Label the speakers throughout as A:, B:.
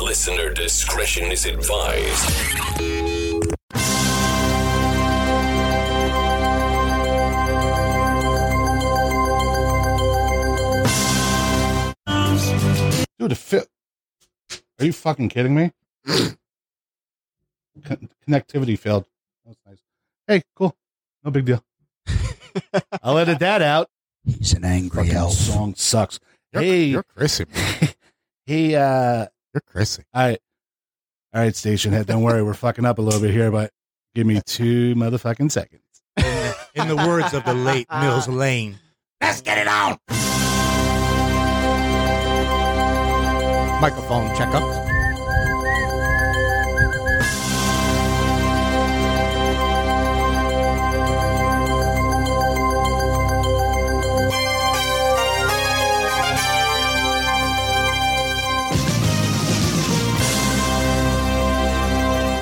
A: Listener discretion is advised.
B: Dude, the fit. Are you fucking kidding me? Con- connectivity failed. That's nice. Hey, cool. No big deal.
C: I'll edit that out.
D: He's an angry
B: Fucking
D: elf.
B: song sucks.
E: You're,
B: Hey.
E: you're Chrissy. man.
B: He, uh,
E: You're Chrissy.
B: all right. All right, station head. Don't worry. We're fucking up a little bit here, but give me two motherfucking seconds.
F: In the words of the late Mills Lane.
E: Let's get it on. Microphone checkup.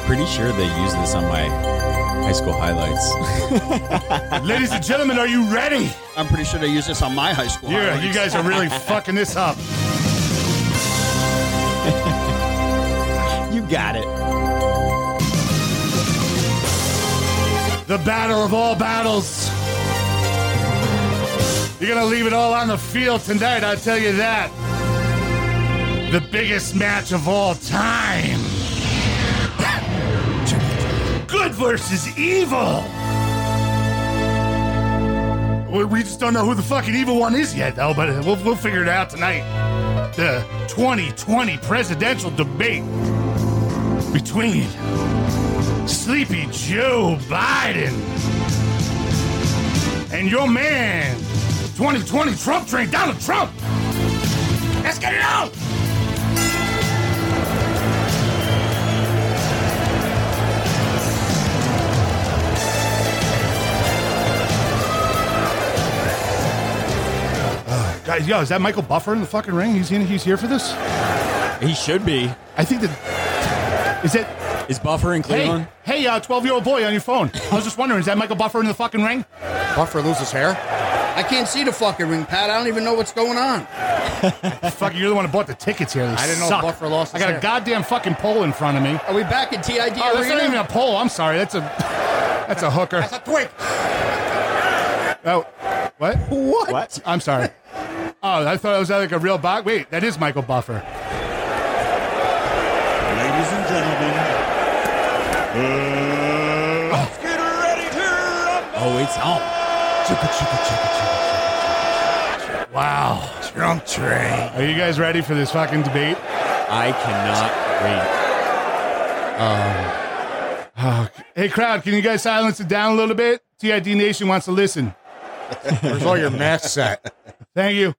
G: Pretty sure they used this on my high school highlights.
C: Ladies and gentlemen, are you ready?
D: I'm pretty sure they used this on my high school.
C: Yeah,
D: highlights.
C: you guys are really fucking this up.
D: You got it.
C: The battle of all battles. You're gonna leave it all on the field tonight, I'll tell you that. The biggest match of all time. Good versus evil. We- We just don't know who the fucking evil one is yet, though, but we'll, we'll figure it out tonight. The 2020 presidential debate between Sleepy Joe Biden. And your man, 2020 Trump train, Donald Trump. Let's get it on. Uh, Guys, yo, is that Michael Buffer in the fucking ring? He's in, he's here for this.
G: he should be.
C: I think that is it.
G: Is Buffer in Cleveland?
C: Hey, hey, uh, twelve-year-old boy on your phone. I was just wondering, is that Michael Buffer in the fucking ring?
E: Buffer loses hair.
D: I can't see the fucking ring, Pat. I don't even know what's going on.
C: Fuck, you're the one who bought the tickets here. They
E: I didn't know
C: suck.
E: Buffer lost
C: I
E: his
C: got a
E: hair.
C: goddamn fucking poll in front of me.
D: Are we back at
C: Oh,
D: TID
C: that's not even
D: Arena?
C: a poll. I'm sorry. That's a that's a hooker.
E: That's a twig.
C: Oh, what?
D: What?
C: I'm sorry. Oh, I thought it was uh, like a real box. Wait, that is Michael Buffer.
H: Ladies and gentlemen,
G: Uh, Oh, it's on.
C: Wow.
F: Trump train.
C: Are you guys ready for this fucking debate?
G: I cannot
C: Hey, crowd, can you guys silence it down a little bit? TID Nation wants to listen.
E: There's all your match set.
C: Thank you.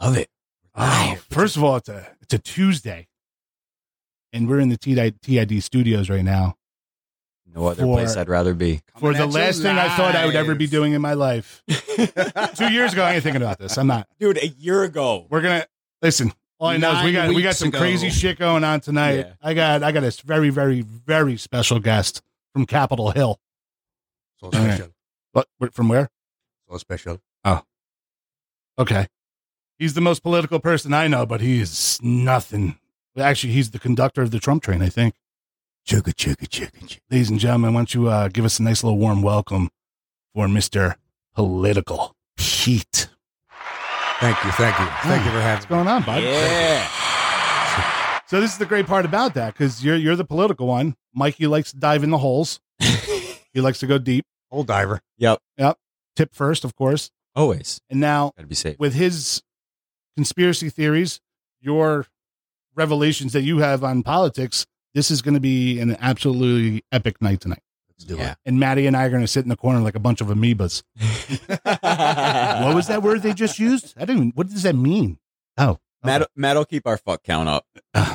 G: wait. Love it.
C: Oh, first of all, it's a it's a Tuesday, and we're in the TID, TID studios right now.
G: No other
C: For-
G: place I'd rather be.
C: for
E: Coming
C: the
E: at you
C: last thing I thought I would ever be
E: live.
C: doing in my life. Two years ago, I ain't thinking about this. I'm not.
G: Dude, a year ago.
C: We're gonna listen. All I know is we
D: Nine
C: got we got
D: weeks
C: some
D: ago.
C: crazy shit going on tonight.
G: Yeah.
C: I got I got a very very very special guest from Capitol Hill.
E: So
C: right.
E: special.
C: But but from where?
E: So special.
C: Okay, he's the most political person I know, but he is nothing. Actually, he's the conductor of the Trump train, I think.
E: Chugga chugga chugga chugga.
C: Ladies and gentlemen, why don't you uh, give us a nice little warm welcome for Mister Political Pete?
E: Thank you, thank you, thank you for having
C: What's going on, bud?
G: Yeah.
C: So this is the great part about that because you're you're the political one. Mikey likes to dive in the holes. he likes to go deep,
E: me. Old diver.
C: tip first, of course.
G: Always.
C: And now
G: Gotta be safe.
C: with his conspiracy theories, your revelations that you have on politics, this is going to be an absolutely epic night tonight.
E: Let's do
G: Yeah.
E: it.
C: And Maddie and I are going to sit in the corner like a bunch of amoebas. what was that word they just used? I didn't. What does that mean? Oh,
G: Matt, Matt'll keep our fuck count up.
E: I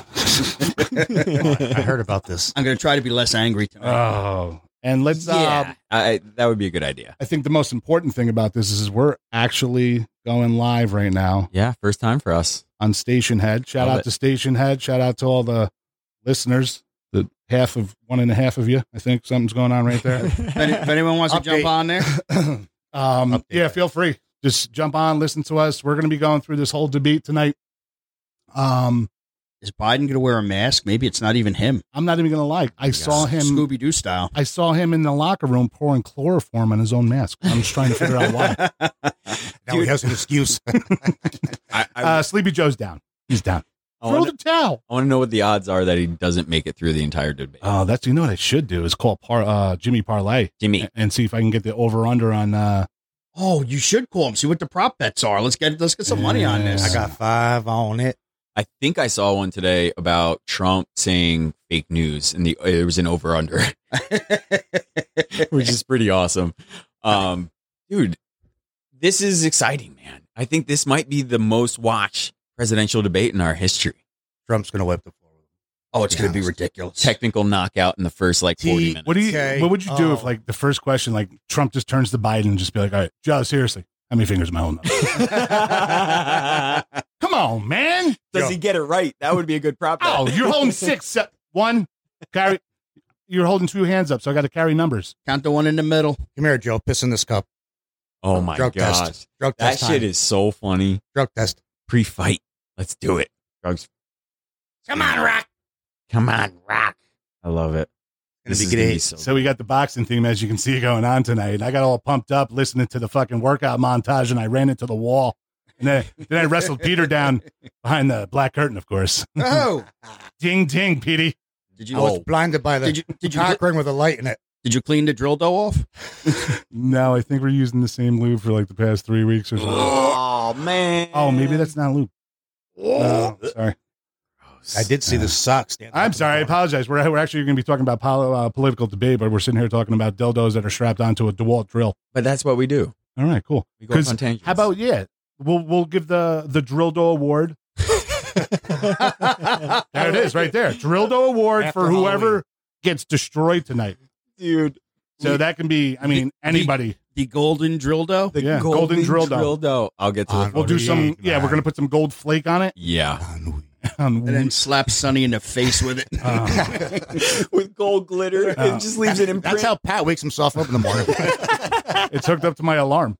E: heard about this.
D: I'm going to try to be less angry tonight.
C: oh. And let's uh,
G: yeah. I, that would be a good idea.
C: I think the most important thing about this is we're actually going live right now
G: Yeah, first time for us.
C: on Station Head. Shout
G: Love
C: out
G: it.
C: to Station Head. Shout out to all the listeners. The half of one and a half of you, I think something's going on right there.
D: If, any- if anyone wants to jump
E: Update.
D: on there,
C: um, yeah, feel free. Just jump on, listen to us. We're going to be going through this whole debate tonight. Um,
D: is Biden going to wear a mask? Maybe it's not even him.
C: I'm not even gonna lie. I saw him.
D: Scooby Doo style.
C: I saw him in the locker room pouring chloroform on his own mask. I'm just trying to figure out why.
I: Now he has an excuse.
G: I, I,
C: Uh, Sleepy Joe's down. He's down.
G: I
C: Throw
G: wanna-
C: the towel.
G: I want to know what the odds are that he doesn't make it through the entire debate.
C: Oh, that's you know what I should do is call Par, uh, Jimmy Parlay
G: Jimmy,
C: and see if I can get the over under on. Uh,
D: Oh, you should call him. See what the prop bets are. Let's get let's get some money on this.
I: I got five on it.
G: I think I saw one today about Trump saying fake news, and the it was an over under, which is pretty awesome. Um, dude, this is exciting, man. I think this might be the most watched presidential debate in our history.
I: Trump's going to wipe the floor.
D: oh, it's going to be
I: Yeah.
D: ridiculous.
G: Technical knockout in the first like forty
I: T-
G: minutes.
C: what do you?
I: Okay.
C: What would you do if
I: Oh.
C: like the first question like Trump just turns to Biden and just be like, all right, Joe, seriously, how many fingers am I holding up? Come on, man.
G: Does he get it right? That would be a good prop. bet.
C: Oh, you're holding six, se- one. Carry. You're holding two hands up, so I got to carry numbers.
D: Count the one in the middle.
I: Come here, Joe. Piss in this cup.
G: oh my
I: Drug
G: gosh,
I: test. Drug
G: that
I: test.
G: shit
I: time.
G: is so funny.
I: drug test.
G: Pre-fight, let's do it. Drugs. Come on, Rock. Come on, Rock. I love it.
I: Gonna
G: This
I: be
G: is gonna be
I: great.
G: so
C: So we got the boxing theme, as you can see, going on tonight. And I got all pumped up listening to the fucking workout montage, and I ran into the wall. And then, then I wrestled Peter down behind the black curtain, of course.
D: Oh,
C: Ding, ding, Petey.
D: did
I: I
E: Oh,
I: was
D: you
I: blinded by the
D: did you did you
I: cock ring with a light in it.
D: did you clean the drill dough off?
C: No, I think we're using the same lube for like the past three weeks or something.
G: Oh man.
C: Oh, maybe that's not lube. No, sorry.
I: I did see the socks. stand
C: I'm
I: up.
C: sorry. I apologize. We're, we're actually going to be talking about pol- uh, political debate, but we're sitting here talking about dildos that are strapped onto a DeWalt drill.
G: But that's what we do.
C: All right, cool.
G: We go off
C: 'Cause
G: on tangents.
C: How about yeah? We'll we'll give the the Drildo Award. There it is, right there. Drildo Award
I: After
C: for whoever
I: Halloween.
C: gets destroyed tonight.
G: dude?
C: So that can be, I mean, anybody.
D: The golden drill dough.
C: yeah, golden, drill dough.
G: dough. I'll get to
I: Uh,
G: it.
C: We'll do some.
I: Golden-
C: Yeah, we're gonna put some gold flake on it.
G: Yeah,
C: Um,
D: And then slap Sonny in the face with it.
C: uh,
G: with gold glitter,
C: Uh,
G: just leaves an
I: That's how Pat wakes himself up in the morning.
C: it's hooked up to my alarm.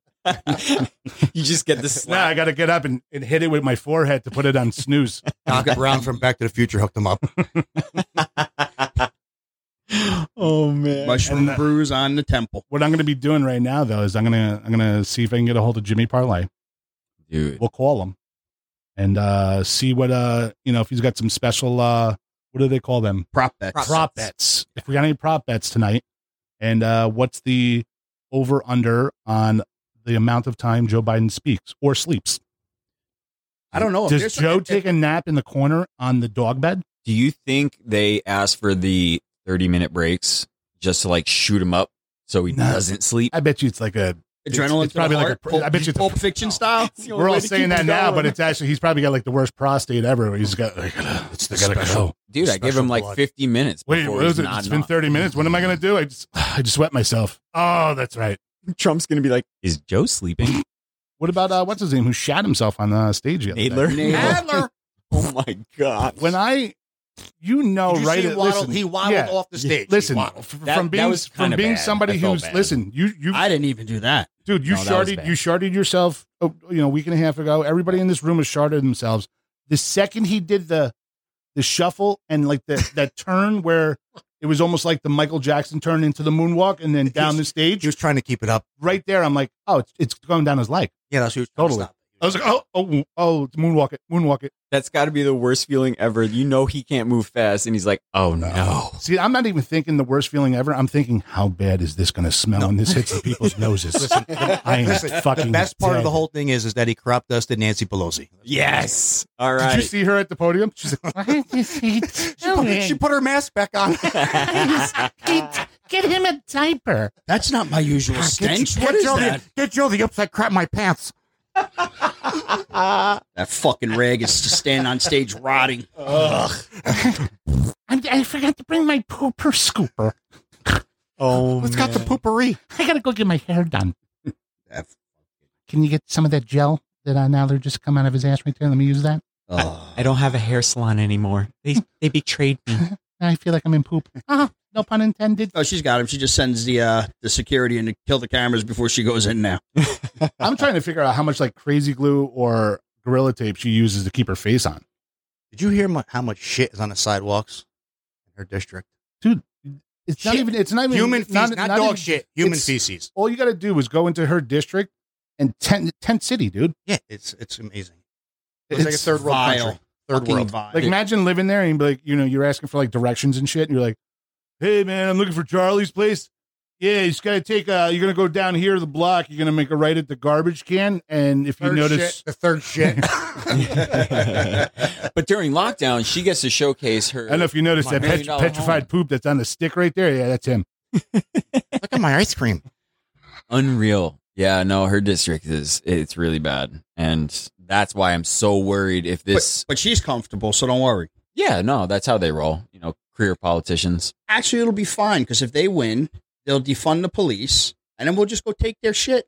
G: you just get the
C: Now
G: slap.
C: I got to get up and, and hit it with my forehead to put it on snooze.
I: Doc Brown from Back to the Future hooked him up.
G: oh man,
D: Mushroom
C: And that-
D: bruise on the temple.
C: What I'm gonna be doing right now though is I'm gonna I'm gonna see if I can get a hold of Jimmy Parlay.
G: dude.
C: We'll call him and uh, see what uh you know if he's got some special uh what do they call them
D: Prop bets.
C: prop bets. If we got any prop bets tonight, and uh, what's the over under on the amount of time Joe Biden speaks or sleeps?
D: I don't know. if
C: Does
D: there's-
C: Joe
D: if-
C: take a nap in the corner on the dog bed?
G: Do you think they asked for the thirty minute breaks just to like shoot him up so he
C: No.
G: doesn't sleep?
C: I bet you it's like a.
D: adrenaline?
C: it's probably like a pr- I bet you it's a-
D: Pulp Fiction style.
C: We're all saying that now, but it's actually he's probably got like the worst prostate ever. where He's got.
I: It's
C: I gotta go.
G: Dude, I give him
I: Special
G: like
I: blood.
G: fifty minutes.
C: Wait,
G: before
C: what
G: he's
C: is it?
G: nodding
C: It's been
G: off.
C: thirty minutes. What am I gonna do? I just I just wet myself. Oh, that's right.
G: Trump's gonna be like, "Is Joe sleeping?"
C: What about uh, what's his name who shot himself on the stage? The other day?
D: Adler.
G: oh my god!
C: When I, you know,
I: Did you
C: right?
I: see waddle-
C: listen,
I: he waddled
C: yeah.
I: off the stage. He
C: Listen,
I: waddled.
C: f-
G: That-
C: from
G: that
C: being
G: was
C: from
G: kinda
C: being
G: bad.
C: somebody
G: I felt
C: who's
G: bad.
C: listen, you you
D: I didn't even do that.
C: dude, you
G: No, that was
C: sharded
G: bad.
C: you sharded yourself oh, you know a week and a half ago. Everybody in this room has sharded themselves. The second he did the the shuffle and like the that turn where it was almost like the Michael Jackson turn into the moonwalk and then down the
I: He
C: stage,
I: was trying to keep it up.
C: right there, I'm like, oh, it's, it's going down his leg.
I: Yeah, that's huge.
C: Totally. I was like, oh, oh, oh, it's moonwalk it, moonwalk it.
G: That's got to be the worst feeling ever. You know he can't move fast, and he's like, "Oh no!"
C: See, I'm not even thinking the worst feeling ever. I'm thinking, how bad is this going to smell when this hits the people's noses? I am
I: Listen,
C: fucking
I: the best part of
C: dead.
I: the whole thing is is that he crop dusted Nancy Pelosi.
G: Yes. All
C: Did you
G: right.
C: see her at the podium? She's like, "What is he
I: Oh,
C: doing?
I: put her mask back on.
C: Get- get him a diaper."
D: That's not my usual stench. What is that?
I: get Joe the upside crap my pants.
D: That fucking rag is just standing on stage rotting.
C: I'm, I forgot to bring my pooper scooper.
I: Oh, it's got the poopery.
C: I gotta go get my hair done.
D: That-
C: Can you get some of that gel that uh, now they're just come out of his ass right there? Let me use that.
D: Ugh.
G: don't have a hair salon anymore. They they betrayed me.
C: Now I feel like I'm in poop. Ah, no pun intended.
D: Oh, she's got him. She just sends the uh, the security in to kill the cameras before she goes in now.
C: I'm trying to figure out how much like crazy glue or gorilla tape she uses to keep her face on.
I: Did you hear mu- how much shit is on the sidewalks in her district?
C: It's not
I: Shit.
C: even. It's not even
I: Human feces, not, dog
C: even-
I: shit. Human
C: it's-
I: feces.
C: All you got to do is go into her district and tent, tent city, dude.
I: Yeah, it's it's amazing.
D: It's, like a
C: It's
D: third world
I: vile.
D: country.
I: Third
D: Fucking
I: world.
D: vile.
C: Like imagine living there and be like, you know, you're asking for like directions and shit, and you're like, "Hey man, I'm looking for Charlie's place. Yeah, you just gotta take. Uh, you're gonna go down here the block. You're gonna make a right at the garbage can, and if you
E: Third
C: notice,
E: shit, the third shit.
G: but during lockdown, she gets to showcase her.
C: I don't know if you noticed
G: My
C: that pet-
G: million dollar
C: petrified
G: home.
C: poop that's on the stick right there. Yeah, that's him.
I: Look at my ice cream.
G: Unreal. Yeah, no, her district is it's really bad, and that's why I'm so worried if
D: But,
G: this.
D: but she's comfortable, so don't worry.
G: yeah, no, that's how they roll. You know, career politicians.
D: Actually, it'll be fine because if they win, they'll defund the police, and then we'll just go take their shit.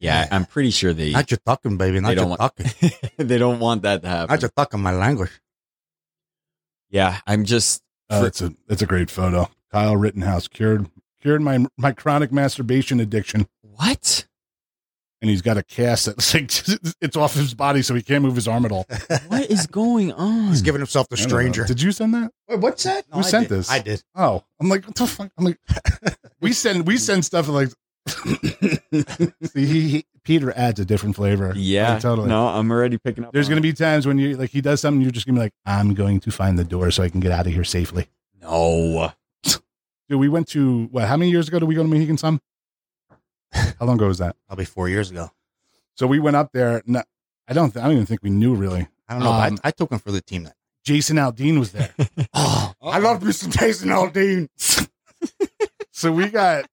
G: Yeah, I'm pretty sure they
I: Not your talking, baby. Not
G: They don't
I: your
G: want-
I: talking.
G: they don't want that to happen.
I: Not your talking. My language.
G: yeah, I'm just
C: Uh, that's a that's a great photo. Kyle Rittenhouse cured cured my my chronic masturbation addiction,
G: what?
C: and he's got a cast that's like it's off his body, so he can't move his arm at all.
G: What is going on?
I: He's giving himself the
C: I don't know.
I: stranger.
C: Did you send that?
D: Wait, what's that?
C: Who
I: I
C: sent
I: did.
C: this?
I: I did.
C: Oh, I'm like what the fuck. I'm like we send we send stuff like see he, he, Peter adds a different flavor.
G: yeah,
C: Like, totally.
G: No, I'm already picking up.
C: There's
G: on
C: gonna be times when you like he does something, you're just gonna be like, I'm going to find the door so I can get out of here safely.
G: it. no.
C: Dude, we went to what? How many years ago did we go to Mohegan Sun? How long ago was that?
I: Probably four years ago.
C: So we went up there. And I don't. Th- I don't even think we knew really.
I: I don't know. but
C: Um,
I: I, I took him for the team. That
C: Jason Aldean was there.
I: oh, I love me some Jason Aldean.
C: so we got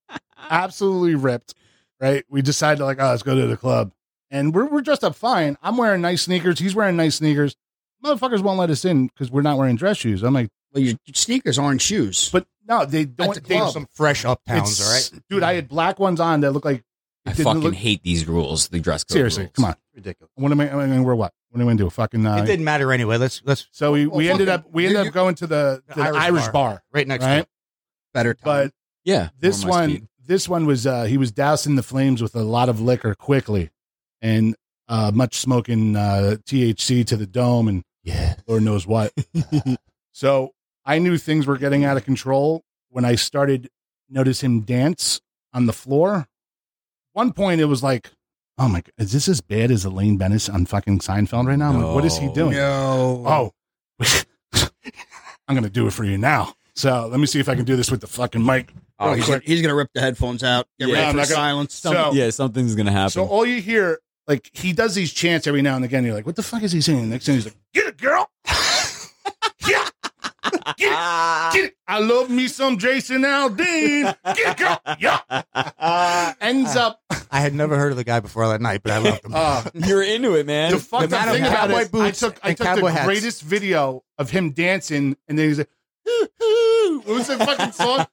C: absolutely ripped. Right. We decided like, oh, let's go to the club, and we're we're dressed up fine. I'm wearing nice sneakers. He's wearing nice sneakers. Motherfuckers won't let us in because we're not wearing dress shoes. I'm like,
D: Well, your sneakers aren't shoes.
C: but no, they don't.
D: the
C: they,
D: club.
I: Some fresh uptowns. All
C: it's-
I: right.
C: dude. I had black ones on that look like
G: I
C: didn't
G: fucking
C: look-
G: hate these rules. The dress code.
C: seriously.
G: rules.
C: Come on.
I: Ridiculous.
C: What am I? I mean, we're what? What am I gonna do? Fucking.
I: It
C: Uh,
I: didn't matter anyway. Let's let's
C: so we,
D: Well,
C: we ended
D: fucking-
C: up we ended
I: you-
C: up going to the,
I: The
C: to the Irish,
I: Irish
C: bar,
I: right next.
C: right?
I: to
D: Better
C: But
D: time.
G: Yeah,
C: this
G: more my
C: one
G: speed.
C: this one was uh he was dousing the flames with a lot of liquor quickly and uh much smoking uh thc to the dome and
I: Yeah.
C: lord knows what so i knew things were getting out of control when i started notice him dance on the floor one point it was like oh my god is this as bad as elaine bennis on fucking seinfeld right now I'm like, what is he
G: No.
C: doing
D: No.
C: oh i'm gonna do it for you now so let me see if i can do this with the fucking mic
D: Oh,
C: real
D: he's,
C: quick.
D: gonna, he's gonna rip the headphones out. Get
G: Yeah,
D: ready
G: I'm
D: for
C: not gonna-
D: silence.
C: So- Oh.
G: Yeah, something's gonna happen.
C: So all you hear, like he does these chants every now and again. You're like, what the fuck is he saying? Next thing he's like, get it, girl. yeah,
G: Ah.
C: get it. I love me some Jason Aldean. Get it, girl. Yeah. Ends up
I: I had never heard of the guy before that night, but I loved him.
C: uh,
G: You're into it, man.
C: the fucked
I: man
C: up
I: of
C: thing about
I: cowboy
C: it. I
I: boots
C: took I
I: and
C: took
I: cowboy
C: the
I: hats.
C: greatest video of him dancing, and then he's like. What was that fucking song?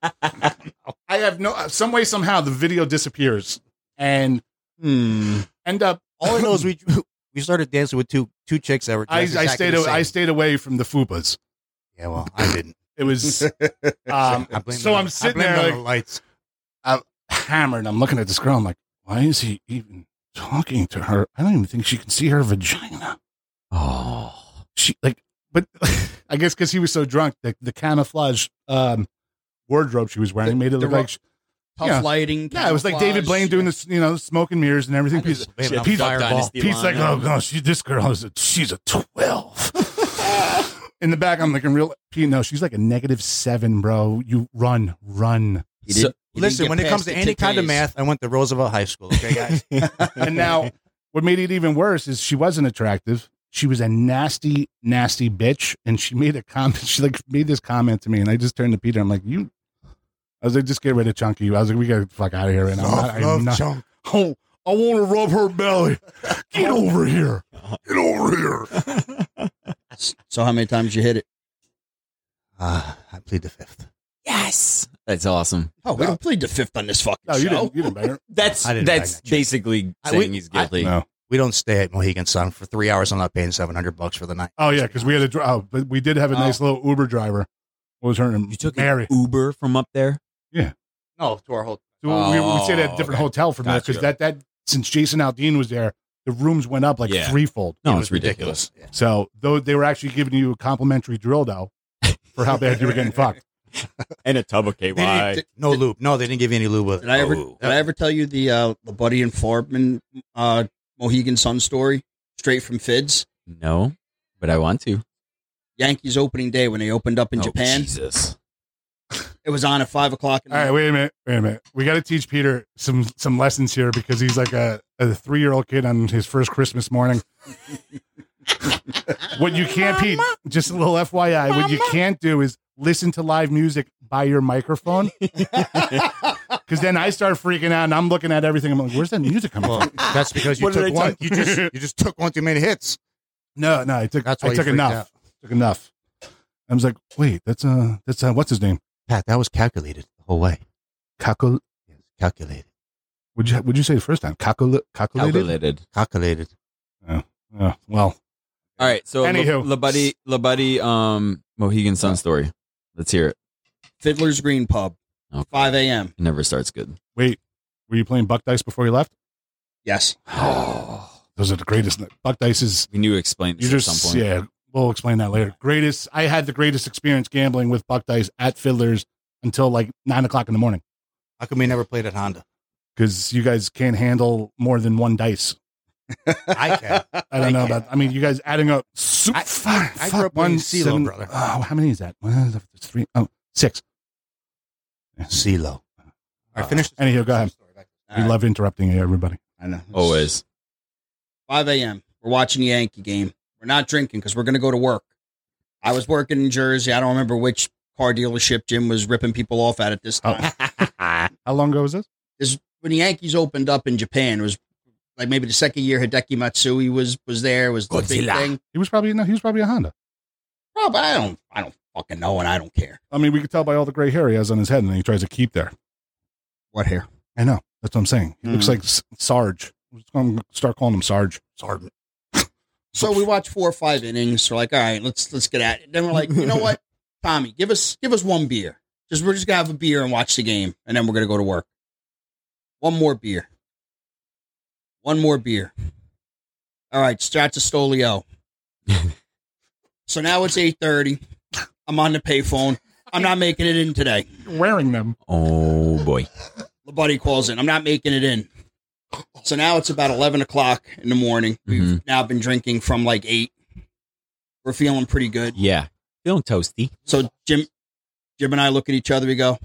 C: I have no some way somehow the video disappears and
I: Hmm.
C: end up.
I: All I know is we we started dancing with two two chicks that were.
C: I,
I: dressed
C: I
I: exactly
C: stayed
I: the
C: a- I
I: same.
C: stayed away from the fupas.
I: Yeah, well, I didn't.
C: It was um,
I: I blame
C: so
I: it on-
C: I'm sitting
I: I blame it
C: there
I: on
C: like
I: the lights.
C: hammered. I'm looking at this girl. I'm like, why is he even talking to her? I don't even think she can see her vagina.
G: oh,
C: She like, but I guess because he was so drunk, the, the camouflage um, wardrobe she was wearing
D: The-
C: made it
D: the
C: look
D: ro-
C: like. She,
D: Tough
C: Yeah.
D: lighting.
C: yeah, it was like David
D: camouflage.
C: Blaine doing this, you know, smoke and mirrors and everything. Pete's,
I: Babe,
G: Shit,
I: I'm
C: Pete's-
G: Duck
I: fireball.
G: Dynasty
C: Pete's like, oh
G: lineup.
C: gosh, she, this girl is a, she's a twelve. In the back, I'm like, in real, Pete, no, she's like a negative seven, bro. You run, run.
D: He
G: So-
D: didn't- he didn't
I: Listen,
D: get
I: when it comes
D: past
I: to
D: the
I: any kind of
D: titties.
I: math, I went to Roosevelt High School. Okay, guys.
C: and now what made it even worse is she wasn't attractive. She was a nasty, nasty bitch, and she made a comment. She like made this comment to me, and I just turned to Peter. I'm like, "You," I was like, "Just get rid of Chunky." I was like, "We gotta fuck out of here right now." I'm not- I'm not-
I: chunk.
C: oh, I want to rub her belly. Get over here. Get over here.
D: So how many times you hit it?
I: Uh, I plead the fifth.
G: yes, that's awesome.
D: Oh, we don't plead the fifth on this fucking
C: No, you
D: show.
C: didn't. You didn't bang her.
G: That's
I: I didn't
G: that's
I: like that chick.
G: basically
I: I-
G: saying
I: we-
G: he's guilty.
C: No.
I: We don't stay at Mohegan Sun for three hours. I'm not paying seven hundred bucks for the night.
C: Oh yeah, because we had a dr- oh, but we did have a nice little Uber driver. What was her name?
G: You took
C: Mary.
G: an Uber from up there.
I: No, to our whole.
C: So we, we stayed at a
G: Oh,
C: different
G: okay.
C: hotel from there
G: Gotcha.
C: because that that since Jason Aldean was there, the rooms went up like
G: Yeah.
C: threefold.
G: No,
I: It
G: it's
I: was
G: ridiculous.
C: So though they were actually giving you a complimentary drill though for how bad you were getting fucked.
G: And a tub of KY.
I: They didn't- th- no lube. No, they didn't give you any lube. With it.
D: Did I ever
I: Oh.
D: did I ever tell you the uh, the Buddy and Farman uh, Mohegan Sun story straight from Fids?
G: no, but I want to.
D: Yankees opening day when they opened up in
G: Oh,
D: Japan.
G: Jesus.
D: It was on at five o'clock. In the
C: All right, wait a minute, wait a minute. We got to teach Peter some some lessons here because he's like a, a three year old kid on his first Christmas morning. what you can't, Pete, just a little FYI. What you can't do is listen to live music by your microphone. Because then I start freaking out and I'm looking at everything. I'm like, where's that music coming
I: Well,
C: from?
I: that's because you
G: What did I
I: took
G: tell
I: one. You just you just took one too many hits.
C: No, no, I took
I: That's why
C: I
I: you
C: took
I: freaked
C: enough.
I: out.
C: Took enough. I was like, wait, that's uh that's uh what's his name?
I: Pat, that was calculated the whole way.
C: Caco
I: Yes, calculated,
C: would you would you say the first time? Caco calculated?
G: Calculated.
I: calculated.
C: Oh, well,
G: All right. So,
C: Anywho.
G: La Buddy, La Buddy, um, Mohegan Sun story. Let's hear it.
D: Fiddler's Green Pub,
G: Okay.
D: five a.m.
G: It never starts good.
C: wait, were you playing Buck Dice before you left?
D: Yes,
G: Oh.
C: Those are the greatest. Buck Dice is
G: We knew explain
C: you
G: this at
C: just
G: some point.
C: yeah. We'll explain that later. Greatest. I had the greatest experience gambling with Buck Dice at Fiddler's until like nine o'clock in the morning
I: How come we never played at Honda?
C: because you guys can't handle more than one dice.
I: I can.
C: I don't know
I: Thank you.
C: about. I mean, you guys adding up. Super,
I: I- I grew up
C: one
I: in CeeLo,
C: seven-
I: brother.
C: Oh, how many is that? One, it's three. Oh, six.
I: CeeLo. Uh, All right, finish. this-
C: Anyhow, go ahead. we
D: All right.
C: love interrupting you, everybody.
D: I know.
G: Always.
D: 5 a.m. We're watching the Yankee game. We're not drinking because we're going to go to work. I was working in Jersey. I don't remember which car dealership Jim was ripping people off at at this time.
C: How long ago was this?
D: When the Yankees opened up in Japan, it was like maybe the second year Hideki Matsui was was there. Was the big
G: Godzilla.
D: thing?
C: He was probably no. He was probably a Honda.
D: Rob, I don't, I don't fucking know, and I don't care.
C: I mean, we could tell by all the gray hair he has on his head, and he tries to keep there.
D: What hair?
C: I know. That's what I'm saying. He
D: Mm.
C: looks like S- Sarge. I'm just going to start calling him Sarge.
I: Sergeant.
D: So we watch four or five innings. We're like, all right, let's let's get at it. Then we're like, you know what, Tommy, give us give us one beer. Just we're just gonna have a beer and watch the game, and then we're gonna go to work. One more beer. One more beer. All right, start to Stolio. so now it's eight thirty. I'm on the payphone. I'm not making it in today.
C: You're wearing them.
G: Oh, boy.
D: The buddy calls in. I'm not making it in. So now it's about 11 o'clock in the morning. We've
G: Mhm.
D: now been drinking from like eight. We're feeling pretty good.
G: Yeah. Feeling toasty.
D: So Jim, Jim and I look at each other. We go,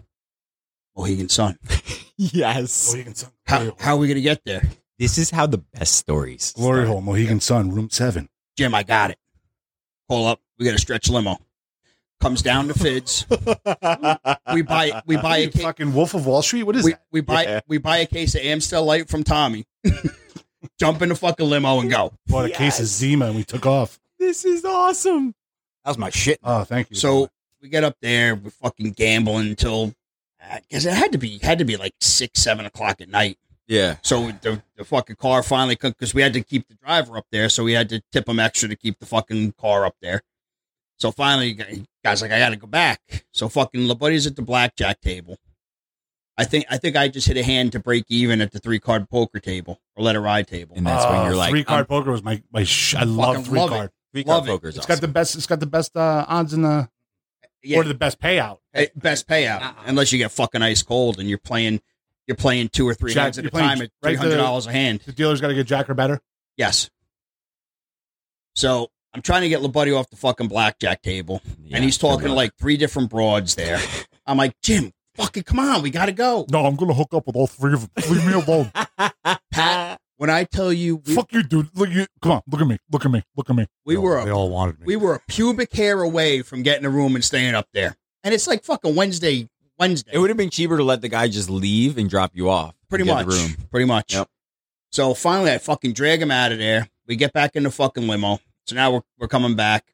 D: Mohegan Sun.
C: Oh,
G: Yes.
D: How, how are we going to get there?
G: This is how the best stories.
C: Glory
G: start.
C: hole, Mohegan Sun, room seven.
D: Jim, I got it. Pull up. We got a stretch limo. Comes down to Fids. we buy we buy a
C: You
D: case,
C: fucking Wolf of Wall Street? What is
D: we,
C: that?
D: we buy
G: Yeah.
D: we buy a case of Amstel Light from Tommy. Jump in the fucking limo and go.
C: Bought a case of Zima and we took off.
G: This is awesome.
I: That was my shit.
C: Oh, thank you.
D: So we get up there, we're fucking gambling until because it had to be had to be like six, seven o'clock at night.
G: Yeah.
D: So the, the fucking car finally because we had to keep the driver up there, so we had to tip him extra to keep the fucking car up there. So finally, gu- guys, like I got to go back. So fucking LeBuddy's at the blackjack table. I think I think I just hit a hand to break even at the three card poker table or letter ride table.
G: And that's when you're like,
C: Ah, three card
G: I'm-
C: poker was my my. Sh- I love
D: Fucking
C: three
D: love it.
C: card.
G: Three
D: Love
G: card
D: it.
G: poker's
C: It's got the best. It's got the best uh, odds in the
D: Yeah.
C: or the best payout.
D: Eh, best
G: Uh-uh.
D: payout unless you get fucking ice cold and you're playing you're playing two or three
C: Jack,
D: hands at
C: you're
D: a
C: playing
D: time at
C: right
D: three
C: to-
D: hundred dollars a hand.
C: The dealer's got to get jack or better.
D: Yes. So I'm trying to get LeBuddy off the fucking blackjack table,
G: Yeah,
D: and he's
G: good
D: talking to
G: luck.
D: like three different broads there. I'm like, Jim, fucking come on, we gotta go.
C: No, I'm gonna hook up with all three of them. Leave me alone.
D: Pat, when I tell you we,
C: Fuck you, dude. Look, you come on. Look at me. Look at me. Look at me.
D: we were
I: They
D: a,
I: all wanted me.
D: we were a pubic hair away from getting a room and staying up there, and it's like fucking Wednesday, Wednesday.
G: It would have been cheaper to let the guy just leave and drop you off.
D: pretty
G: You get
D: much
G: the room.
D: pretty much
G: Yep.
D: so finally i fucking drag him out of there we get back in the fucking limo so now we're, we're coming back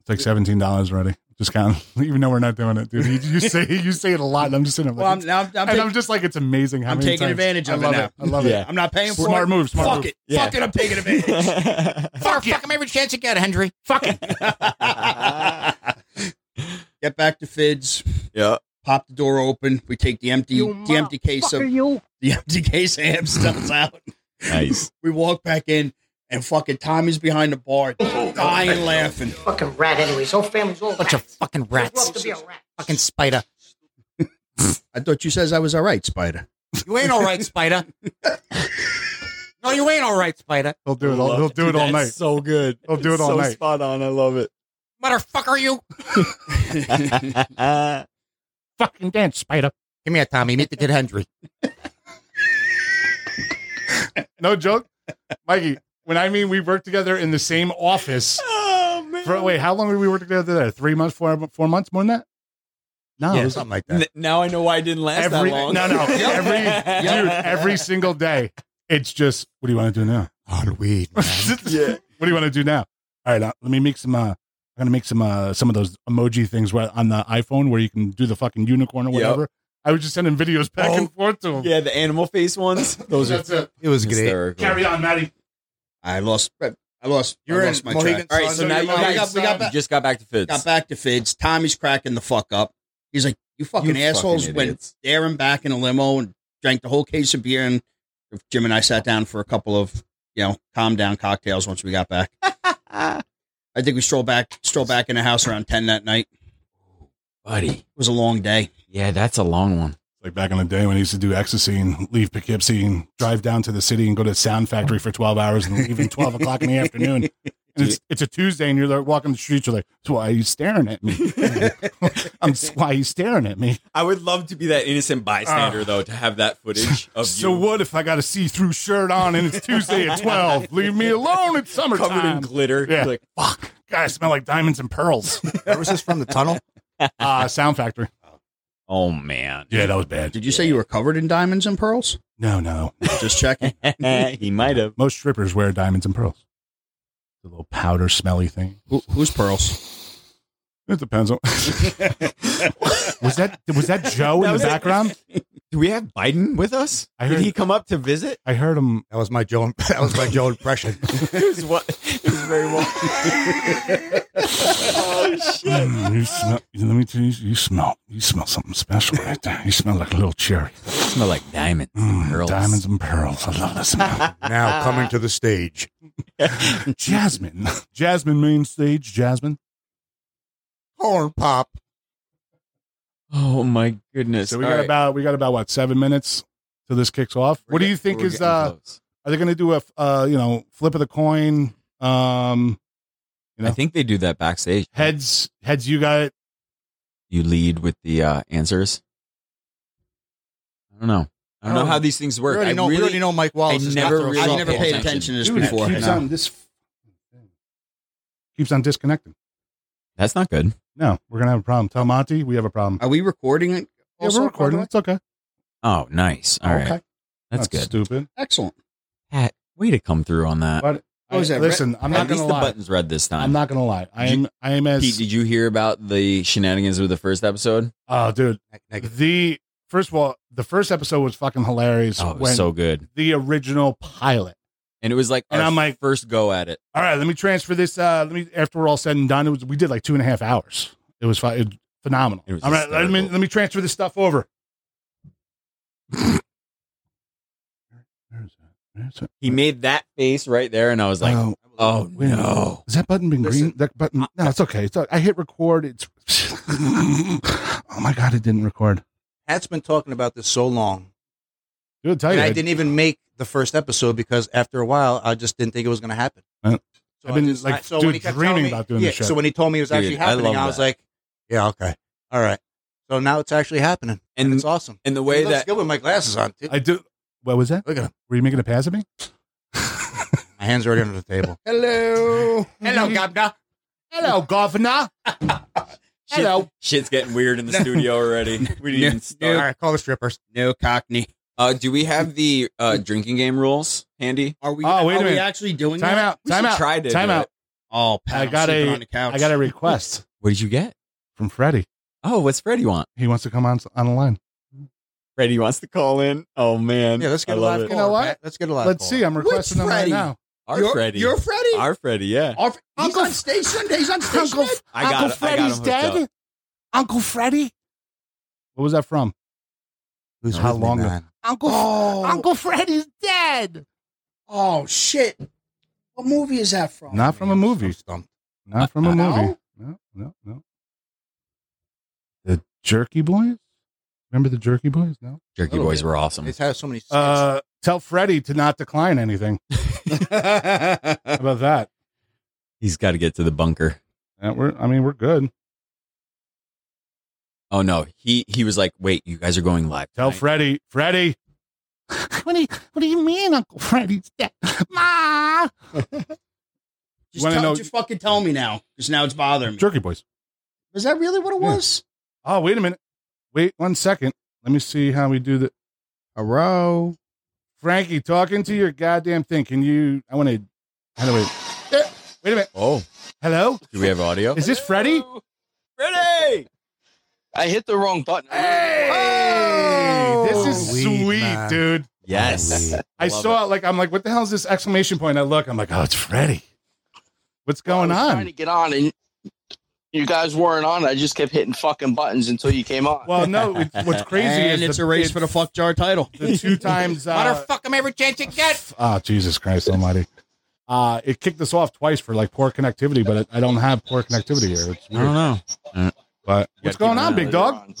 C: It's like seventeen dollars already. Just count. Even though we're not doing it, dude. You, you say you say it a lot, and I'm just sitting. there
D: well
C: Like,
D: i'm now i'm, I'm,
C: and
D: taking-
C: I'm just like, it's amazing. How
D: I'm
C: many
D: taking
C: times-
D: advantage
C: I
D: of
C: love
D: it now.
C: I love
G: Yeah.
C: it.
D: I'm not paying for
C: Smart
D: it.
C: move. Smart
D: fuck
C: move.
D: it
G: Yeah.
D: fuck it i'm taking advantage
I: fuck, fuck him every chance you get, Henry. Fuck it.
D: get back to fids
G: yeah.
D: pop the door open we take the empty
C: You
D: the empty case of the empty case of hamsters out
G: Nice.
D: we walk back in and fucking Tommy's behind the bar, dying laughing.
J: Fucking rat, anyways. Whole family's all
I: Bunch of
J: rats.
I: fucking
J: Who'd love
I: rats.
J: to be a rat.
I: Fucking spider.
D: I thought you says I was all right, Spider.
I: You ain't all right, spider. no, you ain't all right, spider.
C: He'll do it all. He'll do it all night.
G: So good.
C: He'll do it all
G: so
C: night.
G: Spot on. I love it.
I: Motherfucker, you.
C: Fucking dance, spider.
I: Come here, Tommy. Meet the kid Hendry.
C: No joke, Mikey. When I mean we worked together in the same office.
G: oh man.
C: For, wait, how long did we work together there? Three months, four, four months, more than that? No, it was
I: something like
G: N-
I: that.
G: now I know why I didn't last
C: every
G: that
C: no,
G: long.
C: no, every dude, every single day. It's just, what do you want to do now?
I: On weed, man.
C: yeah. What do you want to do now? All right, uh, let me make some. Uh, I'm gonna make some uh, some of those emoji things where, on the iPhone where you can do the fucking unicorn or
G: Yep. Oh,
C: whatever. I was just sending videos back and forth to him.
G: Yeah, the animal face ones. Those are
C: That's it.
I: It was great.
G: hysterical.
C: Carry on, Maddie.
D: I lost. I lost.
I: You're
D: I
I: in
D: lost my
I: Mohegan
D: track.
G: All right, so
C: No,
G: now
C: you're
G: you
C: not.
D: We got-
G: guys
D: we got
G: you
D: back-
G: just got back to Fitz.
D: Got back to Fids. Tommy's cracking the fuck up. He's like, "You fucking
G: fucking
D: assholes went
G: idiots.
D: staring back in a limo and drank the whole case of beer." And Jim and I sat down for a couple of you know calm down cocktails once we got back. I think we strolled back strolled back in the house around ten that night.
G: buddy.
D: It was a long day.
G: Yeah, that's a long one.
C: Like back in the day when he used to do ecstasy and leave Poughkeepsie and drive down to the city and go to Sound Factory for 12 hours and leave at 12 o'clock in the afternoon. And it's, it's a Tuesday and you're like walking the streets. You're like, so why are you staring at me? I'm, why are you staring at me?
G: I would love to be that innocent bystander though to have that footage of
C: Ah. So
G: you
C: what if I got a see-through shirt on and it's Tuesday at 12? Leave me alone. It's summertime.
G: covered in glitter.
C: Yeah.
G: Like
C: Fuck. God, I smell like diamonds and pearls.
I: Where was this from? The tunnel?
C: Uh, Sound Factory.
G: Oh man.
C: Yeah, that was bad.
D: Did you say you were covered in diamonds and pearls?
C: No, no.
D: Just checking.
G: he might have.
C: Most strippers wear diamonds and pearls. The little powder smelly thing.
D: Who, who's pearls?
C: It depends on. was that was that Joe
G: That
C: in
G: was
C: the
G: it.
C: background?
G: Do we have Biden with us?
C: I
G: Did
C: heard-
G: he come up to visit?
C: I heard him.
I: That was my Joe. That was my Joe impression.
G: It was what it was very well. oh shit.
C: "Mm, you smell. Let me tell you. You smell. You smell something special right there. You smell like a little cherry.
G: Smell like diamonds.
C: Mm,
G: Pearls.
C: Diamonds and pearls. I love that smell.
I: Now coming to the stage.
C: Jasmine. Jasmine main stage. Jasmine.
I: Corn pop.
G: Oh my goodness.
C: So we got about we got about what seven minutes till this kicks off. what do you think is uh? Are they going to do a f- uh? You know, flip of the coin. Um, you know?
G: I think they do that backstage.
C: heads heads. You got it.
G: You lead with the uh, answers. I don't know. I don't know how these things work.
I: We already,
G: I
I: know, we already know Mike Wallace.
G: I
I: is
G: never
I: not
G: really-
I: really,
D: I've
G: I've
D: never
G: never
D: paid
G: paid
D: attention to this
C: Dude, it
D: before.
C: keeps
D: No.
C: on this keeps on disconnecting.
G: That's not good.
C: No, we're gonna have a problem. Tell Monty we have a problem.
G: Uh,
D: Are we recording it?
C: Yeah,
D: also,
C: we're recording.
D: by
C: It's okay.
G: Oh, nice. All right, That's
C: Not
G: good.
C: Stupid.
D: the way? Excellent.
G: Pat, way to come through on Oh, that.
C: But
D: What was
C: I-
D: that,
C: listen, I'm not
G: At least
C: gonna
G: the
C: lie.
G: buttons red this time.
C: I'm not gonna lie. I
G: Did
C: am. I am as.
G: Pete, did you hear about the shenanigans with the first episode?
C: oh, dude.
I: Negative.
C: The first of all, the first episode was fucking hilarious.
G: Oh, it
C: when
G: was so good.
C: the original pilot.
G: And it was like
C: And
G: our
C: I'm like-
G: first go at it.
C: All right, let me transfer this. Uh, let me after we're all said and done. It was, we did like two and a half hours. It was, fi- it was phenomenal.
G: It was
C: all right, let me
G: hysterical.
C: let me transfer this stuff over.
G: He made that face right there, and I was like,
C: Mm. Oh,
G: "Oh
C: wait a minute.
G: no!"
C: Has that button been
I: Listen.
C: green? That button. No, it's okay. It's, I hit record. It's. oh my god, it didn't record.
I: Pat's been talking about this so long,
C: Dude, I'll tell
I: and
C: you,
I: I didn't even make the first episode because after a while, I just didn't think it was going to happen.
C: Uh,
I: So
C: I've
I: I
C: been,
I: just-
C: like,
I: I-
C: dude,
I: when he kept
C: dreaming
I: telling me-
C: about doing
I: yeah,
C: this shit.
I: So when he told me it was
G: Dude,
I: actually
G: I love
I: happening, I, was
G: that.
I: like, "Yeah, okay, all right." So now it's actually happening, and
G: And
I: it's awesome.
G: and the
I: He
G: way
I: looks
G: that
I: good with my glasses on. Too.
C: I do. What was that?
I: Look at him.
C: Were you making a pass at me?
I: My hands are already under the table.
D: Hello.
I: Gabna.
C: Hello, governor.
G: shit- shit's getting weird in the studio already. We didn't even
I: All
G: start.
I: right, call the strippers.
D: No cockney.
G: Uh, do we have the uh, drinking game rules handy?
D: Are we?
C: Oh, wait a
D: are we
C: minute.
D: actually doing
C: Time
D: that?
C: out.
G: We
C: Time
G: should
C: out.
G: try to
C: time
G: do
C: out.
G: it.
D: Oh, Pat,
C: I
D: I'm
C: got
D: sleeping
C: a-
D: on the couch.
C: I got a request
G: What did you get?
C: from Freddie.
G: Oh, what's Freddie want?
C: He wants to come on on the line.
G: Freddie wants to call in. Oh man,
I: Yeah, let's get
G: I
I: a
G: love
I: live.
G: it.
I: Call,
C: You know what?
I: Pat. Let's get a live.
C: Let's
I: call.
C: see. I'm requesting him right
D: Freddie?
C: now.
G: Our
D: You're,
G: Freddie.
D: You're Freddie.
G: Our Freddy, yeah.
D: Our, he's
C: Uncle-
D: on stage Sunday. He's on stage
C: Uncle,
D: Sunday.
G: I
C: Uncle
G: got it. I got him
C: Freddie's
G: hooked
C: dead.
G: up.
C: Uncle Freddie. What was that from?
I: Who's
C: How
I: with me,
C: long
I: man?
C: Uncle
D: Oh,
C: Freddie's dead.
D: oh shit. What movie is that from?
C: Not from a movie.
E: Stumped.
C: Not from a
D: No?
C: movie. No, no, no. The Jerky Boys? Remember the Jerky Boys? No.
G: Jerky
E: Little
G: boys
E: bit.
G: were awesome.
E: It's had so many. skits.
C: Uh, tell Freddie to not decline anything. How about that?
G: He's got to get to the bunker.
C: Yeah, we're, I mean, we're good.
G: Oh no, he he was like, "Wait, you guys are going live."
C: Tell
G: tonight."
C: Freddie. Freddie. what, do you, what do you mean, Uncle Freddie's dead? Ma!
D: Just,
C: Wanna
D: tell,
C: know-
D: just fucking tell me now, because now it's bothering me.
C: Jerky Boys.
D: Is that really what it
C: Yeah.
D: was?
C: Oh, wait a minute. Wait one second. Let me see how we do the.
E: a row.
C: Frankie, talking to your goddamn thing. Can you? I want to. How do we? Eh, Wait a minute.
G: Oh,
C: Hello?
G: do we have audio?
C: Is this Freddie?
G: Ready?
K: I hit the wrong button.
C: Hey! This is
E: Sweet,
C: sweet,
E: man.
C: dude.
G: Yes.
C: I
G: Love
C: saw it. Like I'm like, what the hell is this exclamation point? I look. I'm like, oh, it's Freddie. What's going
K: I was
C: on?
K: Trying to get on, and you guys weren't on. I just kept hitting fucking buttons until you came on.
C: Well, no. It, what's crazy
D: and
C: is
D: it's
C: the,
D: a race for the fuck jar title.
C: the two times. Uh,
I: Motherfuck him every chance you get.
C: oh, Jesus Christ Almighty. Uh, it kicked us off twice for like poor connectivity, but I I don't have poor connectivity here. It's weird.
G: know.
C: But Uh-huh. what's going on, big
K: You're
C: dog?
K: on.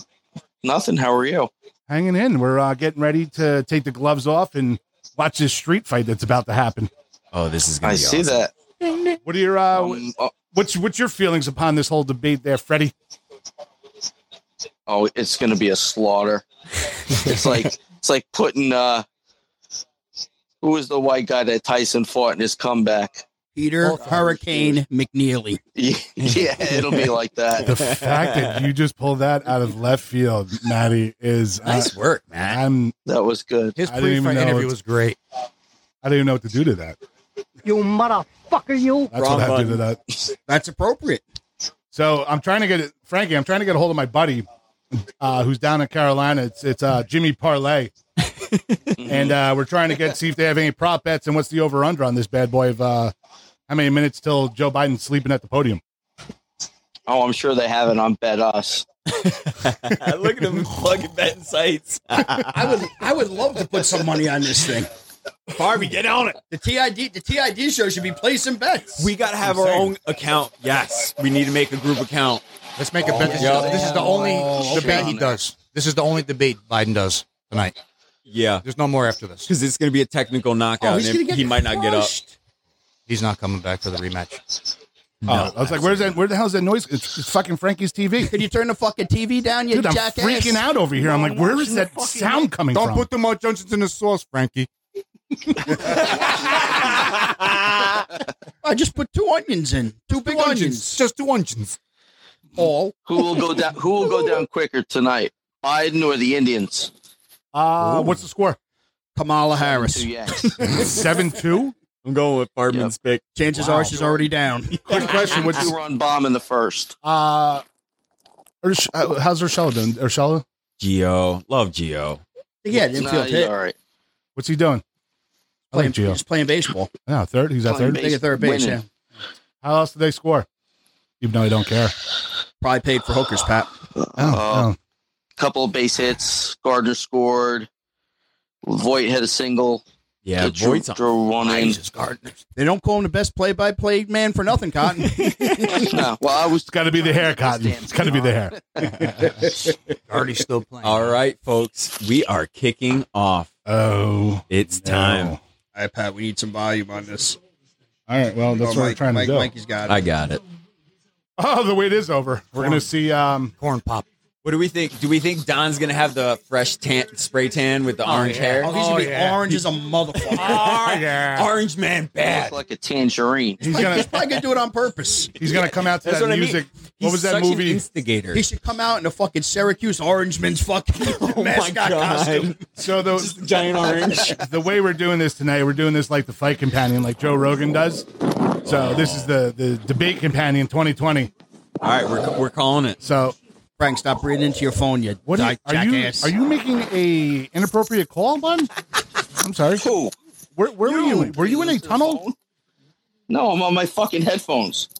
K: Nothing. How are you?
C: hanging in. We're uh, getting ready to take the gloves off and watch this street fight that's about to happen.
G: Oh, this is gonna
K: I
G: be
K: see
G: awesome.
K: that.
C: What are your uh,
K: Um, oh,
C: what's what's your feelings upon this whole debate there, Freddie?
K: oh, it's gonna be a slaughter. it's like it's like putting uh, who was the white guy that Tyson fought in his comeback?
D: Peter Hurricane McNeely.
K: Yeah, it'll be like that.
C: The fact that you just pulled that out of left field, Maddie, is I,
G: Nice work, man.
C: I'm
K: That was good.
E: His
C: I didn't even
E: pre-fight
C: know
E: interview
C: it's-
E: was great.
C: I don't even know what to do to that.
J: You motherfucker, you.
C: That's
G: Wrong
C: what I do to
G: button.
C: that.
D: That's appropriate.
C: So I'm trying to get it, Frankie. I'm trying to get a hold of my buddy, uh, who's down in Carolina. It's it's uh, Jimmy Parlay, and uh, we're trying to get see if they have any prop bets and what's the over under on this bad boy of uh, how many minutes till Joe Biden's sleeping at the podium.
K: Oh, I'm sure they have it on Bet Us.
G: Look at him plugging betting sites.
D: I would I would love to put some money on this thing.
G: Barbie, get on it.
D: The TID the TID show should be placing bets.
G: We gotta have
D: I'm
G: our
D: saying.
G: own account. Yes, we need to make a group account.
E: Let's make a bet. This, is, the, this is the only
D: Oh,
E: debate he
D: shit.
E: does. This is the only debate Biden does tonight.
G: Yeah,
E: There's no more after this.
G: because it's gonna be a technical
C: oh,
D: Oh,
G: knockout, and it- he might not get up.
E: He's not coming back for the rematch.
C: Oh, I was like, where's that? Where the hell's that noise? It's, it's fucking Frankie's TV.
D: Could you turn the fucking TV down, you
C: Dude, I'm
D: jackass?
C: freaking out over here. I'm like, where is that sound coming
E: Don't
C: from?
E: put the more Johnsons in the sauce, Frankie.
D: I just put two onions in. Two big
E: Two
D: onions.
E: Just two onions.
D: Paul.
K: Who will go down? Who will go down quicker tonight? Biden or the Indians?
C: uh, what's the score?
D: Kamala Harris.
K: Two yanks.
C: Seven two.
G: I'm going with Barbman's pick.
D: Chances
K: Wow.
D: are she's already down.
C: Quick question. What's
K: Two run bomb in the first.
C: uh, Ursh- uh, how's Urshela doing? Urshela,
G: Geo, love Geo.
D: Yeah,
K: Nah,
D: infield
K: he's
D: hit.
K: all right.
C: what's he doing? I
D: Playing,
C: like Gio.
D: he's playing baseball.
C: No, third. He's at
K: Playing
C: third.
K: base-
D: They get third base,
K: winning.
D: yeah.
C: How else did they score? Even though I don't care. Oh,
D: Probably paid for hookers, Pat.
K: Uh, Couple of base hits. Gardner scored. Voight hit a single.
G: Yeah,
K: Drew-
G: Voight's on
K: Drew one in.
D: Jesus, Gardner. They don't call him the best play-by-play man for nothing, Cotton.
K: No, well, I was
C: It's got to be the hair, Cotton. It's got to be the hair.
E: Already still playing.
G: All right, folks, we are kicking off.
C: Oh,
G: It's time.
D: All right, Pat, we need some volume on this.
C: All right. Well, that's
D: Oh,
C: what we're
D: Mike-
C: trying
D: Mike-
C: to do.
D: Mikey's got it.
G: I got it.
C: Oh, the wait is over. We're gonna see. Um,
E: Corn pop.
G: What do we think? Do we think Don's gonna have the fresh tan spray tan with the orange hair?
D: Oh, he's gonna be orange as a motherfucker.
G: yeah. Orange man
K: looked
G: bad.
K: like a tangerine.
C: Oh, he's
D: he's
C: gonna
D: probably gonna do it on purpose.
C: he's gonna come out to
G: That's
C: that
G: what I mean.
C: music.
G: He's
C: What was that
G: such an
C: movie?
G: instigator.
D: He should come out in a fucking Syracuse Orange Men's fucking
K: Oh,
G: Oh
D: mascot costume.
C: so the
G: Giant orange.
C: the way we're doing this tonight, we're doing this like the fight companion, like Joe Rogan does. So this is the the debate companion 2020.
G: All right, we're, we're calling it.
C: So
D: Frank, stop reading into your phone, you
C: what are
D: di-
C: you, are you
D: jackass.
C: are you making a inappropriate call, bud? I'm sorry.
K: Who?
C: Where, where were you? Were you in a tunnel?
K: No, I'm on my fucking headphones.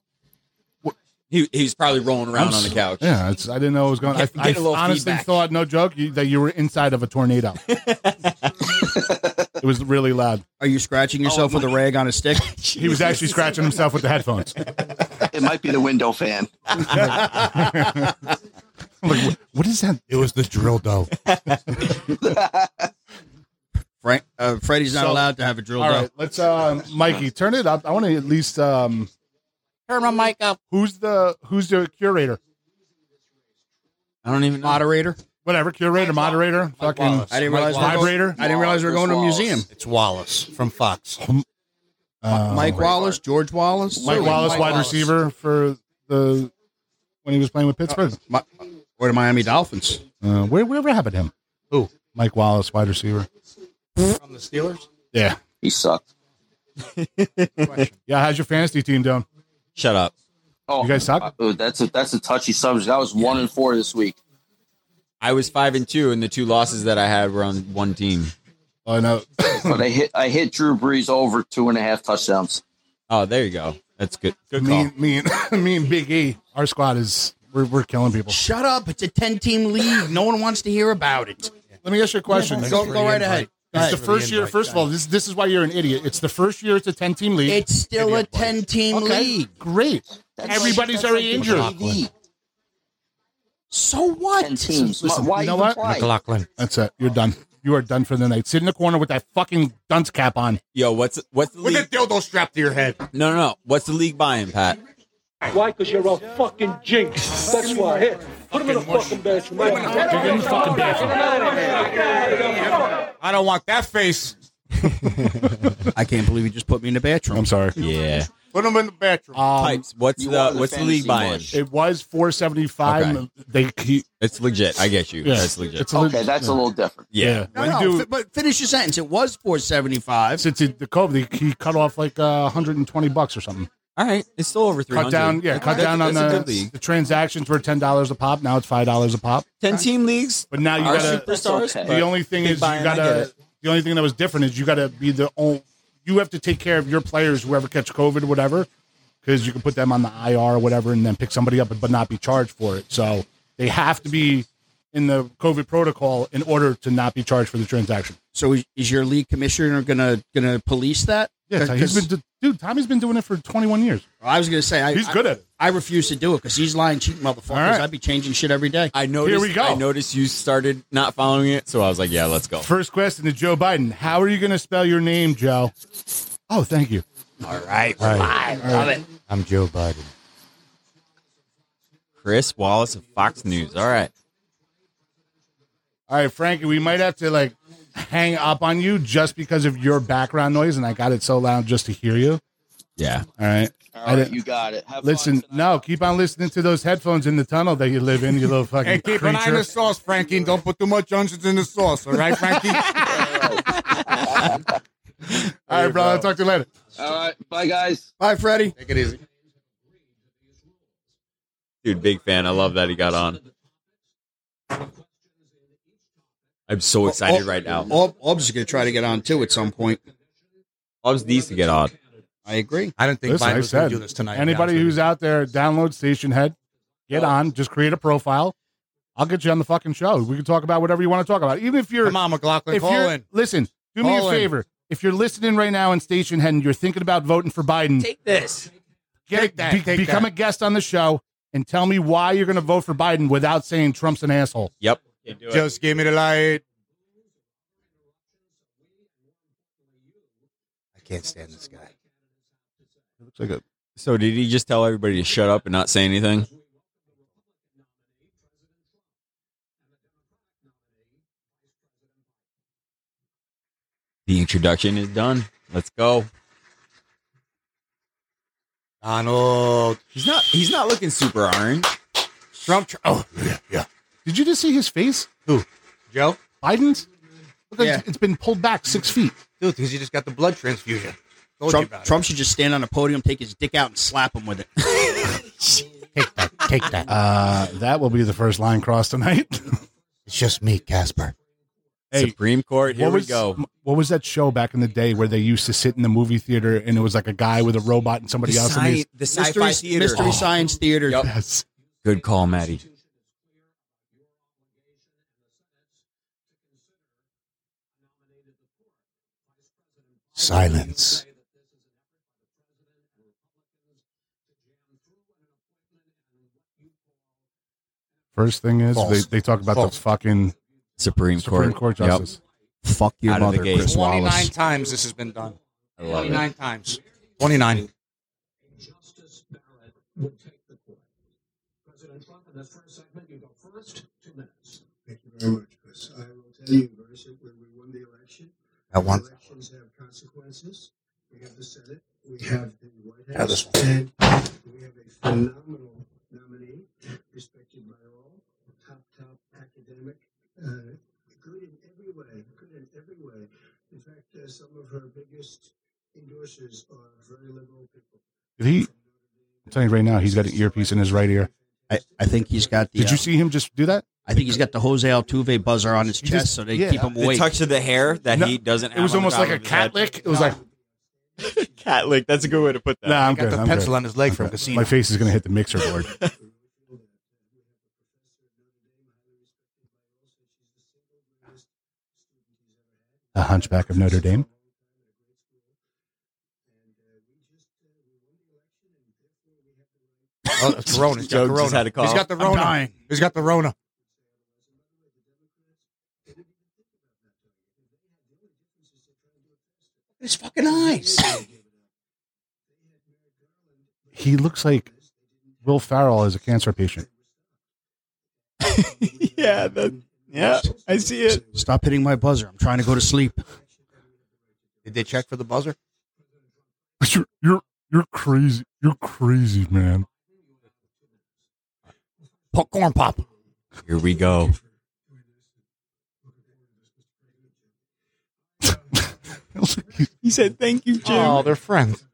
G: He, he's probably rolling around on the couch.
C: Yeah, it's, I didn't know it was going.
G: Get-
C: I,
G: get a little
C: I honestly
G: feedback.
C: thought, no joke, you, that you were inside of a tornado. It was really loud.
D: Are you scratching yourself with a rag on a stick?
C: He was actually scratching himself with the headphones.
K: It might be the window fan.
C: I'm like, "Wh- what is that?
E: It was the drill dough.
D: Frank, uh, Freddie's not
C: So-
D: allowed to have a drill.
C: All
D: down.
C: right, let's, um, Mikey, turn it up. I want to at least um,
I: Turn my mic up.
C: who's the who's the curator?
G: I don't even know.
D: Moderator.
C: Whatever, curator, moderator, fucking
E: Wallace.
D: I didn't
E: Mike
D: realize.
E: Wallace.
C: vibrator.
D: I didn't realize we were going to a
K: Wallace.
D: museum.
E: It's Wallace from Fox.
C: Um,
D: Mike Wallace, George Wallace,
C: Mike
D: Wait,
C: Wallace,
D: Mike
C: wide receiver for the when he was playing with Pittsburgh.
D: Mi- or the Miami Dolphins.
C: Uh, where whatever happened to him?
E: Who?
C: Mike Wallace, wide receiver.
E: From the Steelers?
C: Yeah,
K: He sucked.
C: yeah. How's your fantasy team doing?
G: Shut up.
K: Oh,
C: You guys suck.
K: uh, that's a that's a touchy subject. I was one and four this week.
G: I was five and two, and the two losses that I had were on one team.
C: Oh no,
K: But I hit I hit Drew Brees over two and a half touchdowns.
G: Oh, there you go. That's good. Good call.
C: me, me, and, me and Big E. Our squad is we're, we're killing people.
D: Shut up! It's a ten-team league. No one wants to hear about it.
C: Let me ask you a question.
D: Go, go right ahead.
C: It's
D: Right.
C: the first year. First of all, this this is why you're an idiot. It's the first year. It's a ten team league.
D: It's still a ten-team league.
C: Great. Everybody's already injured.
K: E.
D: So
K: Ten
D: what?
K: teams. Why
C: you know
K: even
C: what?
K: play?
E: McLaughlin.
C: That's it. You're done. You are done for the night. Sit in the corner with that fucking dunce cap on.
G: Yo, what's what's the
E: With a
G: league?
E: dildo strapped to your head.
G: No, no, no. What's the league buying, Pat?
L: Why? Because you're a fucking jinx. That's why. Here, put him in a fucking bathroom. Put him in a fucking
I: I don't want that face.
D: I can't believe you just put me in the bathroom.
C: I'm sorry.
G: Yeah.
E: Put him in the bathroom.
C: Um,
G: Pipes. What's
K: You
G: the
K: are the
G: what's the league
K: fantasy
G: buying?
K: bush.
C: it was 475.
G: Okay.
C: They keep.
G: It's legit. I get you.
C: Yeah,
G: That's legit.
C: a
K: Okay, that's a little different.
C: Yeah.
G: yeah.
D: No,
C: When
D: no,
C: you do-
D: fi- but finish your sentence. It was four seventy-five.
C: since it, the COVID, he cut off like uh, 120 bucks or something.
G: All right. It's still over three
C: Cut
G: hundred.
C: down, yeah, cut down on
G: a
C: the,
G: good league.
C: the transactions were ten dollars a pop. Now it's five dollars a pop.
G: Ten team leagues.
C: But now you
G: Our
C: gotta.
G: superstars.
K: okay.
C: The only thing
G: Big
C: is you
G: buy-in, I get
C: gotta.
G: it.
C: The only thing that was different is you gotta be the only. You have to take care of your players, whoever catch COVID, whatever, because you can put them on the IR or whatever, and then pick somebody up, but not be charged for it. So they have to be in the COVID protocol in order to not be charged for the transaction.
D: So is, is your league commissioner gonna gonna police that?
C: Yeah, he's
D: 'Cause-
C: been dude. Tommy's been doing it for 21 years.
D: I was gonna say I,
C: He's good at it.
D: I, I refuse to do it because he's lying, cheating motherfuckers.
C: right.
D: I'd be changing shit every day.
G: I noticed.
C: we go.
G: I noticed you started not following it, so I was like, yeah, let's go.
C: First question to Joe Biden: How are you going to spell your name, Joe? Oh, thank you.
E: I'm Joe Biden.
G: Chris Wallace of Fox News. All right.
C: All right, Frankie, we might have to like hang up on you just because of your background noise, and I got it so loud just to hear you.
G: Yeah.
C: All right, I
K: All right,
C: didn't-
K: you got it. Have
C: listen.
K: fun tonight.
C: No, keep on listening to those headphones in the tunnel that you live in. You little fucking
E: And keep an eye on
C: creature.
E: the sauce, Frankie. and Don't put too much onions in the sauce, all right, Frankie?
C: All right, bro. I'll talk to you later.
K: All right, bye guys.
D: Bye, Freddie.
E: Take it easy.
G: Dude, big fan. I love that he got on. I'm so excited right now.
D: Ob, Ob's is gonna try to get on too at some point.
G: Loves these to get on.
D: I agree.
E: I don't think
C: Listen,
E: Biden
C: I
E: was going
C: said
E: to do this tonight.
C: anybody who's out there, download Station Head,
E: Oh.
C: get on, just create a profile. I'll get you on the fucking show. We can talk about whatever you want to talk about, even if you're
E: Come on, McLaughlin,
C: if
E: call
C: you're
E: in.
C: listen, do me
E: Call
C: a
E: in.
C: favor. If you're listening right now in station head and you're thinking about voting for Biden,
I: Take this.
C: get,
E: take that,
C: be-
E: take
C: become
E: that.
C: a guest on the show and tell me why you're going to vote for Biden without saying Trump's an asshole.
G: Yep.
E: Just give me the light. I can't stand this guy.
G: So did he just tell everybody to shut up and not say anything? The introduction is done. Let's go.
E: Donald
G: He's not he's not looking super orange.
E: Trump. Tr- oh, yeah, yeah.
C: Did you just see his face?
E: Joe?
C: Biden's? Look like
D: Yeah.
C: it's- it's been pulled back six feet.
E: Dude, because he just got the blood transfusion. Told you
D: Trump,
E: about it.
D: Trump should just stand on a podium, take his dick out, and slap him with it.
E: Take that. Take that.
C: Uh, that will be the first line cross tonight.
E: it's just me, Casper.
C: hey,
G: Supreme Court, here
C: what
G: we
C: was,
G: go.
C: what was that show back in the day where they used to sit in the movie theater and it was like a guy with a robot and somebody else? And they-
G: the
D: Mystery, Mystery
G: Oh,
D: Science Theater.
G: Yup.
C: yes.
G: Good call, Maddie.
E: Silence.
C: First thing is
E: False.
C: they, they talk about
E: False.
C: the fucking
G: Supreme Court.
C: Supreme Court
G: Yep.
C: justice.
E: Fuck your
G: Out of the
E: mother,
G: gate.
E: Chris
I: 29
E: Wallace.
I: times this has been done.
G: I love it.
I: 29 times. 29.
E: That one. Now this one.
M: uh, uh,
C: Did he? I'm telling you right now, he's got an earpiece in his right ear.
D: I, I think he's got the.
C: Did you
D: uh,
C: see him just do that?
D: I think he's got the Jose Altuve buzzer on his
C: He
D: chest,
C: just-
D: so they
C: yeah.
D: keep him
G: The
D: awake.
G: touch of the hair that
C: No,
G: he doesn't.
C: It was almost like a cat lick. It was like,
G: cat lick. That's a good way to put
C: nah, I'm
E: Got
C: good.
E: the
C: I'm good.
E: pencil on his leg
C: I'm
E: from
C: good.
E: Casino.
C: My face is gonna hit the mixer board. The Hunchback of Notre Dame.
E: Oh, that's Corona. He's got
G: Joe
E: Corona.
G: just had a cough.
E: He's got the
I: I'm
E: Rona.
I: dying.
E: He's got the Rona.
I: His fucking eyes.
C: He looks like Will Farrell as a cancer patient.
G: yeah, that, yeah, I see it.
D: Stop hitting my buzzer. I'm trying to go to sleep.
E: Did they check for the buzzer?
C: You're you're, you're crazy. You're crazy, man.
E: Popcorn pop.
G: Here we go. He said, "Thank you, Jim."
E: Oh, they're friends.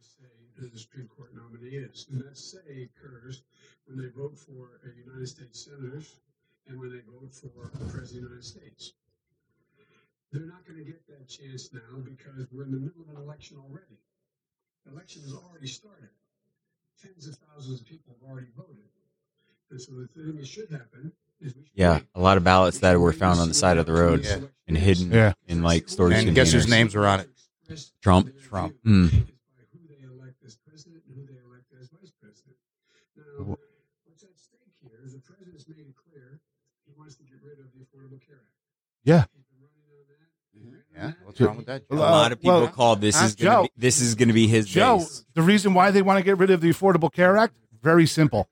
G: yeah, a lot of ballots that were found on the side of the road and hidden
C: Yeah.
G: in like storage
E: And guess whose
G: containers.
E: names are on it?
G: Trump.
E: Trump.
G: Mm.
C: Yeah.
E: Mm-hmm. Yeah. What's wrong with that?
G: A lot of people
C: Well, uh,
G: called this is gonna
C: Joe-
G: be, this is going to be his
C: Joe,
G: base.
C: the reason why they want to get rid of the Affordable Care Act, very simple.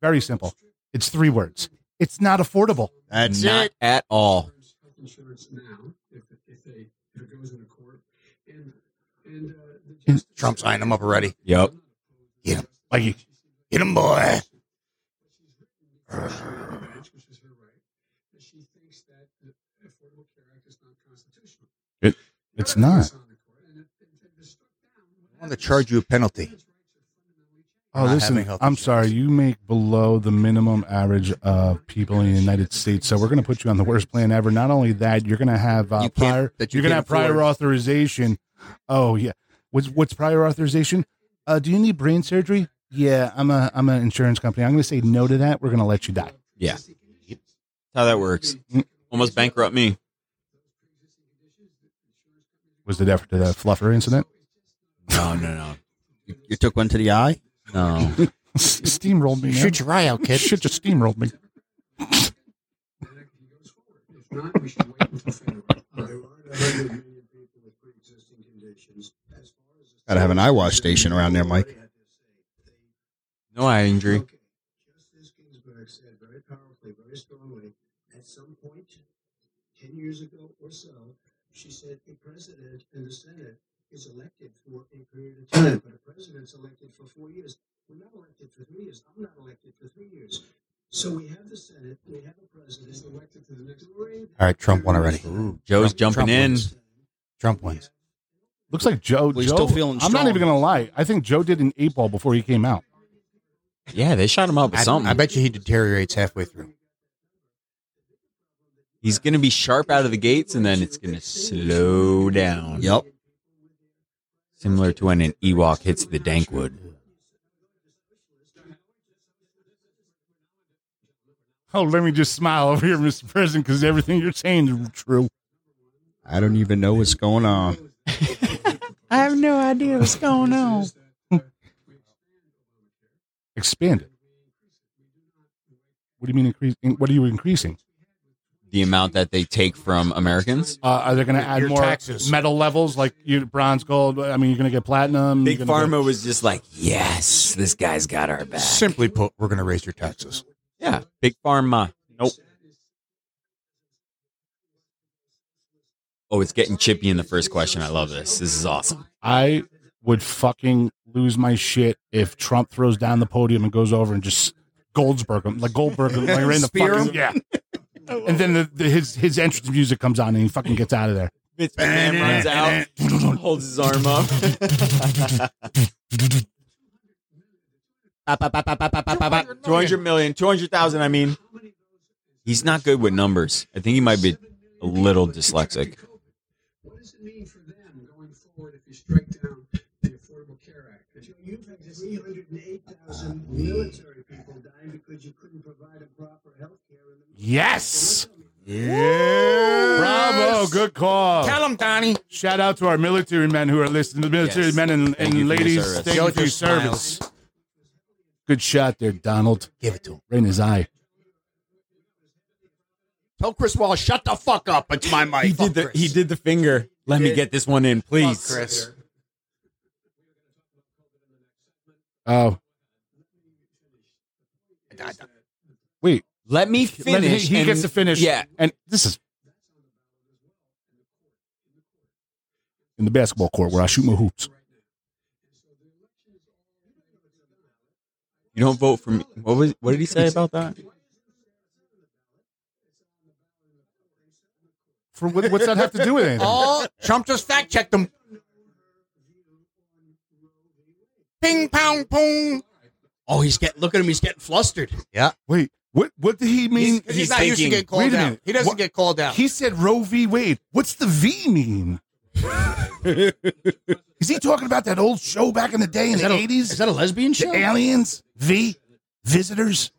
C: Very simple. It's three words. It's not affordable.
D: That's
G: Not
D: it.
G: at all.
M: uh,
E: Trump signed him up already.
G: Yep.
C: Like
E: Hit him, boy.
C: it's not.
E: I want to charge you a penalty.
C: Oh,
E: not
C: listen.
E: having health
C: I'm sorry.
E: insurance.
C: You make below the minimum average of people in the United States, so we're going to put you on the worst plan ever. Not only that, you're going to have uh,
D: You can't-
C: prior.
D: that you
C: you're going to have
D: can't
C: prior
D: afford.
C: authorization. Oh yeah. What's what's prior authorization? Uh, do you need brain surgery? Yeah, I'm a I'm an insurance company. I'm going to say no to that. We're going to let you die.
G: Yeah. That's how that works.
C: Mm.
G: Almost bankrupt me.
C: Was it after the fluffer incident?
G: No, no, no.
D: You took one to the eye.
G: No.
C: steamrolled me. man.
E: Shoot your eye out, kid.
C: Shit just steamrolled me.
D: Gotta have an eye wash station around there, Mike.
G: No eye injury.
E: All right, Trump won already.
G: Joe's jumping in.
E: wins. Trump wins.
C: Looks like Joe.
D: Well, he's
C: Joe
D: still feeling
C: I'm not
D: strong.
C: even going to lie. I think Joe did an eight ball before he came out.
G: Yeah, they shot him up with
E: I,
G: something.
E: I bet you he deteriorates halfway through.
G: He's going to be sharp out of the gates and then it's going to slow down.
D: Yep.
G: Similar to when an Ewok hits the Dankwood.
C: Oh, let me just smile over here, Mr. President, because everything you're saying is true.
D: I don't even know what's going on.
N: I have no idea what's going on.
C: Expand it. What do you mean increase? in- What are you increasing?
G: The amount that they take from Americans.
C: Uh, are they going to add
G: Your
C: more
G: taxes.
C: metal levels like you, bronze, gold? I mean, you're going to get platinum.
G: Big
C: you're gonna
G: Pharma was just like, yes, this guy's got our back.
E: Simply put, we're going to raise your taxes.
G: Yeah, Big Pharma. Nope. Oh, it's getting chippy in the first question. I love this. This is awesome.
C: I would fucking lose my shit if Trump throws down the podium and goes over and just Goldsberg him, like Goldberg him, like right in the
O: Spear
C: fucking
O: him?
C: yeah. And then the, the, his his entrance music comes on and he fucking gets out of there.
G: Vince McMahon runs out, holds his arm up. Two hundred million, two hundred thousand. I mean, he's not good with numbers. I think he might be a little dyslexic.
C: Yes. Yeah. Bravo. Good call.
I: Tell him, Donnie.
C: Shout out to our military men who are listening. The military
O: Yes.
C: men and,
O: Thank you
C: and
O: for your
C: ladies.
O: service.
C: Thank
O: Show
C: you for your
O: your
C: service. Good shot there, Donald. Give it to him. Right in his eye.
D: Tell Chris Wallace, shut the fuck up. It's my mic.
G: He did the he did the finger. Let me get this one in, please,
D: Chris.
C: Oh. Wait.
G: Let me
C: Let- he-
G: finish.
C: he
G: and-
C: gets to finish.
G: Yeah,
C: And this is in the basketball court where I shoot my hoops.
G: you don't vote for me. What was? What did he say about that?
C: For what, what's that have to do with anything?
N: Oh, Trump just fact checked him.
D: Ping, pong, pong. Oh, he's getting, look at him. He's getting flustered.
E: Yeah.
C: Wait. What? What did he mean?
N: He's- 'cause he's He's not used to thinking- get called
C: Wait a
N: out.
C: minute.
N: He doesn't
C: What-
N: get called out.
C: He said Roe v. Wade. What's the V mean? is he talking about that old show back in the day in the eighties? Is that a lesbian show? aliens v visitors.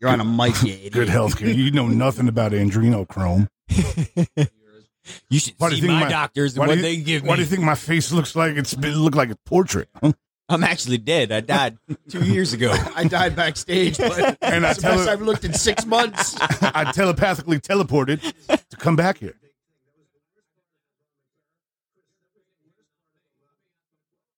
D: You're on a mic, you idiot.
C: Good healthcare. You know nothing about adrenochrome.
G: you should
C: Why do you
G: see
C: think
G: my doctors and
C: why do
G: what
C: you-
G: they give
C: Why do
G: me.
C: you think my face looks like it's been look like a portrait? huh?
G: I'm actually dead. I died two years ago.
D: I died backstage, but
C: And I
D: it's the
C: tell
D: best
C: her-
D: I've looked in six months.
C: I telepathically teleported to come back here.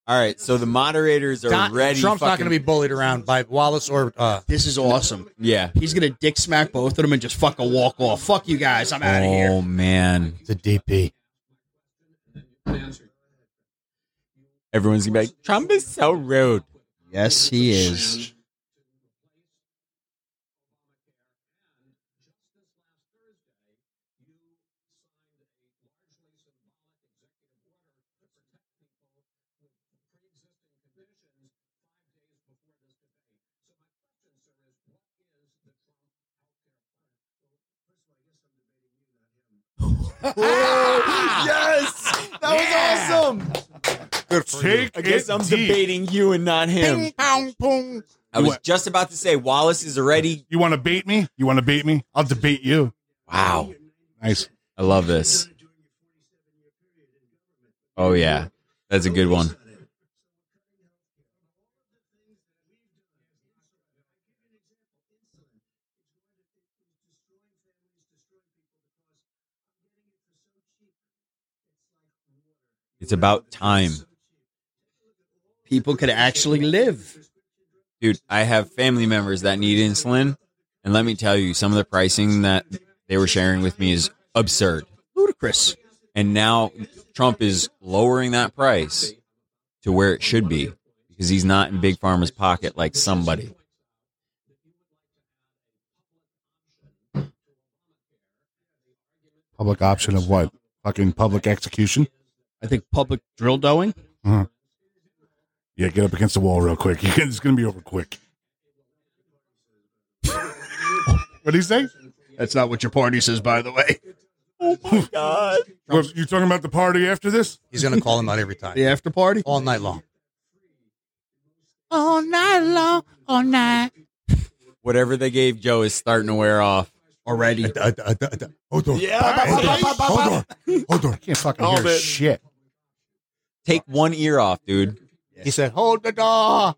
G: All right, so the moderators are
N: Don-
G: ready.
N: Trump's not
G: fucking-
N: going to be bullied around by Wallace or uh,
D: This is awesome.
G: Yeah.
D: He's going to dick smack both of them and just fucking walk off. Fuck you guys. I'm out of here.
G: Oh man,
E: The DP.
G: everyone's gonna be like, Trump is so rude.
D: Yes, he is.
G: yes, that was awesome.
E: Good
C: Take
G: I guess
C: it
G: I'm
C: deep.
G: debating you and not him.
N: ping pong pong.
G: I was just about to say Wallace is already.
C: You want to bait me? You want to bait me? I'll debate you.
G: Wow,
C: Nice.
G: I love this. Oh yeah, that's a good one. It's about time.
D: People could actually live.
G: dude i have family members that need insulin and let me tell you some of the pricing that they were sharing with me is absurd
D: Ludicrous.
G: and now trump is lowering that price to where it should be because he's not in big pharma's pocket like somebody
C: Public option of what? Fucking public execution?
D: I think public drill doing.
O: Uh-huh.
C: Yeah, get up against the wall real quick. It's going to be over quick. what do you say?
D: That's not what your party says, by the way.
G: Oh my god!
O: What, you talking about the party after this?
N: He's gonna call him out every time.
D: The after party
N: all night long.
E: All night long, all night.
G: Whatever they gave Joe is starting to wear off.
D: already.
N: Hold on.
O: Hold on. Hold on.
C: I can't fucking
E: All
C: hear
E: of it.
C: shit.
G: Take one ear off, dude.
E: He said, "Hold the door."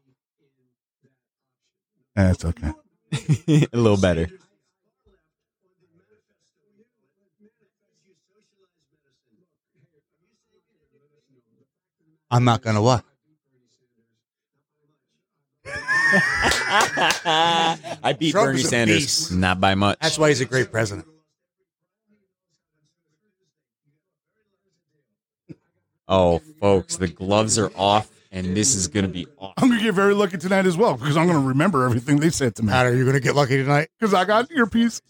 C: That's okay.
G: a little better.
N: I'm not gonna what?
G: I beat
N: Trump
G: Bernie
N: is a
G: Sanders.
N: beast.
G: Not by much.
N: That's why he's a great president.
G: oh, folks, the gloves are off, and this is gonna be awesome.
O: I'm going to get very lucky tonight as well because I'm going to remember everything they said to me.
N: Pat, are you gonna get lucky tonight?
O: Because I got earpiece.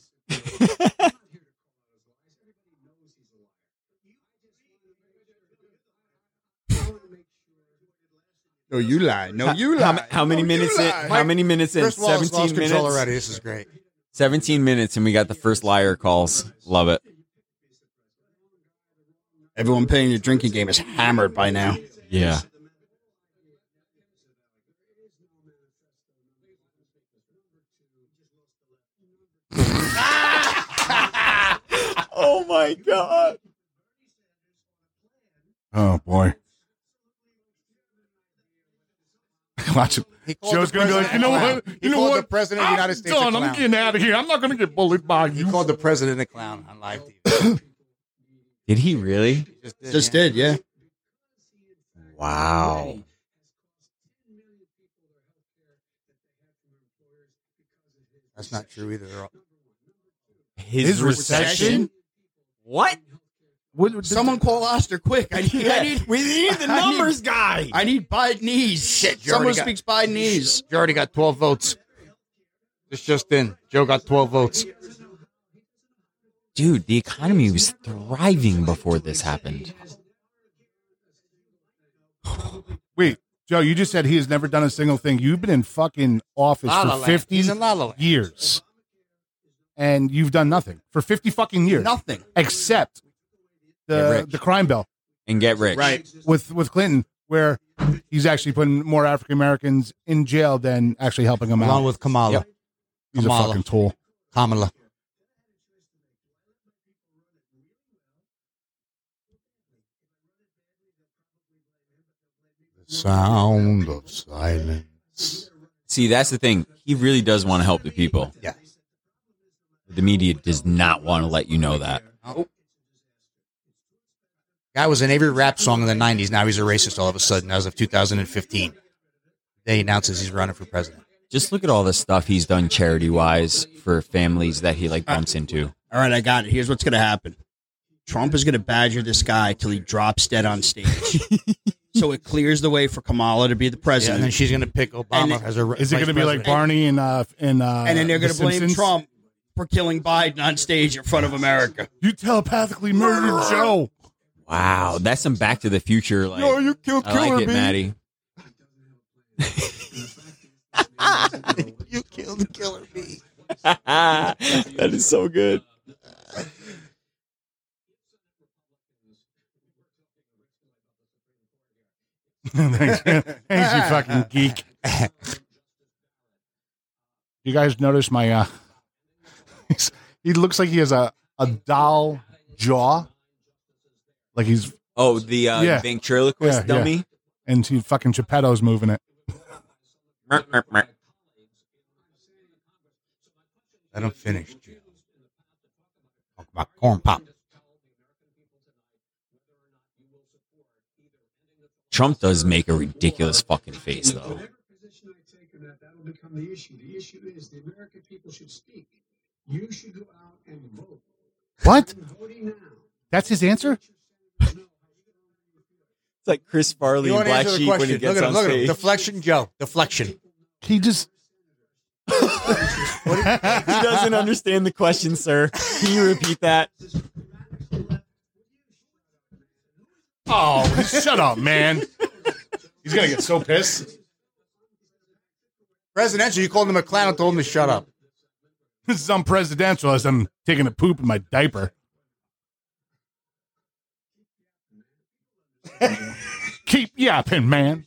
D: No, you lie. No, Oh, you
G: How,
D: lie.
G: ma- how many
D: No, you
G: minutes? In,
D: lie.
G: how many minutes in?
N: Chris Wallace
G: Seventeen
N: lost
G: minutes.
N: control already. This is great.
G: 17 minutes and we got the first liar calls. Love it.
D: Everyone playing the drinking game is hammered by now.
G: Yeah. oh my god.
O: Oh, boy. Watch it.
N: He called
O: Joe's
N: the
O: going to be like, you
N: president
O: know
N: a clown.
O: what?
N: He
O: You know
N: called
O: what?
N: the president of the
O: I'm
N: United States a
O: done. I'm
N: clown.
O: getting out of here. I'm not going to get bullied by
N: He
O: you.
N: called the president a clown on live TV.
G: Did he really?
N: Just did,
D: Just
N: yeah.
D: did, yeah.
G: Wow.
N: That's not true either. They're all-
G: His, What?
C: What,
D: Someone call Oster quick. I need. I need.
G: we need the
D: I need-
G: numbers guy.
D: I need Bidenese. Shit,
N: you already
D: someone
N: got-
D: speaks Bidenese.
N: You already got 12 votes. This just in. Joe got 12 votes.
G: Dude, the economy was thriving before this happened.
C: Wait, Joe, you just said he has never done a single thing. You've been in fucking office
N: La La
C: for
N: Land.
C: 50
N: He's in La La Land.
C: years. And you've done nothing for 50 fucking years.
D: Nothing.
C: Except
G: Get
C: the
G: rich.
C: the crime bill
G: And get rich.
D: Right.
C: with with Clinton where he's actually putting more African Americans in jail than actually helping them
N: Along
C: out.
N: with Kamala.
G: Yep.
C: he's
N: Kamala.
C: a fucking tool.
N: Kamala. The sound of silence.
G: See, that's the thing. He really does want to help the people.
N: Yeah.
G: The media does not want to let you know that.
N: Guy was in every rap song in the 90s. Now he's a racist all of a sudden as of 2015. They announces he's running for president.
G: Just look at all the stuff he's done charity wise for families that he like bumps into.
D: All right, I got it. Here's what's going to happen. Trump is going to badger this guy till he drops dead on stage. so it clears the way for Kamala to be
N: Yeah,
D: the
N: and
D: president.
N: then she's going to pick Obama
D: And-
N: as a
C: Is it
N: going to
C: be like Barney and uh and uh
D: and then they're
C: The
D: going to blame
C: Simpsons?
D: Trump for killing Biden on stage in front of America.
C: You telepathically murdered Joe.
G: Wow, that's some Back to the Future like.
N: you killed
G: I like it, Maddie.
N: You killed Killer Bee.
G: that is so good.
C: Thanks, thanks, you fucking geek. You guys notice my uh he's- he looks like he has a a doll jaw. Like he's
G: Oh, the uh,
C: Yeah. Yeah,
G: ventriloquist
C: yeah.
G: dummy.
C: and he fucking Geppetto's moving it.
G: Merp, merp, merp.
N: Let him finish, Joe. Talk about corn pop.
G: Trump does make a ridiculous fucking face though.
M: position I take on that, that'll become the issue. The issue is the American people should speak. You should go out and vote.
C: What?
M: Voting now.
C: That's his answer?
G: It's like Chris Farley
N: You
G: in
N: want to
G: Black
N: answer the
G: Sheep when he
N: question?
G: gets
N: Look at
G: on
N: him. Look at him.
G: stage.
N: Deflection, Joe. Deflection.
C: He just
G: he doesn't understand the question, sir. Can you repeat that?
C: Oh, shut up, man. He's gonna get so pissed.
N: Presidential. You called him a clown and told him to shut up.
C: This is unpresidential as I'm taking a poop in my diaper. Keep yapping, man.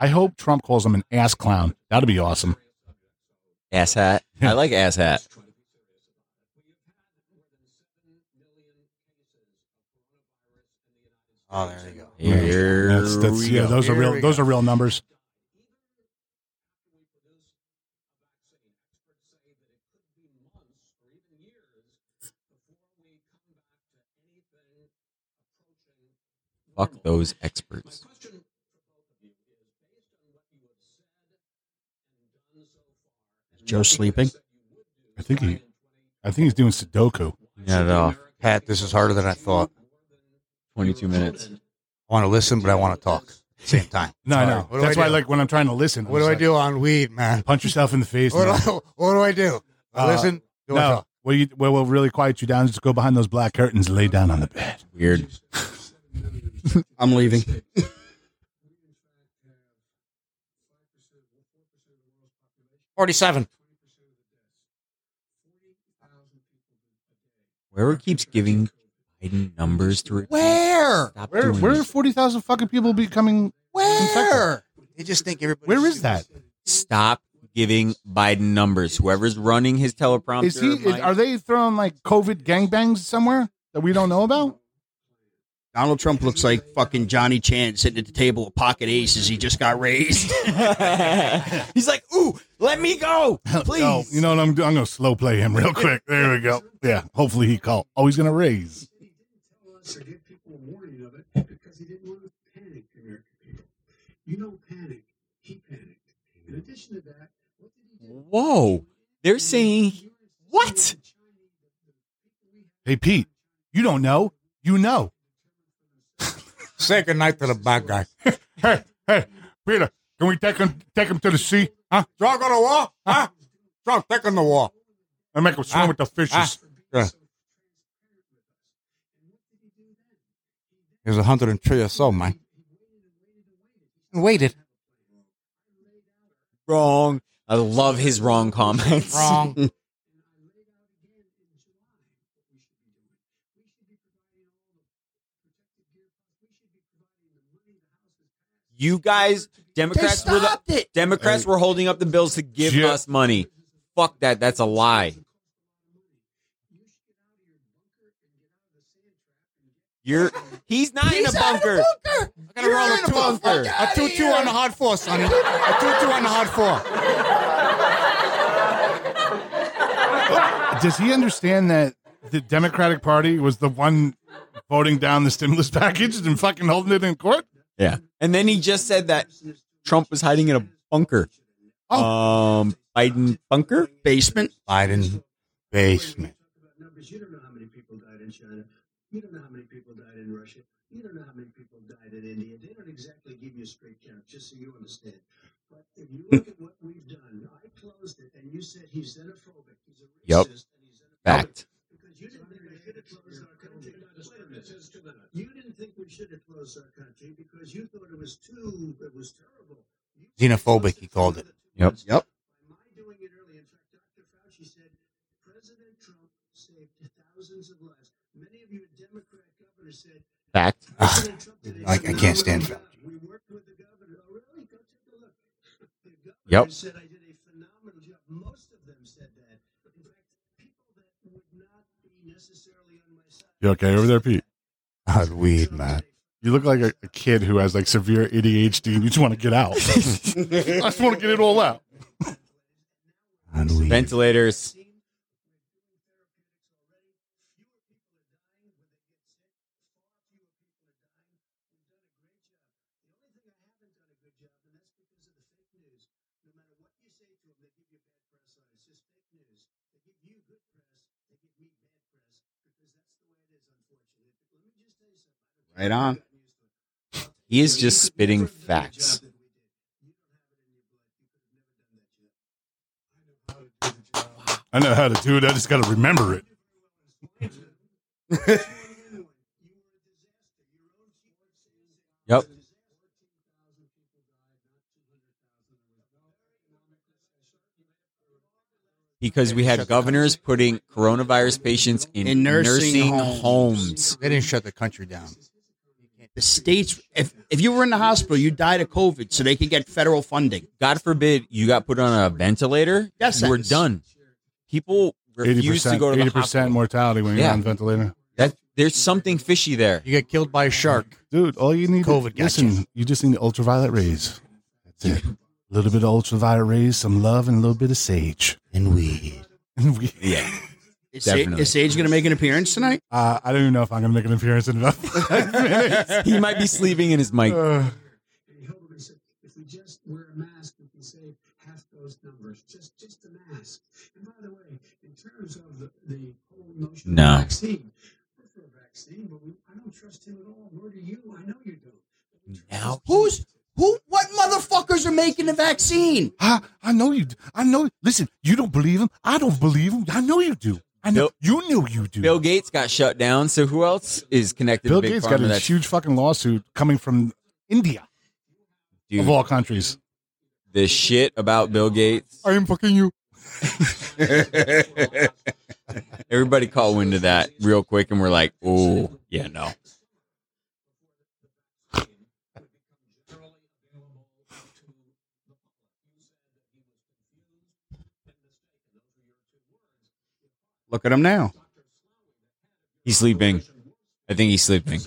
C: I hope Trump calls him an ass clown. That'd be awesome.
G: Ass hat. I like ass hat.
N: Oh, there you go.
G: Here
C: That's- that's-
G: we
C: yeah,
G: go.
C: those are
G: Here
C: real.
G: we
C: Those
G: go.
C: are real numbers.
G: Fuck those experts.
D: Joe sleeping?
C: I think he. I think he's doing Sudoku.
G: Got it off.
N: Pat, this is harder than I thought.
G: 22 minutes.
N: I want to listen, but I want to talk at the same time.
C: No, I
N: It's
C: know.
N: hard. What do
C: That's
N: I
C: why,
N: do?
C: like, when I'm trying to listen,
N: What do I do on weed, man?
C: Punch yourself in the face.
N: What
C: man.
N: do I, what do I do? I
C: Uh,
N: listen. Do I
C: no.
N: talk?
C: What, you, what will really quiet you down is to go behind those black curtains and lay down on the bed.
G: Weird.
D: I'm leaving.
N: Forty-seven.
G: Whoever keeps giving Biden numbers to repeat.
N: Where?
G: Stop
C: Where,
G: doing
C: where are
G: this.
C: forty thousand fucking people becoming?
N: Where? They just think everybody.
C: Where is that?
G: Stop giving Biden numbers. Whoever's running his teleprompter.
C: Is he?
G: might-
C: Are they throwing like COVID gangbangs somewhere that we don't know about?
D: Donald Trump looks like fucking Johnny Chan sitting at the table with pocket aces. He just got raised.
G: He's like, ooh, let me go, please.
C: Oh, you know what I'm doing? I'm gonna slow play him real quick. There we go. Yeah. Hopefully he call. Oh, he's gonna raise.
M: to give people a warning of it because he didn't want to panic the American people. You don't panic. He panicked. In addition to that, what did he do?
G: Whoa, they're saying what?
C: Hey Pete, you don't know. You know.
N: Say good night to the bad guy.
C: Hey, hey, Peter, can we take him take him to the sea? Huh?
N: Drunk on the wall? Huh? Drunk, thick on the wall.
C: And make him swim
N: Ah,
C: with the fishes.
N: Yeah. It was 103 or so, man. Waited.
G: Wrong. I love his wrong comments.
N: Wrong.
G: You guys, Democrats were the
D: it.
G: Democrats were holding up the bills to give
C: Yeah.
G: us money. Fuck that. That's a lie. You're he's not in a bunker.
N: I gotta roll a two A 2 2 on the hard four, sonny. A 2 2 on the hard four.
C: Does he understand that the Democratic Party was the one voting down the stimulus package and fucking holding it in court?
G: Yeah. And then he just said that Trump was hiding in a bunker.
C: Oh.
G: Um Biden bunker?
D: Basement.
N: Biden basement.
M: about numbers. You don't know how many people died in China. You don't know how many people died in Russia. You don't know how many people died in India. They don't exactly give you a straight count, just so you understand. But if you look at what we've done, I closed it, and you said he's xenophobic. He's a racist.
G: Yep.
M: And he's xenophobic
G: Fact.
M: Because you didn't think we should have closed our country. Wait a minute, just a minute. You didn't think we should have closed our country because you thought it was too, it was terrible. You-
N: Xenophobic, he called it.
G: Yep.
D: Yep.
M: by my doing it early. In fact, Dr. Fauci said President Trump saved thousands of lives. Many of you Democrat governors said
G: Fact.
M: President Trump did a
N: I- I can't stand
M: phenomenal job. We worked with the governor. Oh, really? Go take a look. The governor
G: Yep.
M: said I did a phenomenal job. Most of them said that. In fact, people that would not be necessarily on my side.
C: You okay over there, Pete?
N: Hard weed, man.
C: You look like a, a kid who has like severe ADHD and you just want to get out. I just want to get it all out.
N: Hard weed.
G: Ventilators.
D: Right on.
G: He is just spitting facts.
C: I know how to do it. I just got to remember it.
G: Yep. because we had governors putting coronavirus patients in,
N: In nursing
G: nursing
N: homes.
G: homes.
N: They didn't shut the country down.
D: The states, if if you were in the hospital, you died of COVID, so they could get federal funding.
G: God forbid you got put on a ventilator.
D: Yes,
G: we're
D: yes.
G: done. People refuse to go to the
C: 80%
G: hospital.
C: mortality when you're
G: Yeah.
C: on ventilator.
G: That there's something fishy there.
N: You get killed by a shark.
C: Dude, all you need
N: COVID got
C: listen, you. just need ultraviolet rays. That's it. A little bit of ultraviolet rays, some love, and a little bit of sage.
N: And weed.
C: And weed.
G: Yeah.
D: Is, Sa- is Sage going to make an appearance tonight?
C: Uh, I don't even know if I'm going to make an appearance in enough.
G: he might be sleeping in his mic.
C: Uh,
M: Uh, And Hildebrand said, if we just wear a mask, we can save half those numbers. Just just a mask. And by the way, in terms of the, the whole notion
G: No.
M: of vaccine, we're for a vaccine, but we, I don't trust him at all. Nor do you. I know you don't.
G: Now
D: who's who? What motherfuckers are making the vaccine?
C: I, I know you. d- I know. Listen, you don't believe him. I don't believe him. I know you do. I know.
G: Nope.
C: You know you do.
G: Bill Gates got shut down. So who else is connected
C: Bill
G: to Big
C: Gates
G: Pharma?
C: got a
G: that's-
C: huge fucking lawsuit coming from India,
G: dude,
C: of all countries.
G: the shit about Bill Gates.
C: I am fucking you.
G: Everybody caught wind of that real quick, and we're like, "Oh, yeah, no."
D: Look at him now.
G: He's sleeping. I think he's sleeping.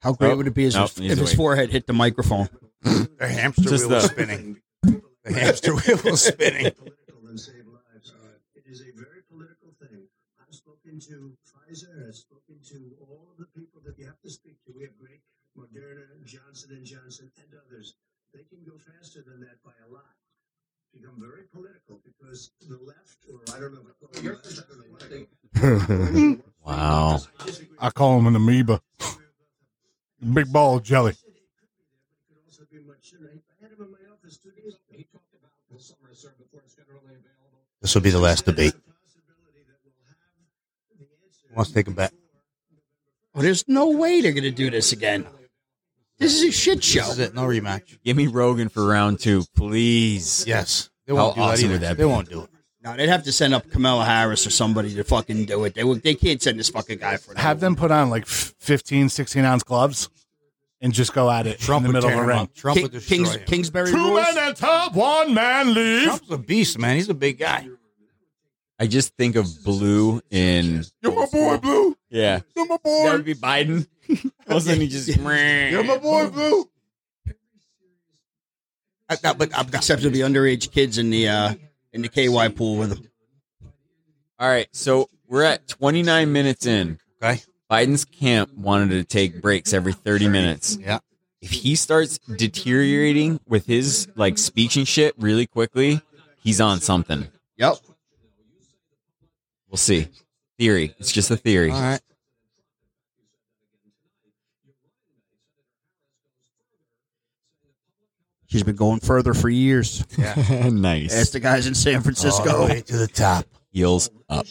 D: How great
G: Oh,
D: would it be as
G: no,
D: if,
G: he's
D: if his
G: awake.
D: forehead hit the microphone?
N: The hamster
G: Just
N: wheel
G: the-
N: was spinning. The hamster wheel was spinning.
M: Political and save lives. It is a very political thing. I've spoken to Pfizer. I've spoken to all of the people that you have to speak to. We have great Moderna, Johnson and Johnson, and others. They can go faster than that by a lot. Become very political because the left, or I don't know, if I call it left, I don't know what I call it.
G: Wow.
C: I call him an amoeba. Big ball of jelly.
M: could also be much sooner. I had him in my office two days ago. He talked about the summer serve before it's generally available.
N: This will be the last debate. Who wants to take him back?
D: Oh, there's no way they're going to do this again. This is a shit show.
N: This is it. No rematch.
G: Give me Rogan for round two, please.
N: Yes. They
G: How
N: won't do
G: awesome
N: that either.
G: would that
N: they
G: be?
N: won't do it.
D: No, they'd have to send up Kamala Harris or somebody to fucking do it. They would, they can't send this fucking guy for that.
C: Have them put on like f- 15, 16 ounce gloves and just go at it
N: Trump
C: in the
N: would
C: middle
N: tear
C: of a
N: him
C: ring.
N: up. Trump would destroy
D: Kings,
N: him.
D: Kingsbury
C: Two
D: rules.
C: men at top, one man leave.
N: Trump's a beast, man. He's a big guy.
G: I just think of Blue in.
C: You're my boy, Blue.
G: Yeah.
C: You're my
G: That
C: boy.
G: would be Biden. All of a sudden, he just.
C: You're my boy, Blue.
N: I, no, but I'm not.
D: Except it'll be underage kids in the uh, in the KY pool with him.
G: All right. So we're at 29 minutes in.
N: Okay.
G: Biden's camp wanted to take breaks every 30 minutes.
N: Yeah.
G: If he starts deteriorating with his like speech and shit really quickly, he's on something.
D: Yep.
G: We'll see. Theory. It's just a theory.
N: All right.
D: He's been going further for years. Oh, Ask
G: nice.
D: the guys in San Francisco.
N: All the way to the top.
G: Heels up.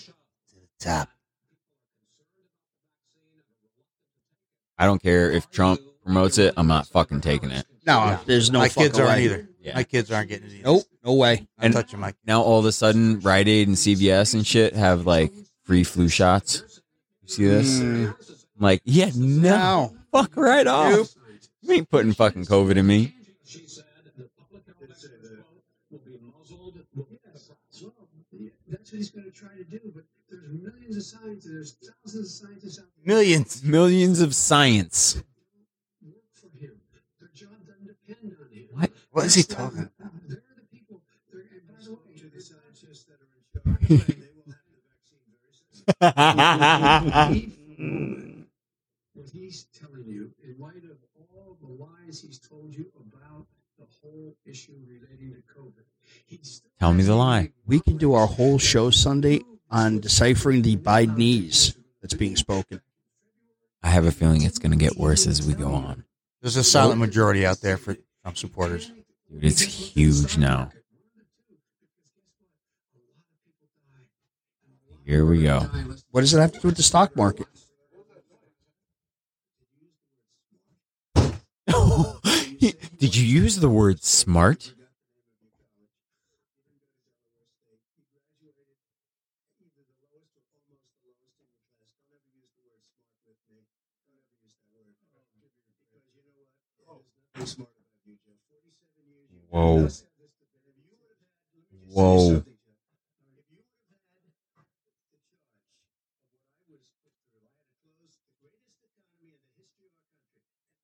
N: Top.
G: I don't care if Trump promotes it. I'm not fucking taking it.
D: no, there's no
N: My
D: fucking
N: kids aren't
D: way.
N: either.
G: Yeah.
N: My kids aren't getting it either.
D: Nope, no way.
N: I'm
G: And-
N: touching my
G: Now all of a sudden, Rite Aid and CVS and shit have like free flu shots. You see this?
N: Hmm.
D: Mm.
G: I'm like, yeah, no.
D: No.
G: Fuck right off. You ain't putting fucking COVID in me.
M: Yeah, that's what he's going to try to do. But there's millions of scientists, there's thousands of scientists out there
N: millions.
G: Millions of science.
M: who work for him. Their job doesn't depend on him.
G: What?
N: What is he talking about?
M: They're the people. They're, and by the way, to the scientists that are in charge, they will have the vaccine very soon. what he's telling you, in light of all the lies he's told you about the whole issue relating to COVID, he's
G: Tell me the lie.
D: We can do our whole show Sunday on deciphering the Bidenese that's being spoken.
G: I have a feeling it's going to get worse as we go on.
N: There's a silent majority out there for Trump supporters.
G: Dude, it's huge now. Here we go.
D: What does it have to do with the stock market?
G: Did you use the word smart? Whoa. Whoa.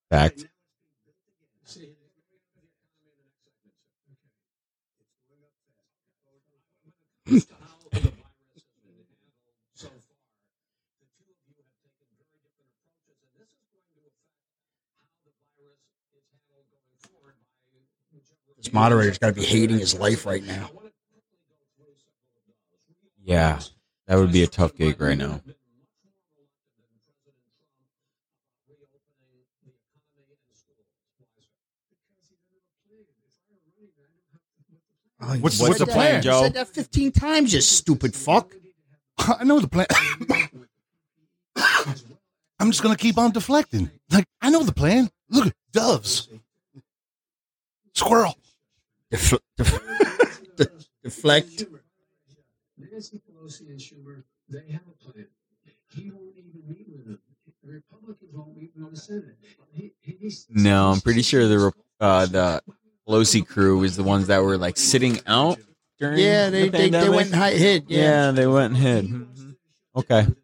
G: Fact.
D: This moderator's got to be hating his life right now.
G: Yeah. That would be a tough gig right now.
C: What's,
D: Oh, You
C: what's the
D: said that-
C: plan,
D: you
C: Joe?
D: Said that fifteen times, you stupid fuck.
C: I know the plan. I'm just gonna keep on deflecting. Like I know the plan. Look, doves, squirrel.
D: Defl- def- de- deflect.
M: Nancy Pelosi and Schumer, they have a plan. He won't even meet with them. The Republicans won't meet with him in the Senate. He, he's
G: No, I'm pretty sure the re- uh, the Pelosi crew is the ones that were like sitting out during.
D: Yeah, they-
G: the
D: they- they
G: pandemic.
D: went and hi- hid, yeah.
G: they went and hid. Mhm. Okay.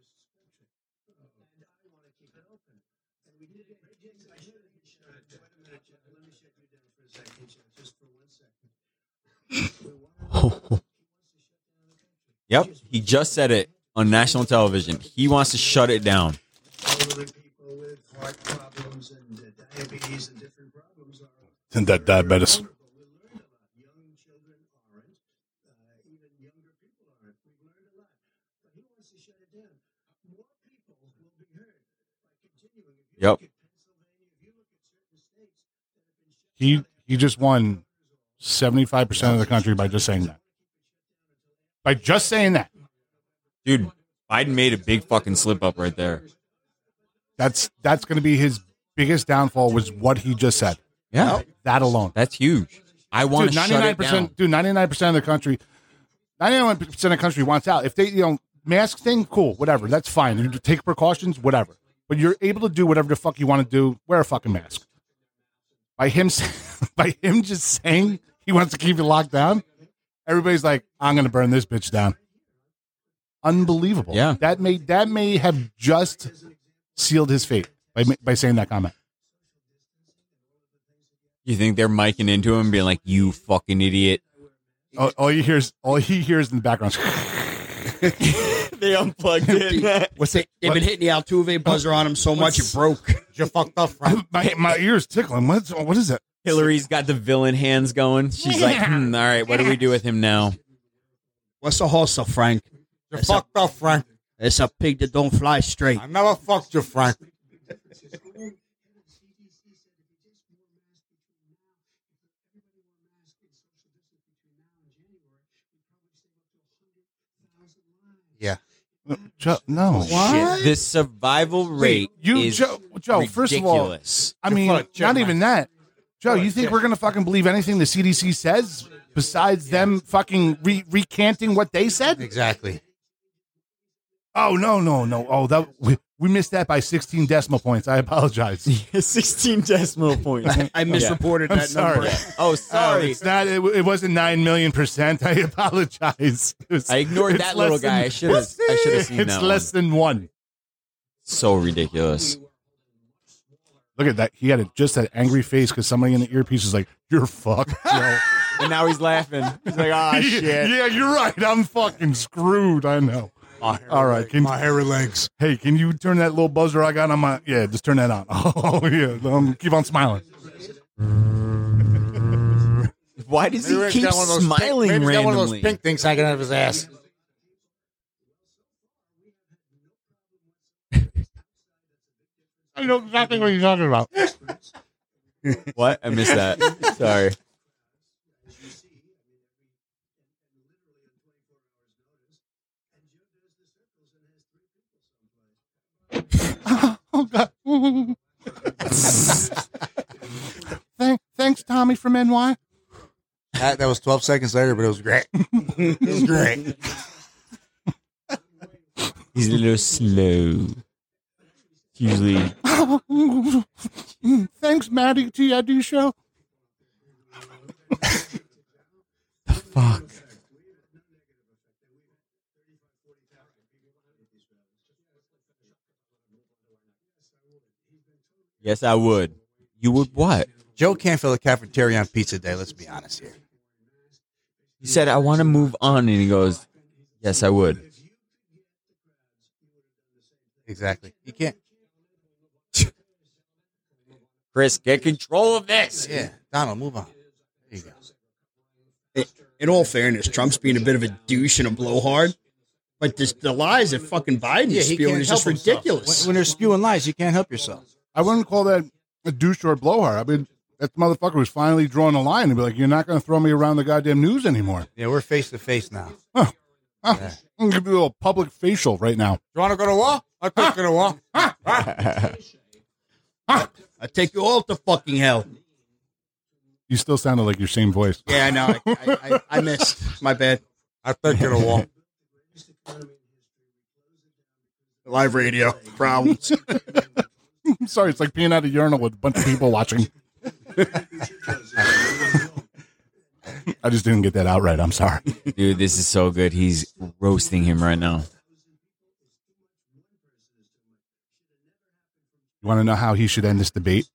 G: Yep, he just said it on national television. He wants to shut it down.
C: And that diabetes.
G: Yep.
C: He he just won seventy five percent of the country by just saying that. By just saying that.
G: Dude, Biden made a big fucking slip up right there.
C: That's that's going to be his biggest downfall was what he just said.
G: Yeah.
C: that alone.
G: That's huge. I want to
C: Dude,
G: shut
C: ninety nine
G: it
C: percent.
G: down.
C: Dude, ninety nine percent of the country, ninety nine percent of the country wants out. If they, you know, mask thing, cool, whatever, that's fine. You take precautions, whatever. But you're able to do whatever the fuck you want to do. Wear a fucking mask. By him, s- by him just saying he wants to keep you locked down, everybody's like, "I'm going to burn this bitch down." Unbelievable.
G: Yeah.
C: that may that may have just sealed his fate by ma- by saying that comment.
G: You think they're miking into him, being like, "You fucking idiot."
C: All, all you hear is all he hears in the background.
G: they unplugged it.
C: What's it?
D: They've been hitting the Altuve buzzer on him so much it broke.
N: You fucked up, right?
C: my my ears tickling. What's what is it?
G: Hillary's got the villain hands going. She's like, hmm, "All right, what do we do with him now?"
D: What's the hustle, Frank?
N: You
D: It's a,
N: fucked up, Frank.
D: it's a pig that don't fly straight.
N: I never fucked you, Frank. Yeah.
C: Uh, Joe, no.
G: Shit, the survival rate
C: You,
G: is
C: Joe, Joe first of all,
G: ridiculous.
C: I mean,
N: full of shit,
C: not
N: man.
C: even that. Joe,
N: Full of
C: you think
N: shit.
C: we're going to fucking believe anything the CDC says besides them fucking re- recanting what they said?
N: Exactly.
C: Oh, no, no, no. Oh, that we, we missed that by 16 decimal points. I apologize.
G: 16 decimal points.
D: I misreported
C: I'm
D: that
C: sorry.
D: number.
G: oh,
C: Oh,
G: sorry.
C: it's not, it, it wasn't 9 million percent. I apologize. It was-
G: I ignored
C: it's
G: that little
C: less than-
G: guy. I should have. I should have seen
C: It's
G: that.
C: less than one.
G: one. So ridiculous.
C: Look at that. He had a, just that angry face because somebody in the earpiece is like, you're fucked, Joe.
G: And now he's laughing. He's like, "Ah, shit."
C: Yeah, you're right. I'm fucking screwed. I know. All right. Can,
E: My hairy legs.
C: hey, can you turn that little buzzer I got on my? Yeah, just turn that on. Oh yeah, um, keep on smiling.
G: Why does he
N: Maybe he's
G: keep
N: got one of those pink-
G: smiling
N: maybe he's got one of
G: randomly?
N: those pink things hanging out of his ass.
C: I know exactly what you're talking about.
G: What? I missed that. Sorry.
C: oh God. Thank, thanks, Tommy from NY.
N: That, that was 12 seconds later, but it was great. it was great.
G: He's a little slow. Usually
C: Oh, thanks, Maddie T. I do show.
E: Fuck.
G: Yes, I would. You would what?
N: Joe can't fill a cafeteria on pizza day. Let's be honest here.
G: He said, I want to move on. And he goes, Yes, I would.
N: Exactly. You can't.
G: Chris, get control of this.
N: Yeah, Donald, move on. There you go.
D: In all fairness, Trump's being a bit of a douche and a blowhard. But this, the lies that fucking Biden
N: Yeah,
D: is
N: he
D: spewing
N: can't
D: is just
N: help himself.
D: ridiculous.
N: When, when they're spewing lies, you can't help yourself.
C: I wouldn't call that a douche or a blowhard. I mean, that motherfucker was finally drawing a line and be like, "You're not going to throw me around the goddamn news anymore."
N: Yeah, we're face to face now.
C: Huh. I'm gonna give you a little public facial right now.
E: You want to go to war? I could go to war.
D: I take you all to fucking hell.
C: You still sounded like your same voice.
D: Yeah, I know. I, I, I, I missed. My bad.
E: I think it'll war.
D: Live radio problems.
C: I'm sorry, it's like being at a urinal with a bunch of people watching. I just didn't get that out right. I'm sorry.
G: Dude, this is so good. He's roasting him right now.
C: You want to know how he should end this debate?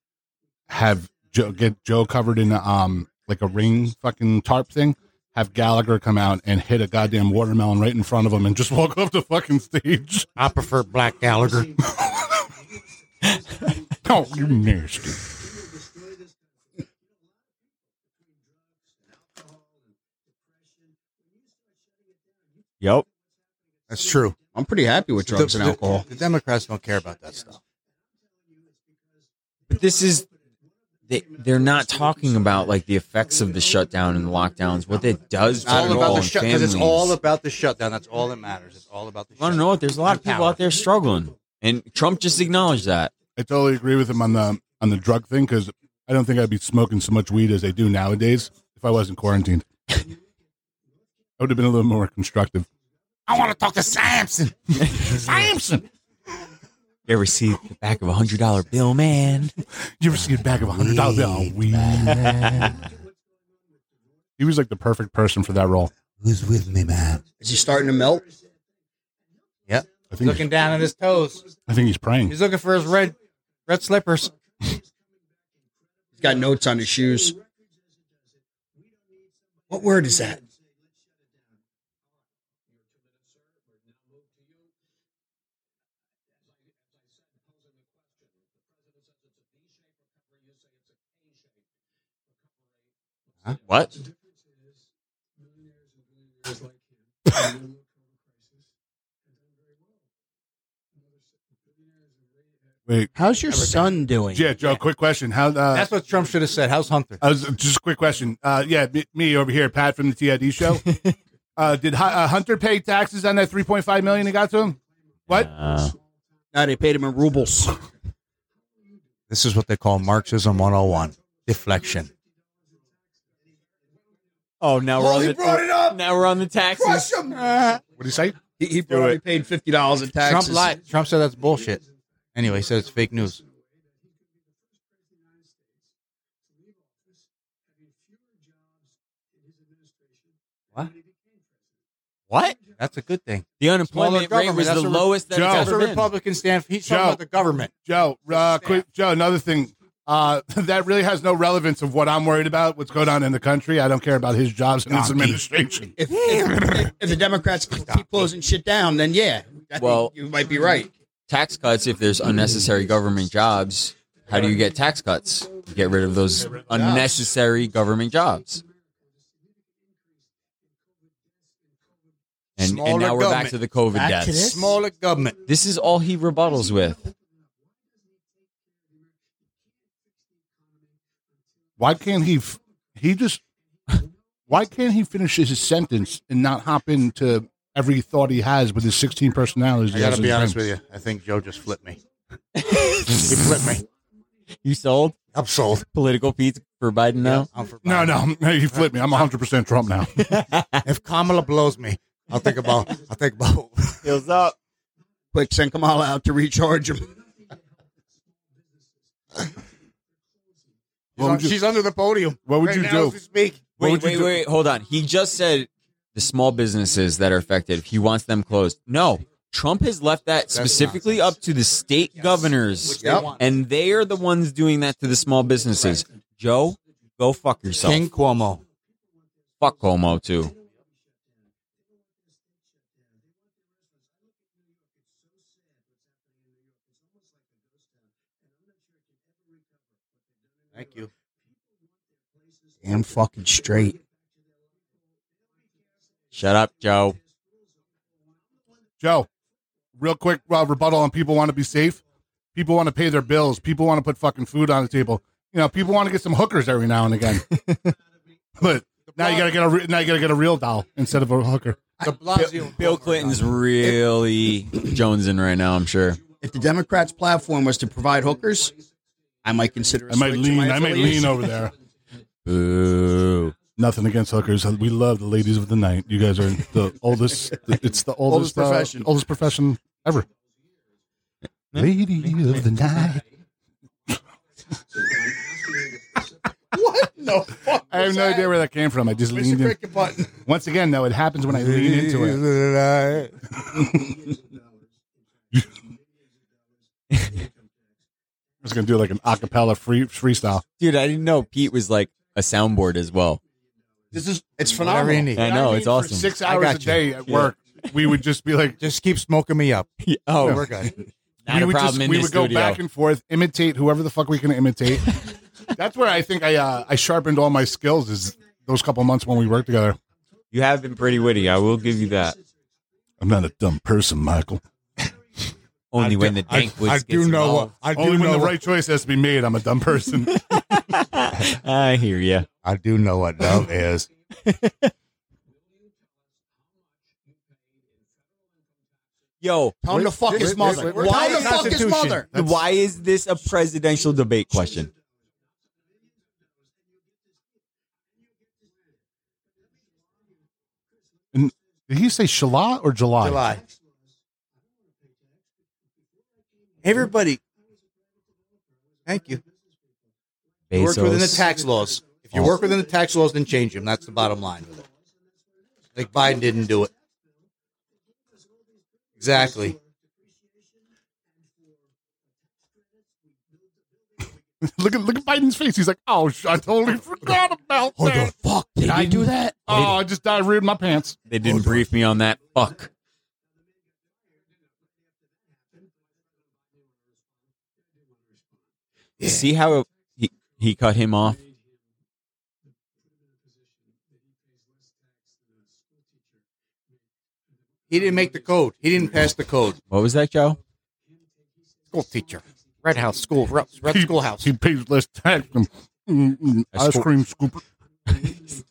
C: Have Joe get Joe covered in um like a ring fucking tarp thing. Have Gallagher come out and hit a goddamn watermelon right in front of him and just walk off the fucking stage.
E: I prefer Black Gallagher.
C: Oh, you nasty.
G: Yep.
N: That's true.
D: I'm pretty happy with drugs and alcohol.
N: The Democrats don't care about that stuff.
G: But this is they, they're not talking about like the effects of the shutdown and the lockdowns, what it
N: It's
G: does to
N: all about
G: people
N: the
G: and
N: shut because it's
G: families.
N: all about the shutdown. That's all that matters. It's all about the.
G: I don't know. There's a lot of people out there struggling, and Trump just acknowledged that.
C: I totally agree with him on the on the drug thing because I don't think I'd be smoking so much weed as I do nowadays if I wasn't quarantined. I would have been a little more constructive.
E: I want to talk to Samson.
C: Samson,
G: You ever see the back of a hundred dollar bill, man?
C: you ever see a bag of a hundred dollar bill? of Weed. he was like the perfect person for that role.
N: Who's with me, man?
D: Is he starting to melt?
N: Yep.
C: I think.
E: Looking down at his toes.
C: I think he's praying.
E: He's looking for his red, red slippers.
D: He's got notes on his shoes. What word is that?
G: What?
C: Wait,
D: How's your son doing?
C: yeah, Joe. Quick question. How? Uh,
E: That's what Trump should have said. How's Hunter?
C: I was, just a quick question. Uh, yeah, me, me over here, Pat from the TID show. uh, did Hu- uh, Hunter pay taxes on that three point five million he got to him? What?
G: Uh,
D: No, they paid him in rubles.
N: This is what they call Marxism 101 deflection.
G: oh, now we're on the
D: it up.
G: now we're on the taxes.
C: What do you say?
D: He, he probably paid fifty dollars in taxes.
N: Trump lied. Trump said that's bullshit. Anyway, he said it's fake news.
G: What? Oh,
N: That's a good thing.
G: The
E: Smaller
G: unemployment rate
E: government.
G: was
E: That's
G: the
E: a re-
G: lowest that
C: Joe.
G: it's
N: That's
G: ever
N: what
G: been.
N: Republicans stand for. He's
C: Joe.
N: talking about the government.
C: Joe, uh, quick, Joe, another thing. Uh, that really has no relevance of what I'm worried about, what's going on in the country. I don't care about his jobs and his
N: Donkey.
C: administration.
D: If, if, if the Democrats keep closing shit down, then yeah, I
G: Well-
D: think you might be right.
G: Tax cuts. If there's unnecessary government jobs, how do you get tax cuts? You get rid of those unnecessary government jobs. And,
N: Smaller
G: and now we're
N: government.
G: back to the COVID
D: Back to
G: deaths.
D: this?
N: Smaller government.
G: This is all he rebuttals with.
C: Why can't he? F- he just. Why can't he finish his sentence and not hop into every thought he has with his 16 personalities?
N: I got to be honest with you. I think Joe just flipped me. he flipped me.
G: You sold
N: I'm sold.
G: political pizza for Biden now?
N: I'm for
C: No, no, he flipped me. I'm 100 percent Trump now.
N: If Kamala blows me, I'll think about. I'll think about.
G: Heels up.
D: Quick, send Kamala out to recharge him.
G: What would you-
E: She's under the podium.
C: What
G: would
E: right
G: you
E: now
G: do?
E: as we speak.
G: Wait, wait, wait, hold on. He just said the small businesses that are affected, he wants them closed. No. Trump has left that specifically up to the state governors,
N: they Yep. want.
G: and they are the ones doing that to the small businesses. Joe, go fuck yourself.
N: King Cuomo.
G: Fuck Cuomo too.
N: Thank you.
D: Damn fucking straight.
G: Shut up, Joe.
C: Joe, real quick uh, rebuttal on people want to be safe. People want to pay their bills. People want to put fucking food on the table. You know, people want to get some hookers every now and again. but now you gotta get a re- now you gotta get a real doll instead of a hooker.
G: Bill Clinton's really jonesing right now, I'm sure.
D: If the Democrats' platform was to provide hookers, I might consider. I
C: I might lean. I might lean over there.
G: Boo.
C: Nothing against hookers. We love the ladies of the night. You guys are the oldest. It's the oldest,
O: Oldest
C: uh,
O: profession.
C: oldest profession ever. Lady of the night.
O: What? No.
C: I have no idea where that came from. I just leaned in.
O: Cricket button.
C: Once again, though, it happens when I lean into it.
E: it.
C: I was gonna do like an acapella free freestyle.
G: Dude, I didn't know Pete was like a soundboard as well.
D: This is it's
E: Whatever you need.
G: I know,
C: mean,
G: it's
C: for
G: awesome.
C: Six
E: I
C: hours
E: got
C: a
E: you.
C: day at
G: Yeah.
C: work, we would just be like,
E: Just keep smoking me up.
G: Oh,
E: We're good.
G: Not
C: we
G: a
C: would
G: problem
C: just
G: in
C: we
G: this
C: would go
G: studio.
C: back and forth, imitate whoever the fuck we can imitate. That's where I think I uh, I sharpened all my skills is those couple months when we worked together.
G: You have been pretty witty. I will give you that.
C: I'm not a dumb person, Michael.
G: Only when the
E: I,
G: dank was
E: I do know. What, I do
C: Only
E: know
C: when the
E: what-
C: right choice has to be made, I'm a dumb person.
G: I hear you.
E: I do know what dumb is.
G: Yo,
D: Tell him to fuck his mother.
E: we're-
D: Tell
G: we're-
D: him to fuck his
E: Constitution.
D: mother.
G: why is this a presidential debate question?
C: Did he say Shala or July?
E: July. Everybody. Thank you. You Work within the tax laws. If you work within the tax laws, then change them. That's the bottom line with it. Like Biden didn't do it. Exactly.
C: look at look at Biden's face. He's like, oh, sh- I totally forgot about
E: What
C: that.
E: the fuck did I do that?
C: Oh, I just diarrheaed my pants.
G: They didn't brief me on that. Fuck. See how he, he cut him off?
E: He didn't make the code. He didn't pass the code.
G: What was that, Joe?
E: School teacher. Red House School. Red Red Schoolhouse.
C: He pays less tax than mm, mm,
G: A
C: ice
G: squir-
C: cream scooper.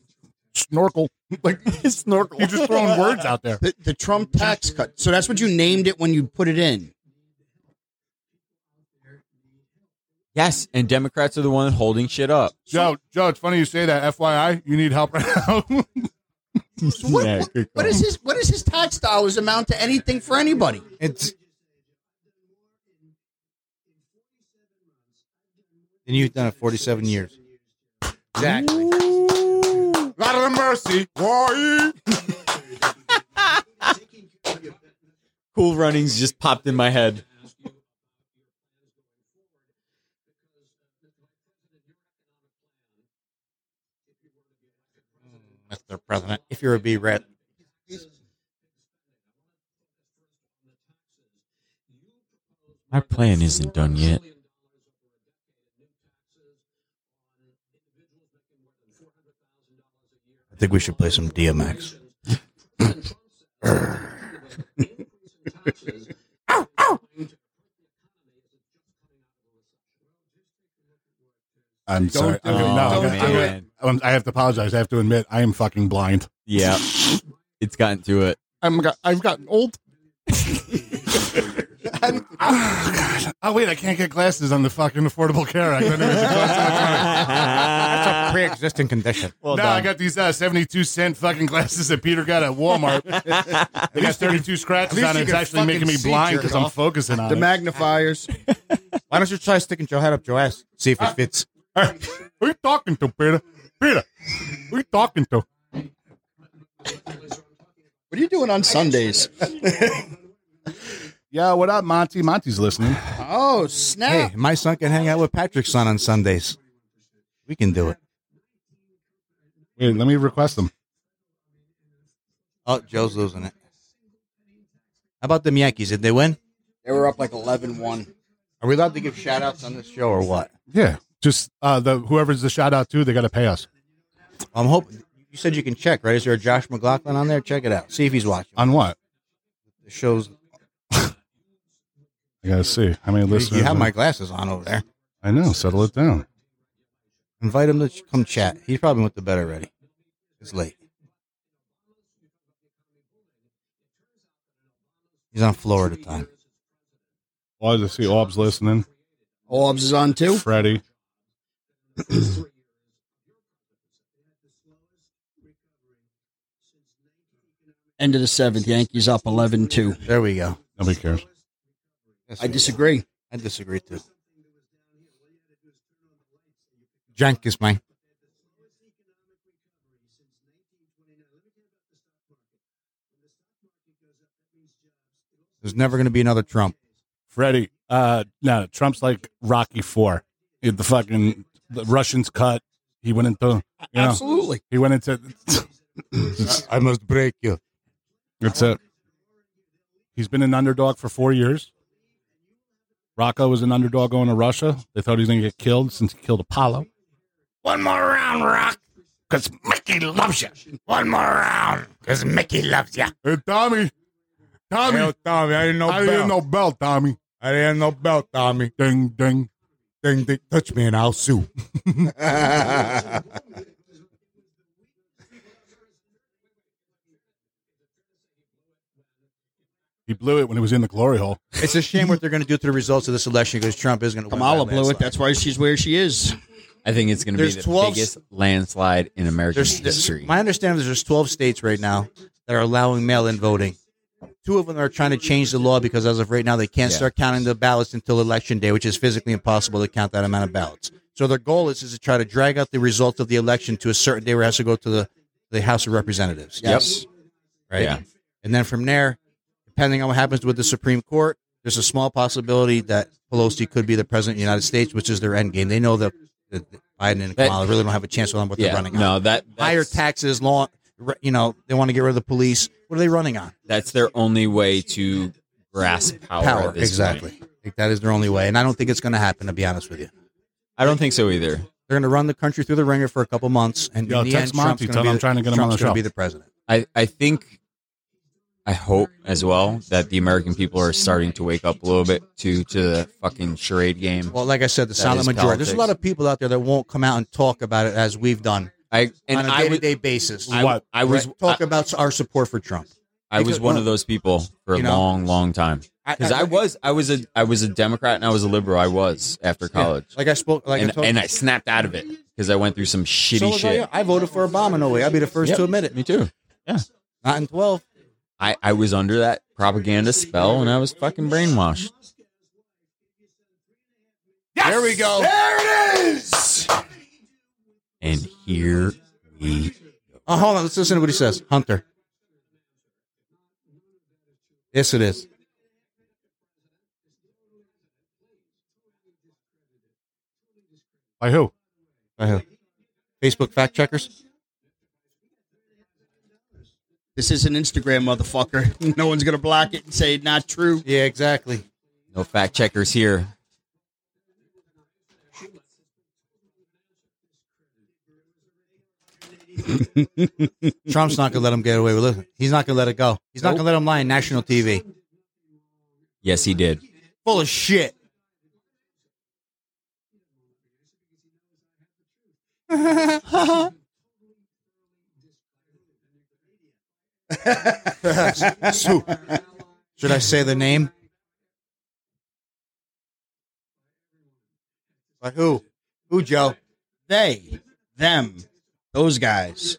C: Snorkel. Like
G: Snorkel.
C: he's just throwing words out there.
D: The, the Trump tax cut. So that's what you named it when you put it in.
G: Yes, and Democrats are the one holding shit up.
C: Joe, Joe, it's funny you say that. FYI, you need help right now.
D: So what,
G: Yeah,
D: what,
G: good
D: what is his what does his tax dollars amount to anything for anybody?
E: It's. And you've done it 47 years. Exactly.
C: Lot of mercy. Why?
G: Cool runnings just popped in my head.
E: Mr. President, if you're a B rat.
G: My plan isn't done yet.
E: I think we should play some DMX.
C: I'm sorry.
G: do
C: I'm
G: it.
C: gonna- no, I'm
G: Don't
C: gonna- I'm
G: do
C: gonna-
G: it.
C: I'm- I have to apologize. I have to admit, I am fucking blind.
G: Yeah, it's gotten to it.
C: I'm got, I've gotten old. I'm- Ah, oh, God. Oh, wait, I can't get glasses on the fucking Affordable Care Act. I
E: That's a pre-existing condition.
C: Well no, I got these uh, seventy-two cent fucking glasses that Peter got at Walmart. they got thirty-two
E: At
C: scratches
E: least
C: on
E: you
C: it. It's
E: can
C: actually making
E: fucking
C: me
E: see,
C: blind
E: jerk
C: because I'm
E: off.
C: focusing on
N: The
C: it.
N: magnifiers.
E: Why don't you try sticking your head up your ass? See if it fits.
C: Who you talking to, Peter? Peter, who you talking to?
D: What are you doing on Sundays?
C: Yeah, what up, Monty? Monty's listening.
D: oh, snap.
E: Hey, my son can hang out with Patrick's son on Sundays. We can do it.
C: Wait, let me request them.
E: Oh, Joe's losing it. How about them Yankees? Did they win?
D: They were up like 11 1.
E: Are we allowed to give shout outs on this show or what?
C: Yeah, just uh, the whoever's the shout out to, they got to pay us
E: I'm hoping you said you can check, right? Is there a Josh McLaughlin on there? Check it out. See if he's watching.
C: on what?
E: The show's
C: I gotta see how many
E: you,
C: listeners.
E: you have
C: are-
E: my glasses on over there.
C: I know. Settle it down.
E: Invite him to ch- come chat. He probably went to bed already. It's late. He's on Florida time.
C: Well, I just see Orbs listening.
D: Orbs is on too.
C: Freddie.
D: End of the seventh. Yankees up 11 2.
E: There we go.
C: Nobody cares.
E: Yes,
D: I
E: we
D: disagree.
E: I disagree too. Jank is mine. There's never going to be another Trump.
C: Freddie. Uh, no, Trump's like Rocky Four. He had The fucking the Russians cut. He went into. You know,
D: Absolutely.
C: He went into.
E: I must break you.
C: That's it. He's been an underdog for four years. Rocco was an underdog going to Russia. They thought he was going to get killed since he killed Apollo.
O: One more round, Rock. Because Mickey loves you. One more round. Because Mickey loves you.
C: Hey, Tommy. Tommy.
E: Tommy, I didn't know.
C: bell, Tommy.
E: I didn't know belt, Tommy.
C: Ding, ding.
E: Ding, ding, touch me and I'll sue.
C: He blew it when he was in the glory hole.
E: it's a shame what they're going to do to the results of this election because Trump is going to win.
D: Kamala
E: by
D: blew it.
E: landslide.
D: That's why she's where she is.
G: I think it's going to be
E: There's
G: the
E: 12
G: biggest landslide in American
E: There's, there's,
G: history.
E: my understanding is there's 12 states right now that are allowing mail-in voting. Two of them are trying to change the law because as of right now they can't
G: Yeah.
E: start counting the ballots until election day, which is physically impossible to count that amount of ballots. So their goal is, is to try to drag out the result of the election to a certain day where it has to go to the, the House of Representatives.
D: Yes.
E: Right.
G: Yeah.
E: And then from there, depending on what happens with the Supreme Court, there's a small possibility that Pelosi could be the president of the United States, which is their end game. They know that, that Biden and
G: That-
E: Kamala really don't have a chance on what they're
G: yeah,
E: running on
G: no, that that's,
E: higher taxes, law. You know, they want to get rid of the police. What are they running on?
G: That's their only way to grasp power.
E: Power,
G: at this
E: exactly.
G: point.
E: Like, that is their only way, and I don't think it's going to happen. To be honest with you,
G: I don't think so either.
E: they're going to run the country through the ringer for a couple months, and
C: Yo,
E: in the
C: text
E: end, Trump's
C: Monty,
E: gonna
C: tell
E: be
C: him I'm
E: the-
C: trying to get him on
E: Trump's
C: the
E: gonna
C: show.
E: Be the president.
G: I, I think I hope as well that the American people are starting to wake up a little bit to to the fucking charade game.
E: Well, like I said, the silent
G: is
E: majority. There's a lot
G: politics.
E: of people out there that won't come out and talk about it as we've done
G: I and
E: on a
G: I would
E: day-to-day basis.
G: I,
C: What?
G: I was
E: Right? talk about our support for Trump.
G: I, was
E: because-
G: one of those people for a
E: You know?
G: long, long time because I, was I was a I was a Democrat and I was a liberal. I was after college,
E: Like I spoke, like I
G: and,
E: told
G: and I snapped out of it because I went through some shitty
E: so was I.
G: shit.
E: I voted for Obama. No way. I'd be the first
G: Yep,
E: to admit it.
G: Me too.
E: Not in twelve.
G: I, I was under that propaganda spell and I was fucking brainwashed.
E: There we go.
G: And here we
E: Oh, hold on. Let's listen to what he says. Hunter. Yes, it is.
C: By who?
E: By who? Facebook fact checkers.
D: This is an Instagram motherfucker. No one's going to block it and say not true.
E: Yeah, exactly.
G: no fact checkers here.
E: Trump's not going to let him get away with it. He's not going to let it go. He's not going to let him lie on national TV.
G: Yes, he did.
E: Full of shit. Swoop. Should I say the name? By who? Who, Joe?
D: They, them, those guys.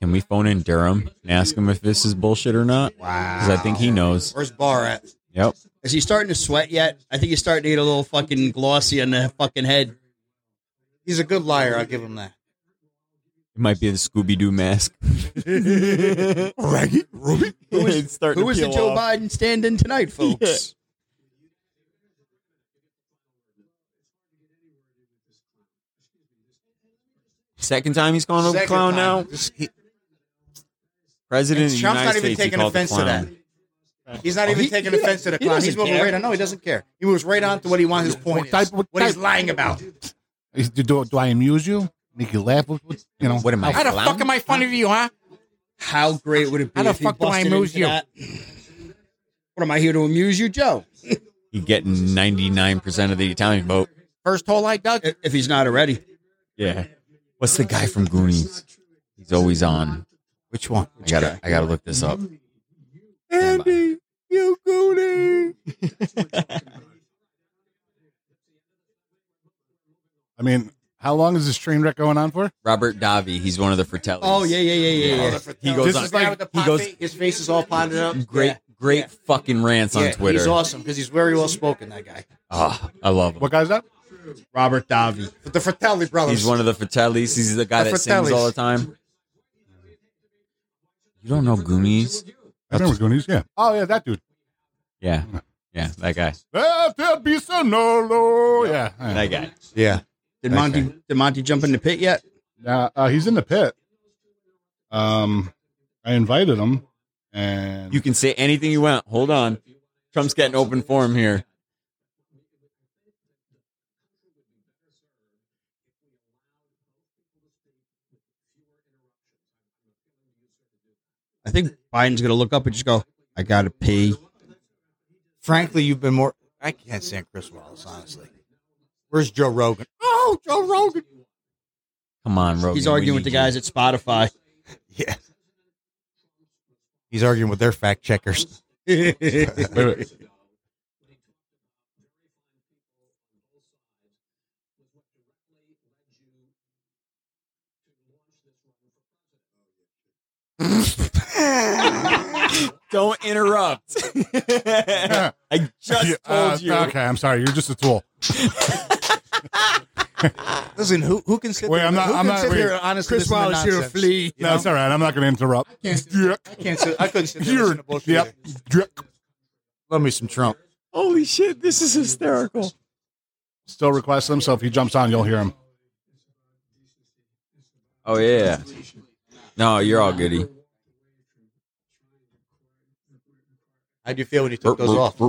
G: Can we phone in Durham and ask him if this is bullshit or not?
D: Wow.
G: Because I think he knows.
D: Where's Barr at?
G: Yep.
D: Is he starting to sweat yet? I think he's starting to get a little fucking glossy on the fucking head.
E: He's a good liar. I'll give him that.
G: It might be the Scooby Doo mask.
E: Raggy Ruby.
D: Who
G: It's
D: is,
G: starting
D: who
G: to
D: is the
G: peel
D: Joe
G: off.
D: Biden stand-in tonight, folks?
G: Second time he's calling him a
E: Second
G: clown
E: time.
G: now.
E: Just- he-
G: President
E: and
G: of the
E: Trump's
G: United
E: not even
G: States, he
E: taking
G: called the
E: offense to
G: clown.
E: that. He's not even
D: Oh, he-
E: taking
D: he
E: offense to the
D: don't- he
E: clown. He's
D: doesn't
E: moving
D: care.
E: right on. No, he doesn't care. He moves right on to what he wants. His point
C: What
E: is
C: type- what
E: what he's
C: type-
E: lying about.
C: Is- Do, do, do I amuse you? Make you laugh? What, what- you know,
G: What am I,
I: How the
G: clown?
I: fuck am I funny to you, huh?
D: How great would it be
I: How the
D: if he
I: fuck do I
D: busted
I: amuse
D: into
I: you?
D: that? What am I here to amuse you, Joe?
G: He getting ninety nine percent of the Italian vote.
I: First hole I dug.
D: If if he's not already.
G: Yeah. What's the guy from Goonies? He's always on.
E: Which one?
G: I gotta I gotta look this up.
E: you goonie.
C: I mean, how long is this train wreck going on for?
G: Robert Davi. He's one of the Fratellis.
D: Oh yeah, yeah, yeah, yeah, yeah.
G: He goes
C: This
G: on.
C: is like-
G: he goes
E: His face is all pondered up.
G: great,
E: Yeah.
G: great fucking rants
E: Yeah,
G: on Twitter.
E: He's awesome because he's very well spoken. That guy,
G: Ah, I love him.
C: What guy's that?
D: Robert Davi.
E: but the Fratelli brothers.
G: He's one of the Fratellis. He's the guy
E: The
G: that sings
E: Fratellis.
G: all the time. You don't know Goonies?
C: I remember Goonies. Yeah. Oh yeah, that dude.
G: Yeah, yeah, that guy.
C: Let there be sonoro. Yeah. all
G: That
C: right.
G: guy.
E: yeah.
D: Did Monty did Monty jump in the pit yet?
C: Now uh, he's in the pit. Um, I invited him, and
G: You can say anything you want. Hold on. Trump's getting open forum here.
D: I think Biden's gonna look up and just go, I gotta pee.
E: Frankly, you've been more. I can't stand Chris Wallace. Honestly, where's Joe Rogan? Oh, Joe Rogan.
G: Come on, Rogan.
D: He's
G: we
D: arguing with
G: need
D: the guys
G: you.
D: at Spotify.
E: Yeah. He's arguing with their fact checkers.
C: Wait, wait.
G: Don't interrupt. I
C: Yeah,
G: just
C: uh,
G: told you.
C: Okay, I'm sorry. You're just a tool.
E: Listen, who who can sit
C: Wait,
E: there?
C: I'm not-
E: who
C: I'm
E: can
C: not-
E: sit
C: wait.
E: here and honestly
D: Chris
E: listen to
D: Wallace, you're a
E: nonsense?
D: flea.
E: You
C: No,
E: know?
C: it's all right. I'm not going to interrupt.
E: can't sit- I can't sit. I couldn't sit there.
C: You're,
E: listening to bullshit
C: yep.
E: either.
C: Jerk.
E: Love me some Trump.
G: Holy shit, this is hysterical.
C: Still requests him, so if he jumps on, you'll hear him.
G: Oh yeah. No, you're all goody.
E: How do you feel when you took those off?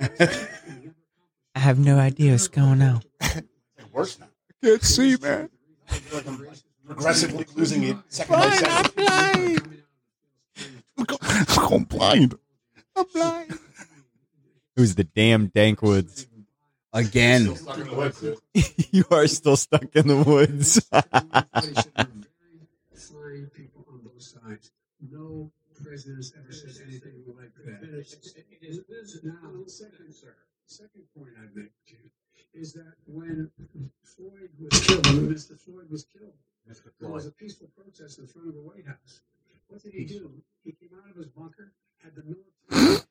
G: I have no idea what's going on.
E: Can't see, man.
O: Progressively losing it second by second.
C: I'm blind.
G: It was the damn Dankwoods.
D: Again.
G: you are still stuck in the woods.
M: fine people on both sides. No president's ever said anything like that. It is now, second, sir. Second point I'd make to you is that when Floyd was killed, when Mr. Floyd was killed, there was a peaceful protest in front of the White House. What did he do? He came out of his bunker, had the military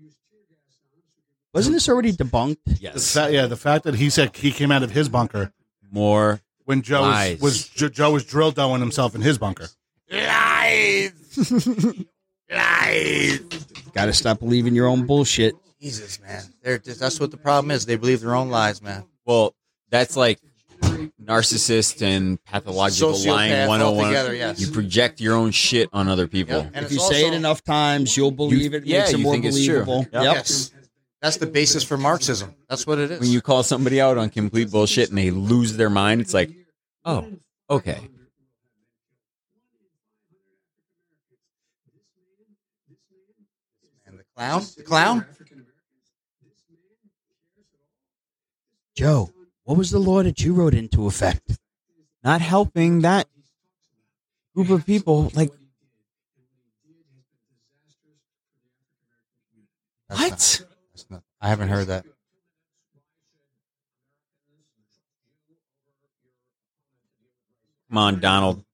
M: use tear gas on him.
D: Wasn't this already debunked?
C: The
G: yes.
C: fa- yeah, the fact that he said he came out of his bunker
G: More
C: when Joe was,
G: Lies.
C: was Jo- Joe was drill doing himself in his bunker.
D: Gotta stop believing your own bullshit.
E: Jesus, man. They're just, that's what the problem is. They believe their own lies, man.
G: Well, that's like narcissist and pathological lying
E: Sociopath
G: 101.
E: altogether, yes.
G: You project your own shit on other people.
E: Yep. And
D: if
E: it's
D: you say it
E: also-
D: enough times, you'll believe it. it
G: yeah,
D: makes it
G: you
D: more
G: think it's true.
D: believable.
G: Yep.
E: Yes. That's the basis for Marxism. That's what it is.
G: When you call somebody out on complete bullshit and they lose their mind, it's like, oh, okay.
E: and the clown, the clown,
D: Joe, what was the law that you wrote into effect?
G: Not helping that group of people. Like,
E: That's
G: what?
E: That's not, I haven't heard that.
G: Come on, Donald.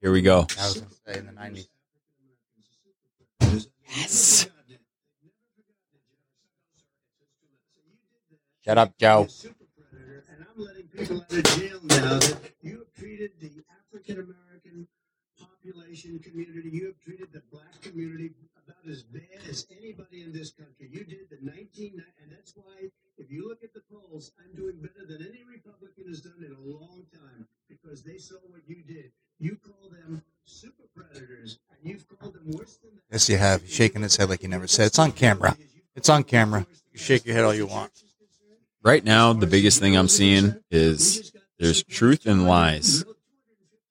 G: Here we go.
E: I was going to say in the 90s.
G: Yes.
E: Shut up, Joe.
M: And I'm letting people out of jail now that you have treated the African American population community, you have treated the black community about as bad as anybody in this country. You did the 19, and that's why if you look at the polls, I'm doing better than any Republican has done in a long time because they saw what you did. You call them super predators, and you've called them worse than that.
E: Yes, you have. He's shaking his head like you never said. It's on camera. It's on camera. You shake your head all you want.
G: Right now, the biggest thing I'm seeing is there's truth and lies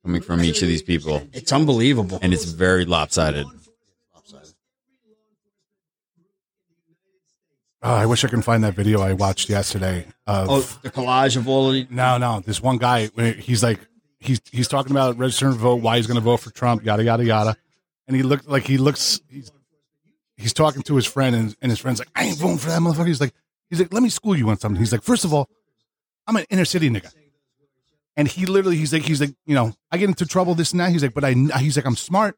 G: coming from each of these people.
D: It's unbelievable.
G: And it's very lopsided.
C: Oh, I wish I can find that video I watched yesterday. Of,
D: Oh, the collage of all of the.
C: No, no, this one guy. when He's like, he's he's talking about registering to vote, why he's going to vote for Trump, yada yada yada. And he looked like he looks. He's he's talking to his friend, and, and his friend's like, I ain't voting for that motherfucker. He's like, he's like, let me school you on something. He's like, first of all, I'm an inner city nigga. And he literally, he's like, he's like, you know, I get into trouble this and that. He's like, but I, he's like, I'm smart.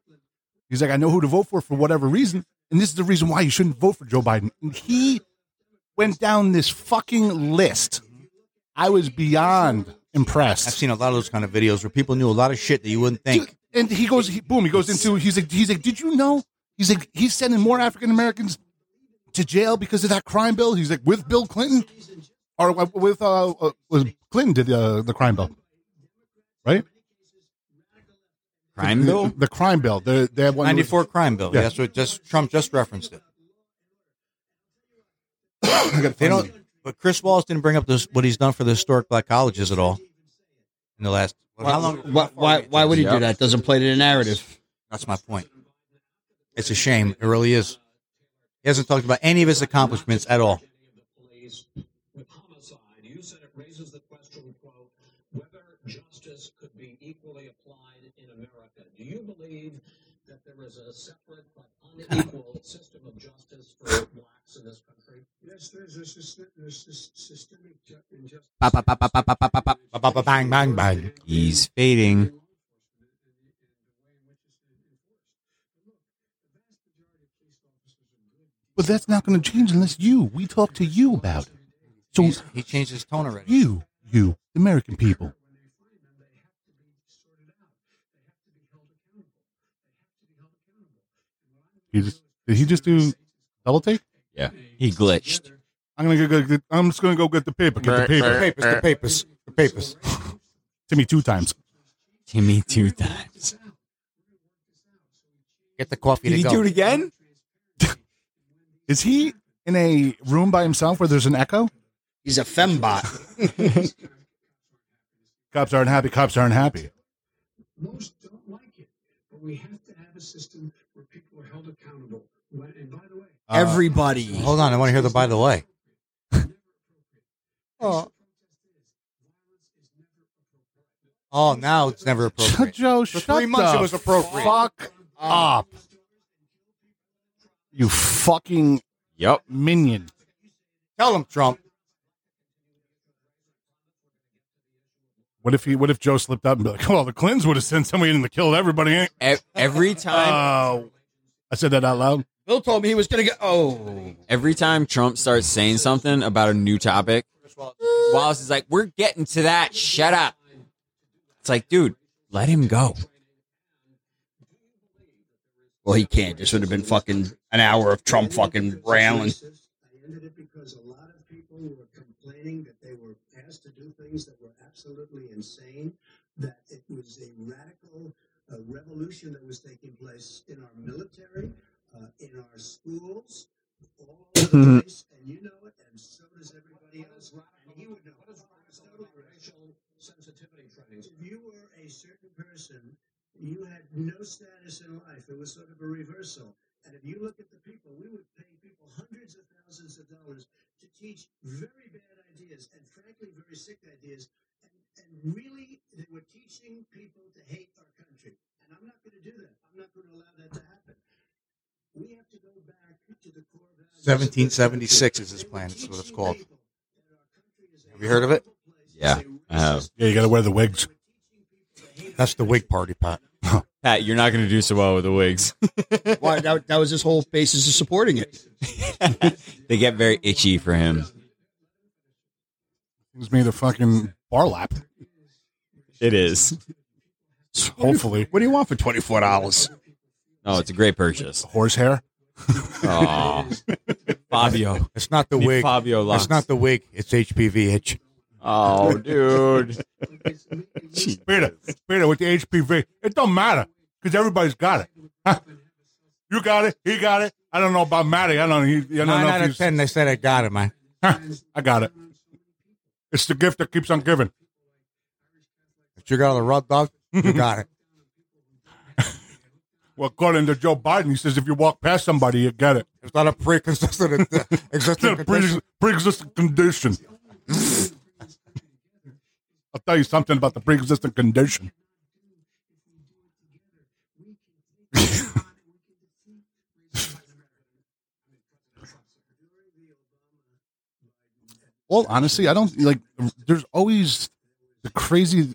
C: He's like, I know who to vote for for whatever reason. And this is the reason why you shouldn't vote for Joe Biden. And he went down this fucking list. I was beyond impressed.
E: I've seen a lot of those kind of videos where people knew a lot of shit that you wouldn't think.
C: Dude, and he goes, he, boom, he goes into, he's like, he's like, did you know? He's like, he's sending more African Americans to jail because of that crime bill. He's like, with Bill Clinton, or uh, with uh, uh, was Clinton did uh, the crime bill, right?
G: Crime bill?
C: the crime bill. The that one that was-
E: 94 crime bill.
C: Yeah.
E: That's what just Trump just referenced it.
C: I gotta
E: They
C: find
E: don't.
C: it.
E: But Chris Wallace didn't bring up this what he's done for the historic black colleges at all in the last. how long?
D: Why, why, why would he
G: Yeah.
D: do that? Doesn't play to the narrative.
E: That's my point. It's a shame. It really is. He hasn't talked about any of his accomplishments at all.
M: police with homicide. You said it raises the question, quote, whether justice could be equally applied in America. Do you believe that there is a separate but unequal system of justice for blacks in this country? Yes, there's a, systemic injustice.
G: Ba, ba, ba, ba, ba, ba, ba, ba, ba.
E: Ba, ba, ba, Bang, bang, bang.
G: He's fading.
C: But that's not going to change unless you. We talk to you about it. So
E: He's- he changed his tone already.
C: you, you, the American people. He just, did he just do double take?
G: Yeah. He glitched.
C: I'm gonna go. Get, I'm just gonna go get the paper. Get the
E: The
C: paper.
E: papers, the papers, the papers.
C: Timmy two times.
G: Timmy two times.
E: Get the coffee to
G: Did he
E: go.
G: do it again?
C: Is he in a room by himself where there's an echo?
D: He's a fembot.
C: Cops aren't happy. Cops aren't happy.
M: Most don't like it, but we have to have a system where people are held accountable. When, and by the way,
D: Everybody.
E: Hold on, I want to hear the by the way.
C: Oh,
E: Oh, now it's never appropriate.
C: Joe,
E: For
C: shut
E: three months,
C: the
E: it was appropriate. Um,
C: Fuck up, you fucking
G: Yep.
C: minion.
E: Tell him, Trump.
C: What if he? What if Joe slipped up and be like, "Well, the Clintons would have sent somebody in and killed everybody." ain't-"
G: E- Every time,
C: Oh, I said that out loud.
D: Bill told me he was going to go. Oh.
G: every time Trump starts saying something about a new topic, Wallace is like, "We're getting to that. Shut up." It's like, dude, let him go.
D: Well, he can't. This would have been fucking an hour of Trump fucking railing.
M: I ended it because a lot of people were complaining that they were asked to do things that were absolutely insane, that it was a radical uh, revolution that was taking place in our military, uh, in our schools, all over the place, and you know it, and so does everybody else. And he would know. What is radical racial sensitivity training? If you were a certain person, you had no status in life. It was sort of a reversal. And if you look at the people, we would pay people hundreds of thousands of dollars to teach very bad ideas and frankly very sick ideas. And, and really, they were teaching people to hate our country. And I'm not going to do that. I'm not going to allow that to happen. We have to go back to the core values. of the
E: 1776 is his plan. That's what it's called.
M: people that our country is a
E: Have you heard of it?
M: place,
G: Yeah,
M: is a
G: I have.
C: Yeah, you got to wear the wigs.
E: That's the wig party, Pat.
G: Pat, you're not going to do so well with the wigs.
D: Why, that, that was his whole basis of supporting it.
G: they get very itchy for him.
C: Gives me the fucking bar lap.
G: It is.
C: Hopefully,
N: What do you want for twenty four dollars?
G: Oh, it's a great purchase.
C: horsehair.
G: Oh, Fabio.
E: It's not the
G: Need
E: wig.
G: Fabio locks.
E: It's not the wig. It's HPV itch.
G: Oh, dude.
C: Peter, Peter with the HPV. It don't matter because everybody's got it. Huh? You got it. He got it. I don't know about Matty. I don't. He, I don't
E: Nine
C: know
E: out
C: if
E: of
C: he's,
E: ten, they said I got it, man.
C: Huh, I got it. It's the gift that keeps on giving.
E: If you got the rub dog, you got it.
C: Well, according to Joe Biden, he says if you walk past somebody, you get it.
E: It's not a pre-consistent existing
C: It's a pre- pre-existing condition. I'll tell you something about the pre-existing condition. well, honestly, I don't like. There's always the crazy,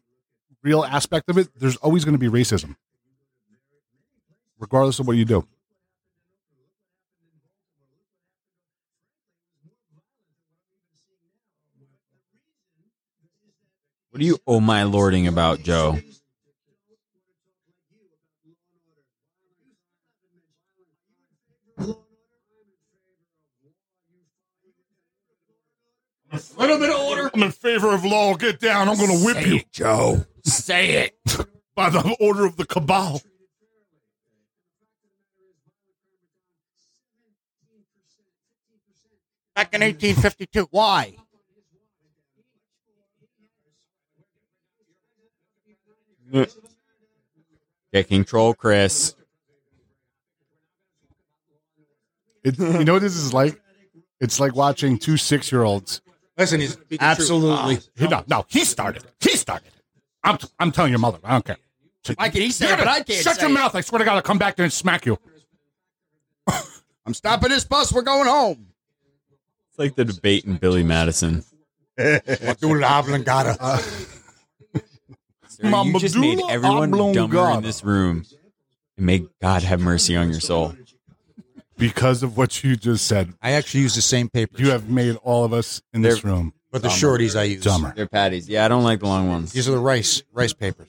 C: real aspect of it. There's always going to be racism, regardless of what you do.
G: What are you oh my lording about, Joe?
C: little bit of order. I'm in favor of law. Get down. I'm going to whip you.
E: Joe.
G: Say it.
C: By the order of the cabal.
E: Back in 1852. Why?
G: Get control, Chris.
C: It, you know what this is like? It's like watching two six year olds.
E: Listen, he's speaking
D: Absolutely.
C: No, no, he started. it. He started. it. I'm, I'm telling your mother. I don't care.
D: Why can he say it,
C: Damn it.
D: but I can't
C: Shut
D: say
C: your
D: it?
C: mouth. I swear to God, I'll come back there and smack you.
D: I'm stopping this bus. We're going home.
G: It's like the debate in Billy Madison.
E: Truth. What do the oblongata?
G: Sir, you just made
C: Mamadula
G: everyone dumber
C: oblongata.
G: in this room. And may God have mercy on your soul.
C: Because of what you just said,
E: I actually use the same paper,
C: you have made all of us in this room
E: but the shorties I use.
C: dumber.
G: They're patties. Yeah, I don't like the long ones.
E: These are the rice rice papers.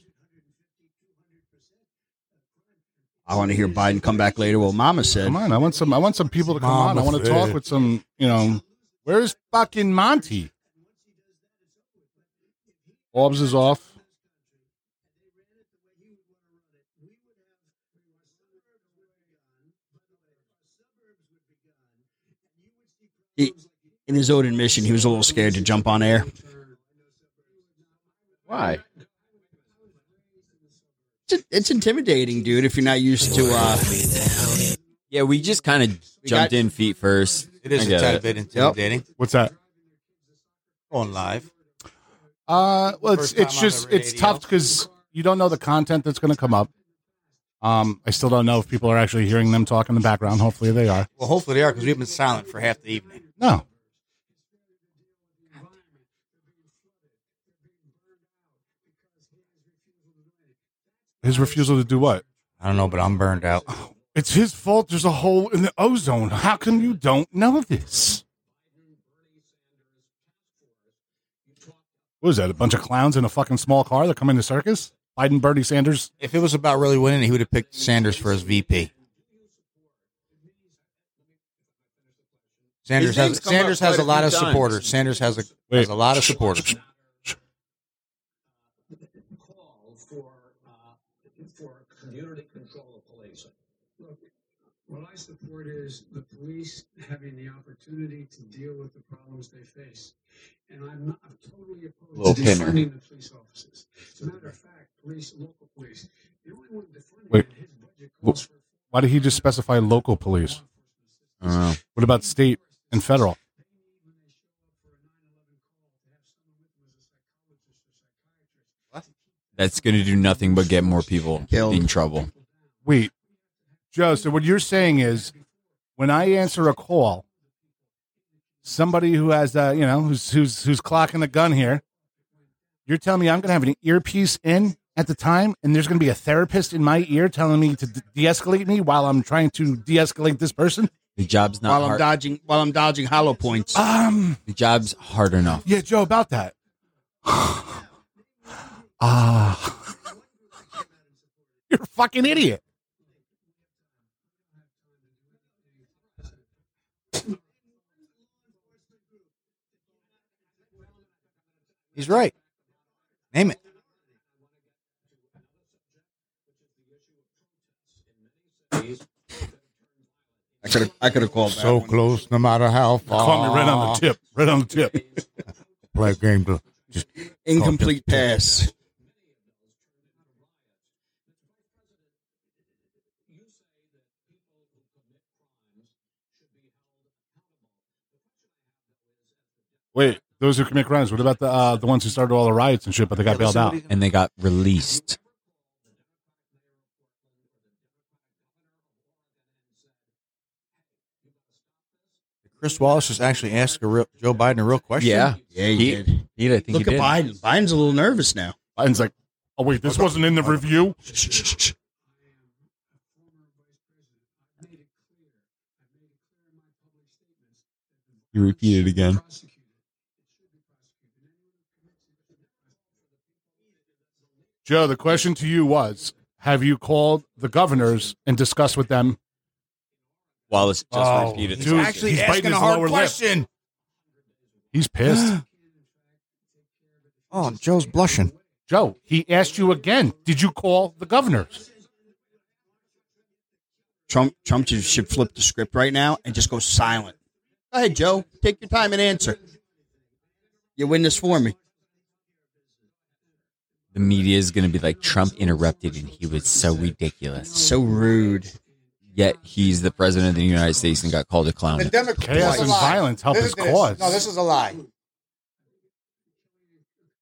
D: I want to hear Biden come back later. Well, Mama said,
C: Come on, I want some. I want some people to come
E: Mama
C: on. I want to
E: Fred.
C: talk with some. You know, where's fucking Monty? Orbs is off.
D: he, in his own admission, he was a little scared to jump on air.
G: Why?
D: It's, it's intimidating, dude, if you're not used to. uh
G: Yeah, we just kind of jumped in feet first.
E: It is
G: I
E: a
G: get
E: tad
G: it.
E: bit intimidating.
C: What's that?
E: On live.
C: Uh, well, it's
E: First time
C: it's
E: on
C: just
E: the
C: it's
E: radio.
C: tough because you don't know the content that's going to come up. Um, I still don't know if people are actually hearing them talk in the background. Hopefully, they are.
E: Well, hopefully they are because we've been silent for half the evening.
C: No, his refusal to do what?
E: I don't know, but I'm burned out.
C: It's his fault. There's a hole in the ozone. How come you don't know this? What is that? A bunch of clowns in a fucking small car that come in the circus? Biden, Bernie Sanders.
E: If it was about really winning, he would have picked Sanders for his VP. Sanders
G: His
E: has
G: name's come
E: Sanders
G: up
E: has a
G: quite a
E: lot
G: few
E: of
G: times.
E: supporters. Sanders has a
C: Wait.
E: has a lot of supporters.
M: call for uh, for community control of policing. Look, what I support is the police having the opportunity to deal with the problems they face, and I'm not I'm totally opposed
G: Little
M: to
G: pinner.
M: defunding the police officers. As a matter of fact, police, local police, the only one defunding
C: Wait.
M: it, his budget
C: Wh-
M: calls for
C: Why did he just specify local police?
G: I don't know.
C: What about state and federal?
G: That's going to do nothing but get more people
D: Killed.
G: in trouble.
C: Wait, Joe. So what you're saying is, when I answer a call, somebody who has, uh, you know, who's who's who's clocking the gun here, You're telling me I'm going to have an earpiece in at the time, and there's going to be a therapist in my ear telling me to de- de-escalate me while I'm trying to de-escalate this person.
G: The job's not
D: while I'm
G: hard.
D: dodging while I'm dodging hollow points.
C: Um,
G: the job's hard enough.
C: yeah, Joe, about that. Ah, you're a fucking idiot.
E: He's right. Name it.
D: I could I could have called that
N: So
D: one.
N: close, no matter how far.
C: Caught me right on the tip. Right on the tip.
N: Play a game to just
D: Incomplete pass.
C: Wait, those who commit crimes. What about the uh, the ones who started all the riots and shit, but they got bailed out?
G: And they got released.
E: Chris Wallace just actually asked a real, Joe Biden a real question.
G: Yeah.
D: Yeah, he,
G: He-
D: did.
G: He, I think
D: Look
G: he
D: at
G: did.
D: Biden. Biden's a little nervous now.
C: Biden's like, oh wait, this wasn't in the review.
G: You repeat it again.
C: Joe, the question to you was: Have you called the governors and discussed with them?
G: Wallace just
C: Oh,
G: repeated.
C: dude.
G: Dude.
E: Actually
C: He's biting
E: asking a
C: his lower
E: hard
C: lip.
E: question.
C: He's pissed.
E: Oh, Joe's blushing.
C: Joe, he asked you again. Did you call the governors?
D: Trump Trump just should flip the script right now and just go silent. Go ahead, Joe. Take your time and answer. You win this for me.
G: The media is going to be like, Trump interrupted and he was so ridiculous.
D: So rude.
G: Yet he's the president of the United States and got called a clown.
N: The Democrats.
C: Chaos
N: This is
C: and
N: a lie.
C: violence help
N: This
C: his
N: is- this-
C: cause.
N: No, this is a lie.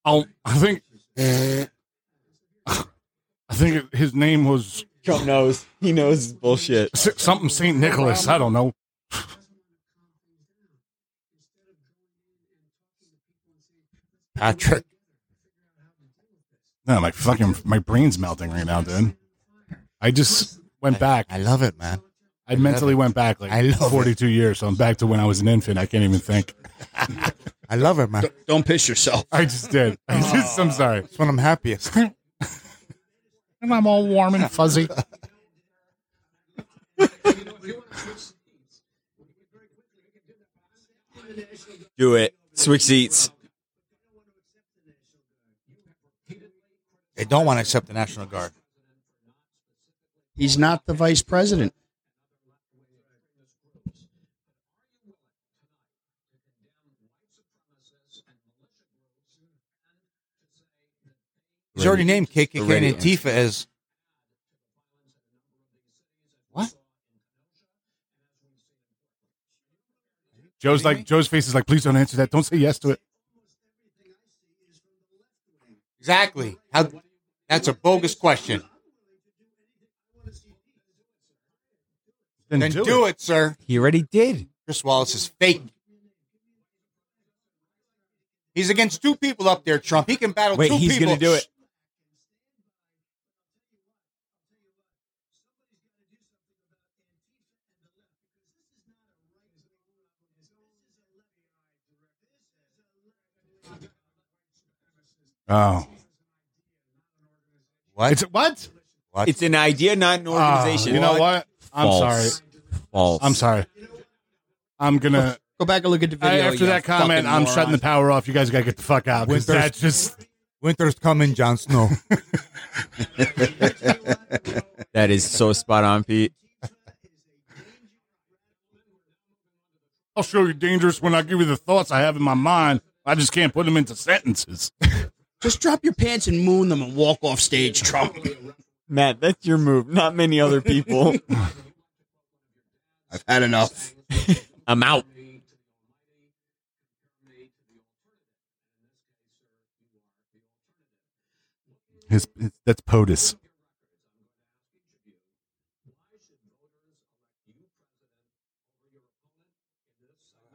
C: Oh, I think. I think his name was
G: Trump knows. He knows his bullshit.
C: S- something Saint Nicholas. I don't know.
E: Patrick.
C: No, my fucking my brain's melting right now, dude. I just went back.
E: I love it, man.
C: I mentally went back like
E: I love
C: 42 years, so I'm back to when I was an infant. I can't even think.
E: I love it, man. That's
D: Don't piss yourself.
C: I just did. I just, I'm sorry.
E: when I'm happiest.
C: And I'm all warm and fuzzy.
G: Do it. Switch seats.
E: They don't want to accept the National Guard.
D: He's not the vice president.
E: He's already named KKK
G: Already
E: and Antifa as
C: Joe's like Joe's face is like, please don't answer that. Don't say yes to it.
E: exactly. How? That's a bogus question.
C: Then,
E: Then do, it. sir.
G: He already did.
E: Chris Wallace is fake. He's against two people up there, Trump. He can battle
G: Wait,
E: two
G: he's
E: people.
G: going to do it.
C: Oh,
E: What?
C: it's what?
E: what?
G: It's an idea, not an
C: Ah,
G: organization.
C: you know what? I'm sorry.
G: False. False.
C: I'm sorry. I'm gonna
D: Go back and look at the
C: I-
D: video.
C: after
D: you
C: that comment.
D: fucking
C: I'm
D: moron.
C: shutting the power off. You guys gotta get the fuck out. 'cause
E: Winter's-
C: That's just
E: Winter's coming, Jon Snow.
G: That is so spot on, Pete.
C: I'll show you dangerous when I give you the thoughts I have in my mind. I just can't put them into sentences.
D: Just drop your pants and moon them and walk off stage, Trump.
G: Matt, that's your move. Not many other people.
D: I've had enough.
G: I'm out.
C: His, his that's POTUS.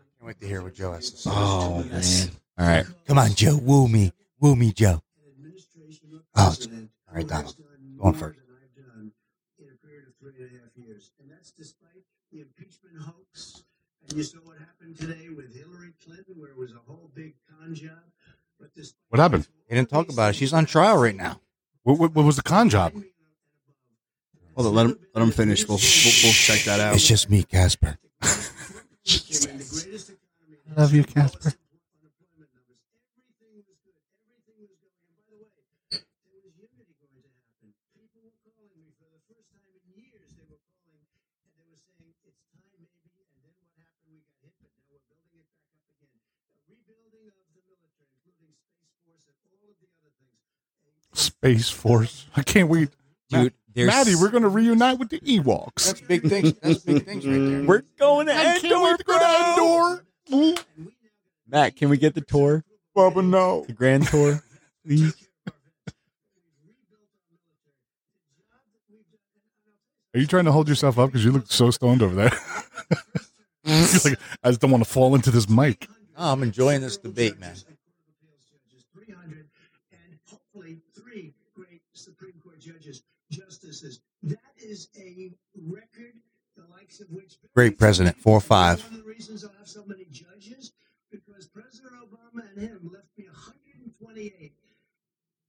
E: can't wait to hear what Joe has to say.
D: Oh man.
G: All right.
E: Come on, Oh. Joe, woo me. Woo me, Joe. Oh, it's- all right, Donald. Go on first.
M: And you saw what happened today with Hillary Clinton, where it was a whole big con job. But this
C: What happened?
E: They didn't talk about it. She's on trial right now.
C: What, what, what was the con job?
D: Hold on, let him let him finish. We'll, we'll, we'll check that out.
E: It's just me, Casper.
C: I love you, Casper. Space Force. I can't wait.
G: Dude,
C: Ma-
G: there's-
C: Maddie, we're going to reunite with the Ewoks.
E: That's big things. That's big things right there.
G: We're going to
C: I can't
G: Endor,
C: wait to go to Endor.
G: Matt, can we get the tour?
C: Bubba, no.
G: The grand tour? Please.
C: Are you trying to hold yourself up? Because you look so stoned over there. You're like, I just don't want to fall into this mic.
E: Oh, I'm enjoying this debate, man.
M: hopefully three great Supreme Court judges, justices. That is a record, the likes of which
E: Great president, four or five.
M: one of the reasons I have so many judges because President Obama and him left me 128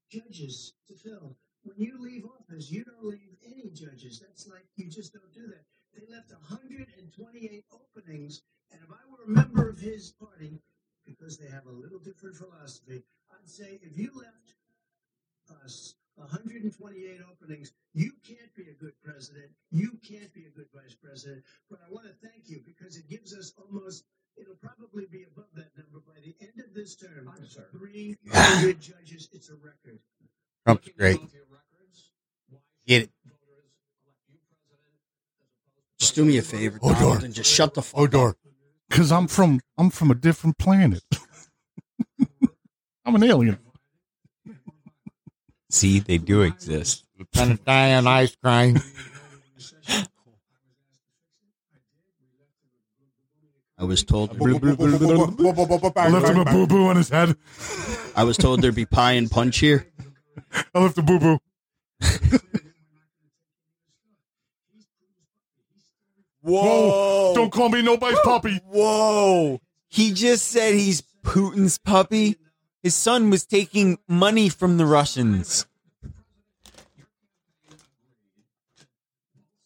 M: judges to fill. When you leave office, you don't leave any judges. That's like you just don't do that. They left 128 openings, and if I were a member of his party, because they have a little different philosophy, I'd say if you left us 128 openings, you can't be a good president. You can't be a good vice president. But I want to thank you because it gives us almost, it'll probably be above that number by the end of this term. 300 judges. It's a record.
E: Trump's great. Get it.
D: Just do me a favor,
C: Hold
D: Donald,
C: on.
D: and just shut the fuck
E: Odor.
C: Because I'm from I'm from a different planet. I'm an alien.
G: See, they do exist.
E: Trying to die on ice cream.
D: I was told
C: I left him a boo boo on his head.
D: I was told there'd be pie and punch here.
C: I left a boo boo.
G: Whoa.
C: Oh, Don't call me nobody's puppy.
G: Whoa. He just said he's Putin's puppy. His son was taking money from the Russians.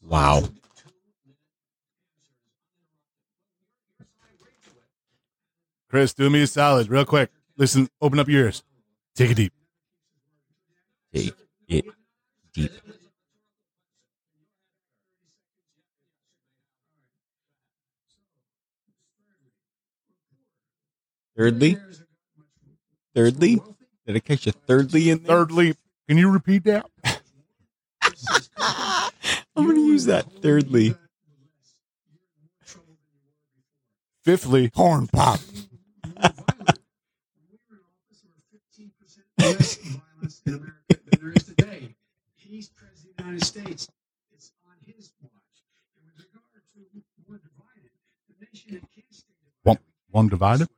G: Wow.
C: Chris, do me a solid, real quick. Listen, open up your ears. Take a deep.
G: Take it deep. Thirdly, thirdly, did I catch a thirdly in there?
C: Thirdly, can you repeat that?
G: I'm gonna use that thirdly.
C: Fifthly,
E: Corn pop.
M: less violence in America than there is today. He's president of the United States. It's on his watch. And with regard to more divided, the nation that can't stay
C: one, one divided.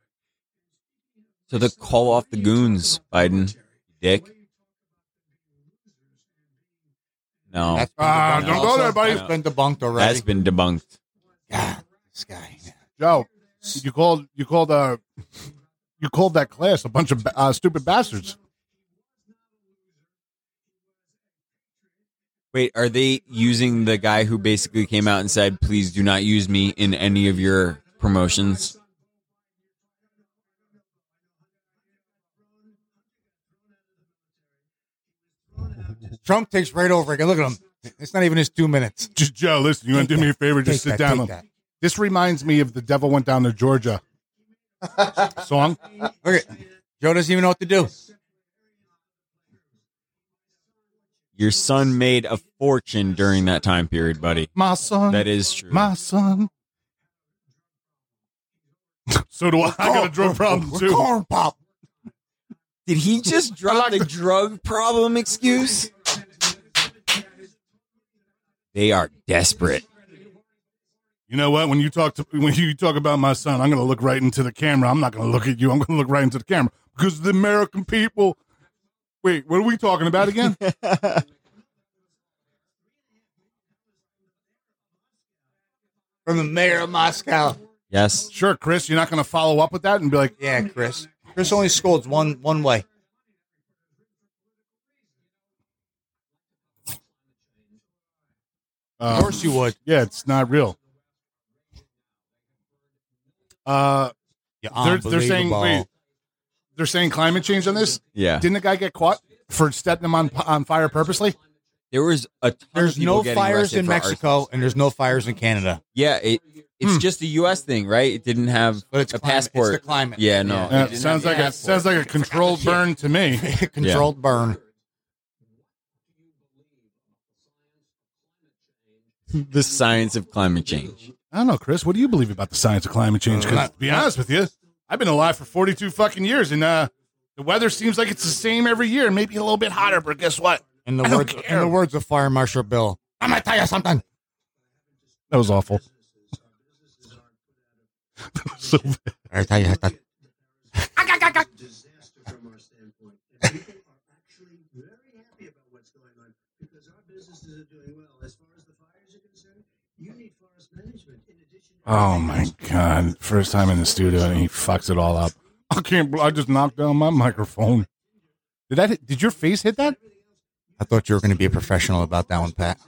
G: So the call off the goons, Biden, dick. No,
E: That's been
C: Ah,
E: debunked
C: don't go
E: also.
C: there, buddy.
E: That's been debunked already.
G: that's been debunked.
E: God, this guy. man.
C: Joe, you called you called uh you called that class a bunch of ba- uh, stupid bastards.
G: Wait, are they using the guy who basically came out and said, "Please do not use me in any of your promotions"?
E: Trump takes right over again. Look at him. It's not even his two minutes.
C: Just, Joe, listen, you want to do
E: Take
C: me a
E: that.
C: favor? Just
E: Take
C: sit
E: that,
C: down.
E: take that.
C: This reminds me of the devil went down to Georgia song.
E: Okay. Joe doesn't even know what to do.
G: Your son made a fortune during that time period, buddy.
C: My son,
G: That is true.
C: my son. so do I. I got a drug problem
E: We're
C: too.
E: Oh, Corn pop.
G: Did he just drop the drug problem excuse? They are desperate.
C: You know what? When you talk to when you talk about my son, I'm going to look right into the camera. I'm not going to look at you. I'm going to look right into the camera because the American people. Wait, what are we talking about again?
E: From the mayor of Moscow.
G: Yes.
C: Sure, Chris. You're not going to follow up with that and be like,
E: Yeah, Chris. Chris only scolds one one way.
C: Of
E: course you would.
C: uh, Yeah, it's not real. Uh,
E: You're
C: they're, they're saying
E: unbelievable.
C: wait, they're saying climate change on this.
G: Yeah.
C: Didn't the guy get caught for setting them on on fire purposely?
G: There was a ton
E: There's
G: of people
E: no
G: getting
E: fires
G: arrested
E: in
G: for arson.
E: Mexico and there's no fires in Canada.
G: Yeah, it it's just a U.S. thing, right? It didn't have
E: But it's
G: a
E: climate- it's the
G: passport.
E: climate.
G: Yeah, no.
C: Uh,
G: it didn't
C: sounds
G: have
C: like
G: the
C: a
G: passport.
C: sounds like a controlled burn to me.
E: Controlled burn.
G: the science of climate change.
C: I don't know, Chris. What do you believe about the science of climate change?
E: Uh,
C: 'Cause to be honest with you, I've been alive for 42 fucking years, and uh, the weather seems like it's the same every year. Maybe a little bit hotter, but guess what?
E: In the
C: I don't
E: words in
C: care.
E: the words of Fire Marshal Bill. I'm gonna tell you something.
C: That was awful. so bad.
E: I tell you something.
M: disaster from our standpoint. And people are actually very happy about what's going on because our businesses are doing well. As far as the fires are concerned, you need forest management in addition. to
C: Oh my god! First time in the studio, and he fucks it all up. I can't. bel- I just knocked down my microphone. Did that? hit- Did your face hit that?
E: I thought you were gonna be a professional about that one, Pat.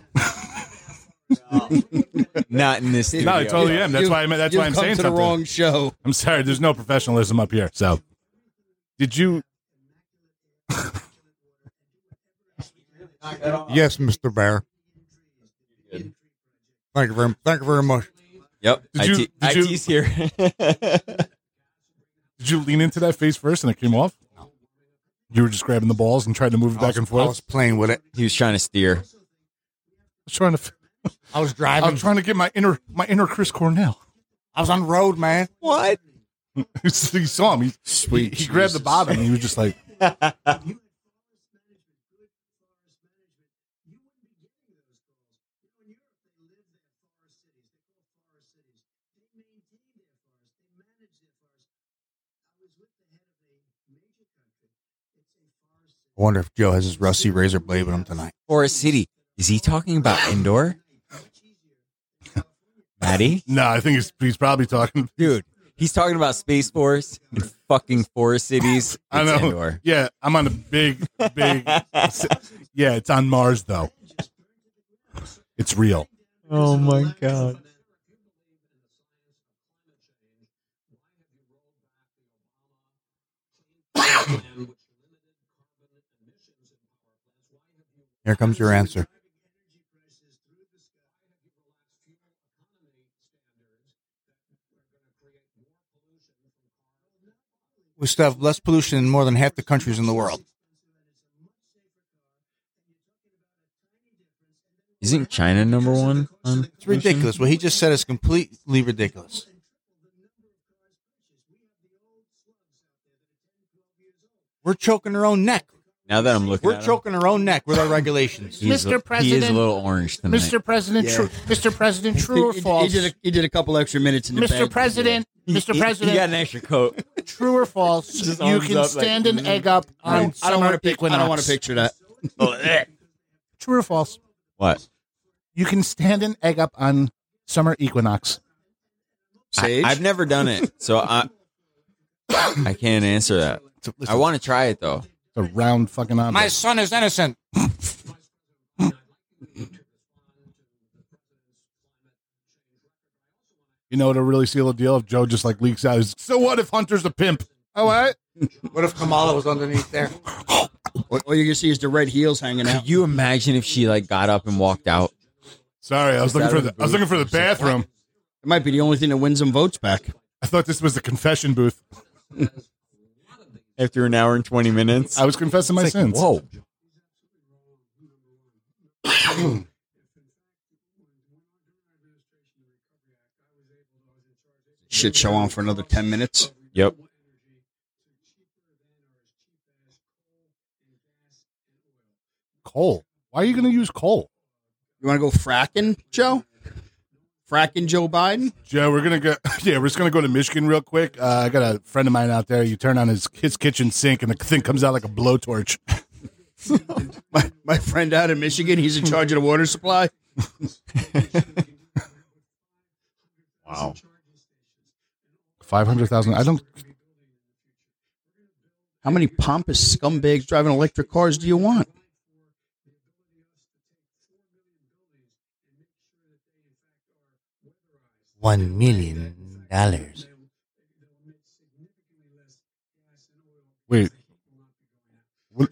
G: Not in this. Studio.
C: No, I totally am. That's why. I'm, that's why I'm saying
D: to the
C: something.
D: wrong show.
C: I'm sorry. There's no professionalism up here. So, did you?
E: Yes, Mr. Bear. Thank you very thank you very much.
G: Yep.
C: Did you-
G: IT,
C: did you-
G: IT's here.
C: Did you lean into that face first, and it came off? No. You were just grabbing the balls and trying to move it
E: I
C: back
E: was-
C: and
E: I
C: forth. I
E: was playing with it.
G: he was trying to steer.
C: was trying to.
E: I was
C: I
E: driving.
C: was trying to get my inner my inner Chris Cornell.
E: I was on the road, man.
G: What?
C: he saw him. He, Sweet. He, he grabbed the bob and he was just like,
E: I wonder if Joe has his rusty razor blade with him tonight.
G: Forest City. Is he talking about indoor? Maddie,
C: "No, I think he's he's probably talking."
G: dude, he's talking about Space Force and fucking Forest Cities.
C: I
G: It's
C: know.
G: Indoor.
C: Yeah, I'm on a big, big. yeah, it's on Mars though. It's real.
G: Oh my god.
E: Here comes your answer. We still have less pollution in more than half the countries in the world.
G: Isn't China number one? on
E: It's ridiculous. What he just said is completely ridiculous. We're choking our own neck.
G: Now that I'm looking,
E: We're
G: at
E: choking our own neck with our regulations.
G: him, he's-
C: Mr.
G: he is a
C: President.
G: little orange tonight.
C: Mr. President,
D: Yeah.
C: true, Mr. President, true or
D: He- he-
C: false?
D: He, did a, he did a couple extra minutes in the
C: Mr.
D: bed.
C: President,
G: He-
C: Mr.
G: he-
C: President,
G: he got an extra coat.
C: true or false?
G: Just
C: You
G: arms
C: can
G: up like,
C: stand an
G: mm.
C: egg up on
D: I don't, I don't
C: summer
D: want to pic- I
C: equinox.
D: don't want to picture that.
C: True or false?
G: What?
C: You can stand an egg up on summer equinox.
D: Sage?
G: I, have never done it, so I I can't answer that. I want to try it though.
C: It's a round fucking omelet.
E: My son is innocent.
C: you know, to really seal the deal if Joe just like leaks out. He's, so what if Hunter's a pimp? Oh, what?
E: What if Kamala was underneath there?
D: All all you can see is the red heels hanging out.
G: Could you imagine if she like got up and walked out?
C: Sorry, I was looking
G: that
C: for
G: in
C: the
G: the
C: I was looking for the
G: booth?
C: bathroom.
D: It might be the only thing that wins them votes back.
C: I thought this was the confession booth.
G: After an hour and twenty minutes,
C: I was confessing my
G: It's like,
C: sins.
G: Whoa!
D: Shit show on for another 10 minutes.
G: Yep.
C: Coal. Why are you going to use coal?
D: You want to go fracking, Joe? fracking Joe Biden.
C: Joe, we're gonna go. Yeah, we're just gonna go to Michigan real quick. Uh, I got a friend of mine out there. You turn on his his kitchen sink, and the thing comes out like a blowtorch.
D: my, my friend out in Michigan, he's in charge of the water supply.
C: wow, five hundred thousand. I don't.
D: How many pompous scumbags driving electric cars do you want?
N: One million dollars.
C: Wait. What,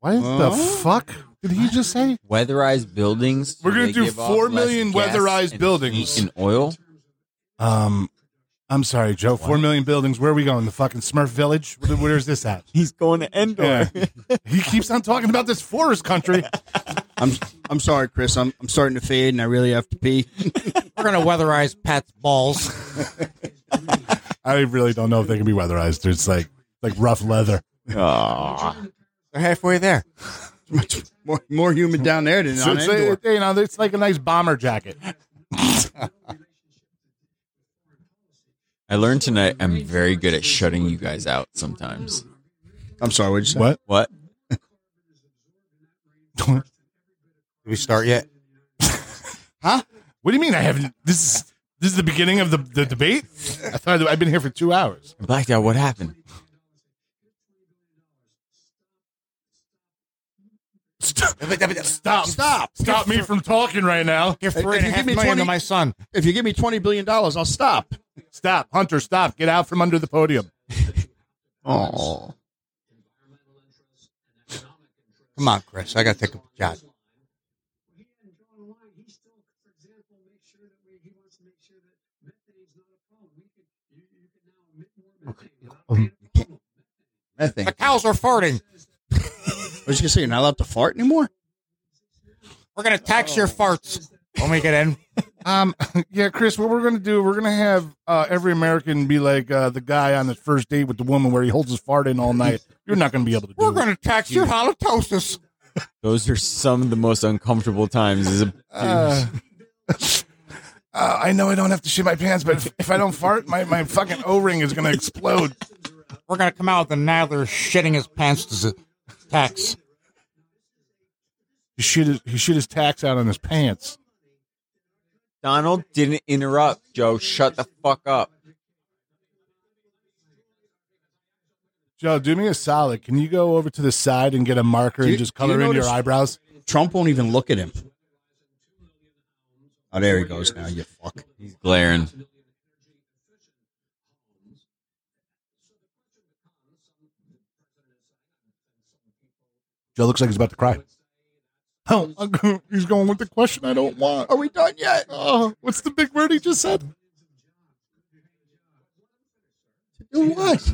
C: what the fuck did he just say?
G: Weatherized buildings.
C: We're gonna
G: they
C: do
G: give off
C: four
G: less
C: million
G: gas
C: weatherized
G: and
C: buildings.
G: heat and oil.
C: Um, I'm sorry, Joe. Four million buildings. Where are we going? The fucking Smurf Village? Where, where's this at?
G: He's going to Endor.
C: he keeps on talking about this forest country.
D: I'm I'm sorry, Chris. I'm I'm starting to fade, and I really have to pee.
E: We're gonna weatherize Pat's balls.
C: I really don't know if they can be weatherized. It's like like rough leather.
E: They're halfway there.
D: Much more, more humid down there than
C: So
D: on
C: it's,
D: Endor.
C: like, you know, it's like a nice bomber jacket.
G: I learned tonight I'm very good at shutting you guys out sometimes.
D: I'm sorry. What'd you say?
C: What?
G: What?
E: Did we start yet?
C: What do you mean? I haven't. This is this is the beginning of the, the debate. I thought I've been here for two hours.
G: Blacked out. What happened?
C: Stop! Stop!
D: Stop!
C: Stop me from talking right now.
E: Give
D: If- if
E: three and
D: you
E: a
D: give
E: half
D: me
E: million to
D: 20
E: my son.
D: If you give me twenty billion dollars, I'll stop.
C: Stop, Hunter! Stop! Get out from under the podium.
D: Oh,
E: Come on, Chris. I gotta take a shot.
D: nothing.
E: The cows are farting.
D: I was just gonna say you're not allowed to fart anymore.
E: We're gonna tax your farts. When we get in,
C: Um, yeah, Chris. What we're gonna do? We're gonna have uh, every American be like uh, the guy on his first date with the woman, where he holds his fart in all night. You're not gonna be able to do.
E: we're
C: it.
E: gonna tax your halitosis.
G: Those are some of the most uncomfortable times. As a,
C: Uh, uh, I know I don't have to shit my pants, but if, if I don't fart, my, my fucking O ring is gonna explode.
E: We're gonna come out with a Nadler shitting his pants to s- tax.
C: He shit his, he shit his tax out on his pants.
G: Donald didn't interrupt. Joe, shut the fuck up.
C: Joe, do me a solid. Can you go over to the side and get a marker
D: Do you-
C: and just
D: do you
C: color in your
D: notice-
C: eyebrows?
D: Trump won't even look at him. Oh, there he goes now. You fuck.
G: He's glaring.
C: Joe looks like he's about to cry. Oh, I'm go- he's going with the question I don't want.
D: Are we done yet?
C: Oh, what's the big word he just said?
D: Do what?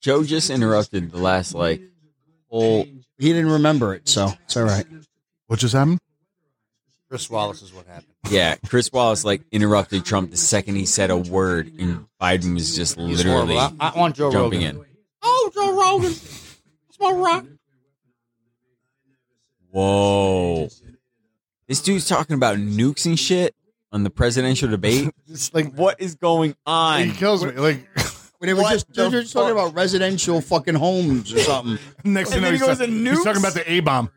G: Joe just interrupted the last like whole.
D: He didn't remember it, so it's all right.
C: What just happened?
E: Chris Wallace is what happened.
G: Yeah, Chris Wallace like interrupted Trump the second he said a word, and Biden was just literally
E: I, I want Joe
G: jumping
E: Rogan.
G: in.
E: Oh, Joe Rogan. It's my rock.
G: Whoa! This dude's talking about nukes and shit on the presidential debate.
C: It's like
G: what is going
C: he
G: on?
C: kills me. Like
D: They were
G: What
D: just, they
G: the
D: were just talking
G: fuck?
D: about residential fucking homes or something.
C: next thing
G: And
C: you know,
G: then
C: he's,
G: he goes
C: talk-
G: and
C: he's
G: nukes?
C: talking about the A bomb.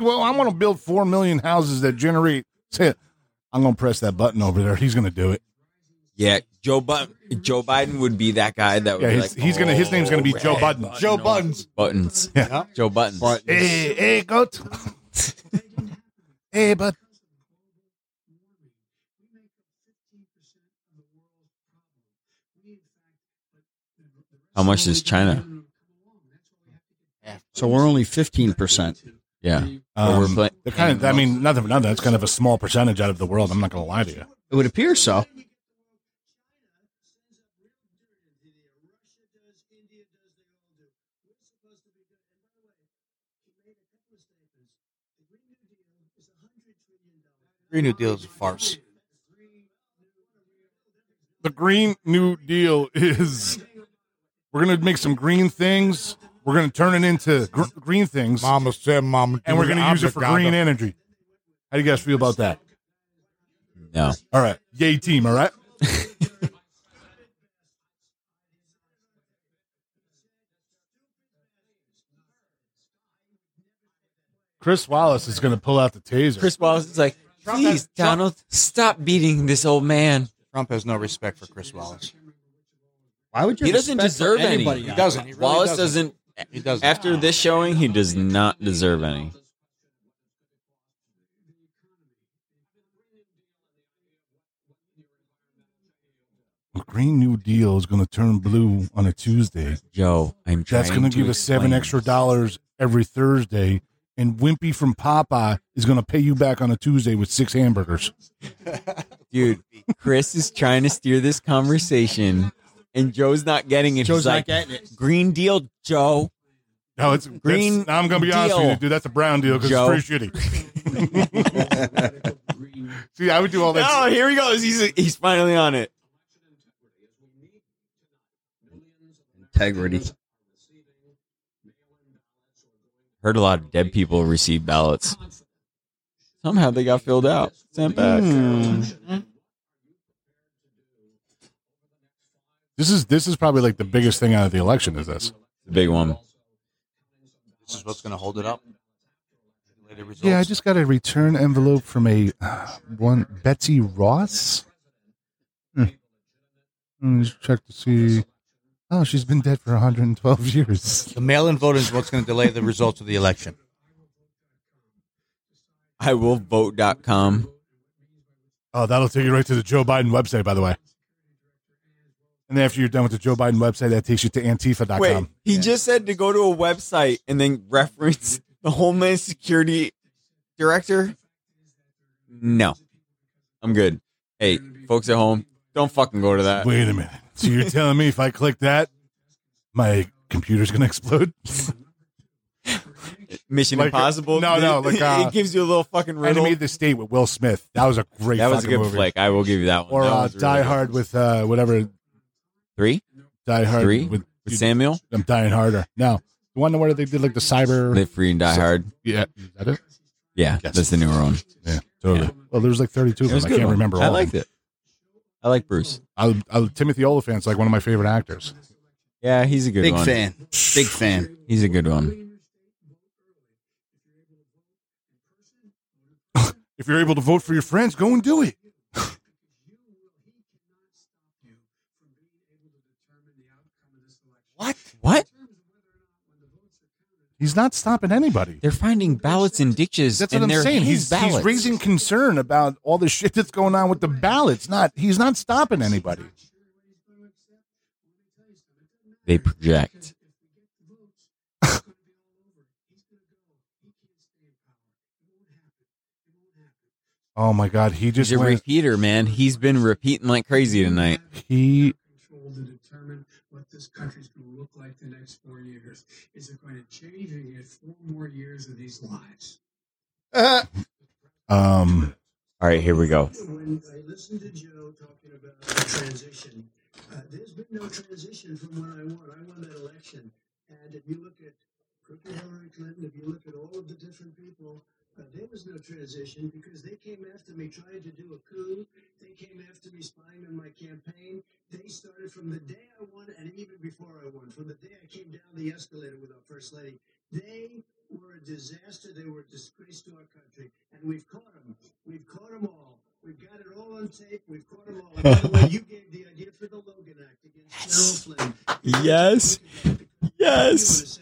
C: Well, I want to build four million houses that generate. Say, I'm gonna press that button over there. He's gonna do it.
G: Yeah, Joe Button. Joe Biden would be that guy
E: Oh,
G: that would
C: Yeah,
G: be
C: he's,
G: like, "Oh,
C: he's gonna. His name's gonna be Joe Budden.
E: Joe Buttons.
G: Buttons.
C: Yeah.
G: Joe Buttons.
C: Hey, hey, goat. hey, bud.
G: How much does China?
D: So we're only fifteen percent.
G: Yeah.
C: Um,
G: we're pla-
C: they're kind of. I mean, nothing. Nothing. That's kind of a small percentage out of the world. I'm not gonna lie to you.
D: It would appear so.
E: Green New Deal is a farce.
C: The Green New Deal is. We're gonna make some green things. We're gonna turn it into gr- green things,
E: Mama said, Mama.
C: and we're
E: do
C: gonna use it for
E: obrigado.
C: green energy. How do you guys feel about that?
G: No.
C: All right. Yay team, all right? Chris Wallace is going to pull out the taser.
G: Chris Wallace is like,
E: Trump has-
G: please, Donald, stop beating this old man.
E: Trump has no respect for Chris Wallace.
D: Why would
G: He doesn't deserve any.
E: anybody. He doesn't. He really
G: Wallace
E: doesn't.
G: doesn't.
E: He doesn't.
G: After this showing, he does not deserve any.
C: The Green New Deal is going to turn blue on a Tuesday.
G: Yo, I'm trying
C: That's going to give us seven
G: explain.
C: extra dollars every Thursday. And Wimpy from Popeye is going to pay you back on a Tuesday with six hamburgers.
G: Dude, Chris is trying to steer this conversation, and Joe's not getting it.
D: Joe's
G: He's
D: not
G: like,
D: getting it.
G: Green deal, Joe.
C: No, it's
G: Green
C: green. Now I'm going to be honest with
G: deal.
C: you, dude. That's a brown deal because
G: Joe.
C: it's pretty shitty. See, I would do all that.
G: Oh, here he goes. He's he's finally on it.
D: Integrity.
G: Heard a lot of dead people receive ballots. Somehow they got filled out, sent back.
C: This is this is probably like the biggest thing out of the election. Is this?
G: The big one.
E: This is what's going to hold it up. Later results.
C: Yeah, I just got a return envelope from a uh, one Betsy Ross. Hmm. Let me just check to see. Oh, she's been dead for 112 years.
E: the mail-in voting is what's going to delay the results of the election.
G: I will vote.com.
C: Oh, that'll take you right to the Joe Biden website, by the way. And then after you're done with the Joe Biden website, that takes you to antifa.com.
G: Wait, he just said to go to a website and then reference the Homeland Security Director? No. I'm good. Hey, folks at home, don't fucking go to that.
C: Wait a minute. So you're telling me if I click that, my computer's going to explode?
G: Mission
C: Like,
G: Impossible.
C: no, no, like, uh,
G: it gives you a little fucking riddle.
C: Enemy of the State with Will Smith. That was a great
G: that was a
C: fucking
G: good
C: movie.
G: flick. I will give you that one.
C: Or
G: That
C: uh,
G: one's really
C: Die
G: good.
C: Hard with uh, whatever.
G: Three?
C: Die Hard
G: Three?
C: with,
G: With Samuel?
C: I'm dying harder. No. The one where they did like the cyber.
G: Live Free and Die
C: So-
G: Hard.
C: yeah. Is that it?
G: Yeah,
C: Yes.
G: that's the newer one.
C: Yeah, totally.
G: Yeah.
C: Well, there's like 32 of
G: It
C: them.
G: was
C: I
G: a good
C: can't
G: one.
C: remember all.
G: I
C: of them.
G: liked it. I like Bruce.
C: I, I, Timothy Oliphant's like one of my favorite actors.
G: Yeah, he's a good
D: Big
G: one.
D: fan. Big fan.
G: He's a good one.
C: If you're able to vote for your friends, go and do it.
G: What? What?
C: He's not stopping anybody.
G: They're finding ballots in ditches.
C: That's
G: and
C: what I'm
G: they're
C: saying.
G: his
C: He's,
G: ballots.
C: he's raising concern about all the shit that's going on with the ballots. Not he's not stopping anybody.
G: They project.
C: Oh my god, he just
G: He's a
C: went,
G: repeater, man. He's been repeating like crazy tonight.
C: he
M: control to determine what this country's going to look like the next four years. Is it going to change or get four more years of these lives?
C: um
G: All right, here we go.
M: When I listened to Joe talking about the transition, uh, there's been no transition from when I won. I won that election. And if you look at crooked Hillary Clinton, if you look at all of the different people, uh, there was no transition because they came after me trying to do a coup. They came after me spying on my campaign. They started from the day I won and even before I won, from the day I came down the escalator with our First Lady. They were a disaster. They were a disgrace to our country. And we've caught them. We've caught them all. We've got it all on tape. We've caught them all. And by the way, you gave the idea for the Logan Act against General Flynn.
G: Yes. Yes.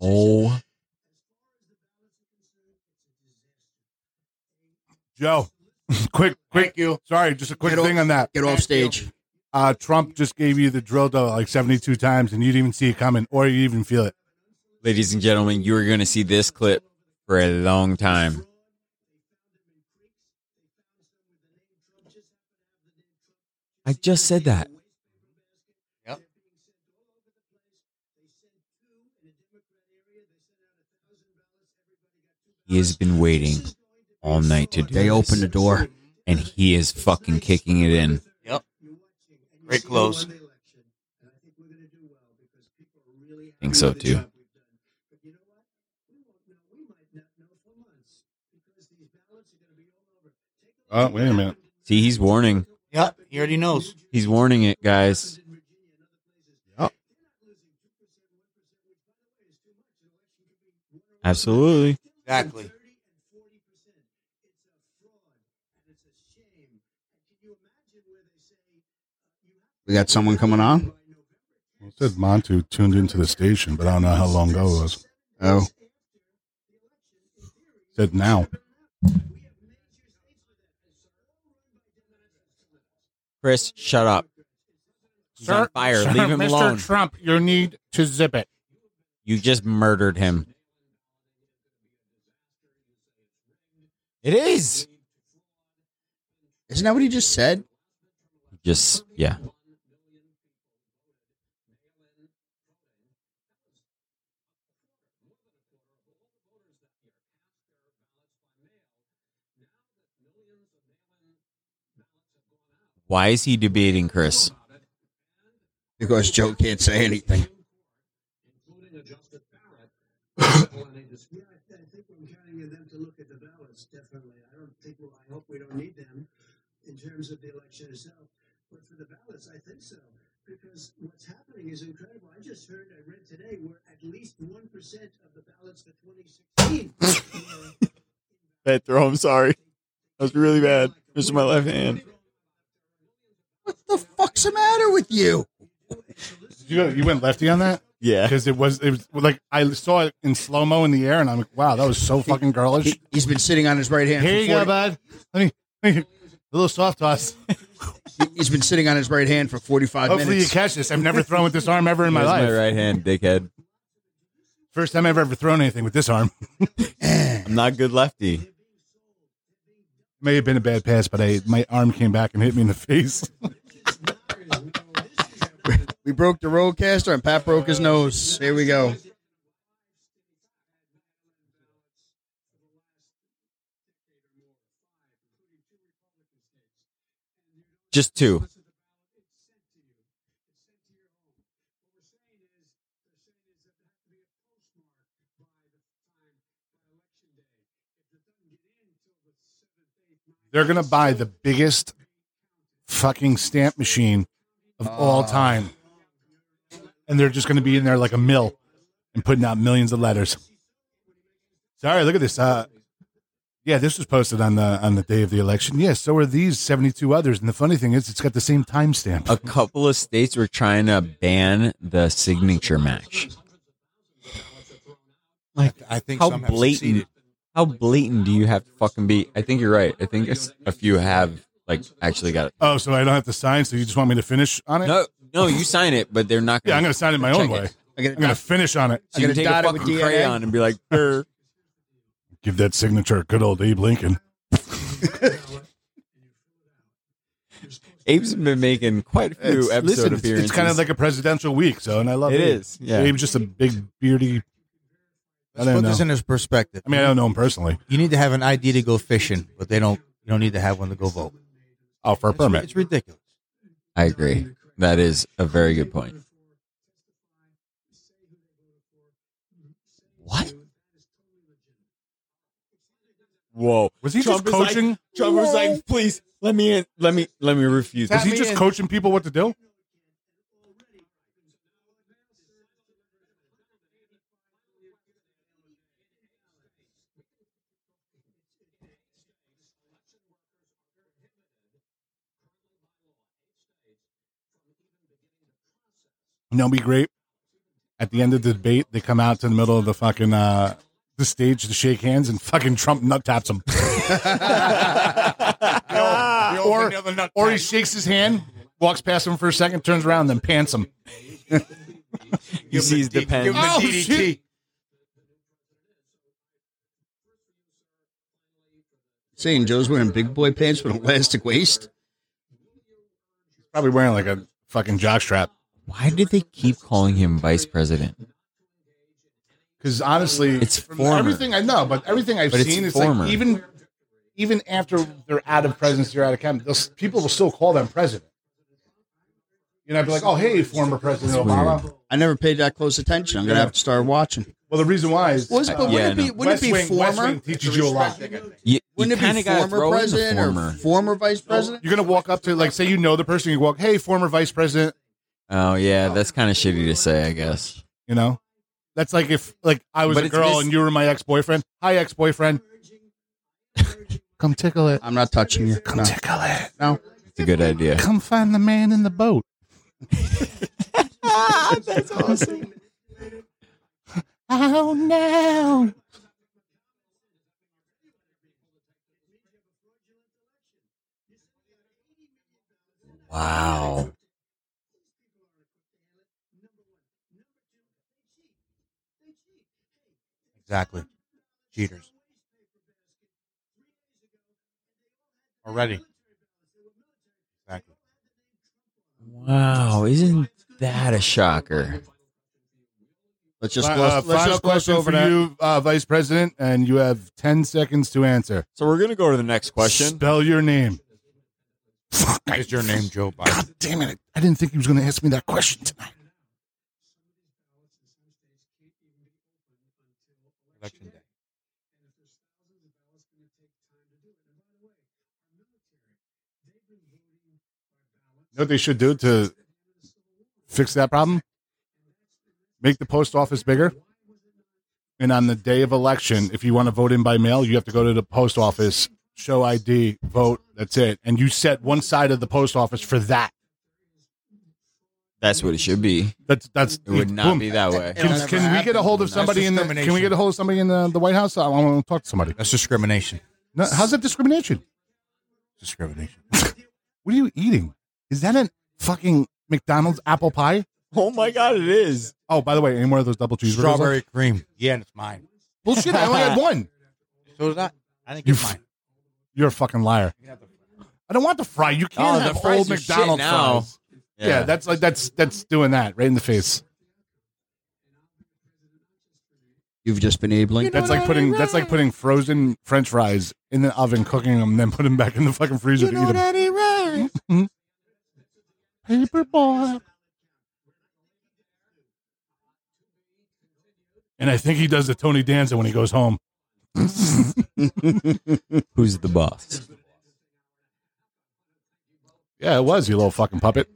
G: Oh.
C: Joe. quick quick you. Sorry, just a quick
D: Get off-
C: thing on that.
D: Get off stage.
C: Uh Trump just gave you the drill though like seventy two times and you didn't even see it coming or you even feel it.
G: Ladies and gentlemen, you are going to see this clip for a long time. I just said that. He has been waiting all night to do
D: They
G: this,
D: opened the door.
G: and he is fucking kicking it in.
E: Yep. Great close.
G: think so too.
C: Oh, wait a minute.
G: See, he's warning.
E: Yeah, he already knows.
G: He's warning it, guys. Absolutely.
E: Exactly.
D: We got someone coming on.
C: It said Montu tuned into the station, but I don't know how long ago it was.
D: Oh,
C: It said now.
G: Chris, shut up. He's on fire. Leave him
C: Mr.
G: alone.
C: Trump, you need to zip it.
G: You just murdered him. It is.
D: isn't that what he just said?
G: Just, yeah. Why is he debating Chris?
D: Because Joe can't say anything.
M: Yeah, I, I think we're counting on them to look at the ballots, definitely. I don't think, well, I hope we don't need them in terms of the election itself. But for the ballots, I think so. Because what's happening is incredible. I just heard, I read today, where at least 1% of the ballots for 2016
G: That throw, I'm sorry. That was really bad. Missed my left hand.
D: The fuck's the matter with you?
C: You, you went lefty on that?
G: Yeah.
C: Because it was, it was like, I saw it in slow mo in the air, and I'm like, wow, that was so fucking girlish.
D: He, has been sitting on his right hand.
C: Here
D: for
C: you go,
D: 40
C: bud. Let me, let me- a little soft toss.
D: He's been sitting on his right hand for 45
C: Hopefully you
D: minutes.
C: catch this. I've never thrown with this arm ever in my
G: Here's
C: life.
G: my right hand, dickhead.
C: First time I've ever thrown anything with this arm.
G: I'm not good lefty.
C: May have been a bad pass, but I my arm came back and hit me in the face.
D: We broke the roadcaster and Pat broke his nose. Here we go.
G: Just two.
C: They're gonna buy the biggest fucking stamp machine of
G: Ah.
C: all time, and they're just gonna be in there like a mill and putting out millions of letters. Sorry, look at this. Uh, yeah, this was posted on the on the day of the election. Yeah, so are these seventy two others. And the funny thing is, it's got the same timestamp.
G: A couple of states were trying to ban the signature match. Like,
E: I think
G: how
E: some have
G: blatant?
E: succeeded.
G: How blatant do you have to fucking be? I think you're right. I think it's, a few have like actually got it.
C: Oh, so I don't have to sign. So you just want me to finish on it?
G: No, no, you sign it, but they're not. Gonna,
C: Yeah, I'm gonna sign it my own
G: check
C: way.
D: I get
C: I'm gonna finish on it.
G: So you
D: I'm
G: can
D: gonna
G: take
D: dot
G: a
D: it with
G: fucking
D: DNA.
G: crayon and be like, "Brr."
C: Give that signature, a good old Abe Lincoln.
G: Abe's been making quite a few episode
C: listen, it's,
G: appearances.
C: kind of like a presidential week, so and I love
G: It
C: it.
G: is, yeah.
C: Abe's just a big beardy. I
E: Let's
C: don't
E: put
C: know.
E: this in his perspective.
C: I mean, I don't know him personally.
E: you need to have an ID to go fishing, but they don't. You don't need to have one to go vote.
C: Oh, for a
E: It's,
C: permit.
E: it's ridiculous.
G: I agree. That is a very good point. What? Whoa!
C: Was he just
G: is like-
C: coaching?
G: Trump was like, "Please let me in. Let me let me refuse."
C: Was he
G: this."
C: just coaching people what to do? You know, it'd be great. At the end of the debate, they come out to the middle of the fucking uh, the stage to shake hands, and fucking Trump nut taps him. or, or he shakes his hand, walks past him for a second, turns around, then pants him.
G: he sees the pen.
C: Oh, shit.
D: Saying Joe's wearing big boy pants with an elastic waist.
C: Probably wearing like a fucking jockstrap.
G: Why did they keep calling him vice president?
C: Because honestly,
G: It's
C: from
G: former.
C: everything I know, but everything I've
G: But it's
C: seen, it's,
G: former.
C: like even even after they're out of presidency or out of cabinet, they'll s- people will still call them president. You know, I'd be like, oh, hey, former President Obama.
D: I never paid that close attention. I'm gonna have to start watching.
C: Well, the reason why is
D: Was- but wouldn't it be- wouldn't it
C: West
D: be
C: Wing, West
D: former?
C: Wing teaches you a lot.
G: You,
D: Wouldn't it be former president or former vice president?
C: You're gonna walk up to like say you know the person. You walk, hey, former vice president.
G: Oh yeah, that's kind of shitty to say, I guess.
C: You know, that's like if like I was
G: But
C: a
G: it's
C: girl
G: mis-
C: and you were my ex boyfriend. Hi, ex boyfriend. Come tickle it.
D: I'm not touching you.
C: Come
D: No.
C: tickle it.
D: No.
G: It's a good idea.
C: Come find the man in the boat.
G: that's awesome.
C: Oh no.
G: Wow.
N: Exactly. Cheaters. Already. Exactly.
G: Wow, isn't that a shocker?
D: Let's
C: Just uh,
G: uh,
C: final question for you, uh, Vice President, and you have ten seconds to answer.
G: So we're gonna go to the next question.
C: Spell your name.
N: Is your name Joe Biden?
C: Damn it! I didn't think he was going to ask me that question tonight.
N: Election day.
C: You know what they should do to fix that problem? Make the post office bigger. And on the day of election, if you want to vote in by mail, you have to go to the post office, show ID, vote. That's it. And you set one side of the post office for that.
G: That's what it should be.
C: That's that's
G: It would not
C: boom.
G: be that way.
C: Can,
N: It'll
C: can
N: never
C: we get a hold of
N: happen.
C: somebody
N: That's
C: in the? Can we
N: discrimination.
C: get a hold of somebody in the, the White House? I want to talk to somebody.
N: That's discrimination.
C: No, how's that discrimination?
N: Discrimination.
C: What are you eating? Is that a fucking McDonald's apple pie?
G: Oh my god, it is.
C: Oh, by the way, any more of those double cheeseburgers?
N: Strawberry cream. Yeah, and it's mine.
C: Bullshit! I only had one.
N: So did I. I think
C: You
N: it's
C: f-
N: mine.
C: You're a fucking liar. I don't want the fry. You
G: Oh,
C: can't
G: the
C: have
G: fries
C: old
G: are shit
C: McDonald's
G: now.
C: fries. Yeah. that's like that's that's doing that right in the face.
D: You've just been enabling.
C: that's like putting that's like putting frozen French fries in the oven, cooking them, then put them back in the fucking freezer to eat them. Paper boy. And I think he does the Tony Danza when he goes home.
G: Who's the boss?
C: Yeah, it was you little fucking puppet.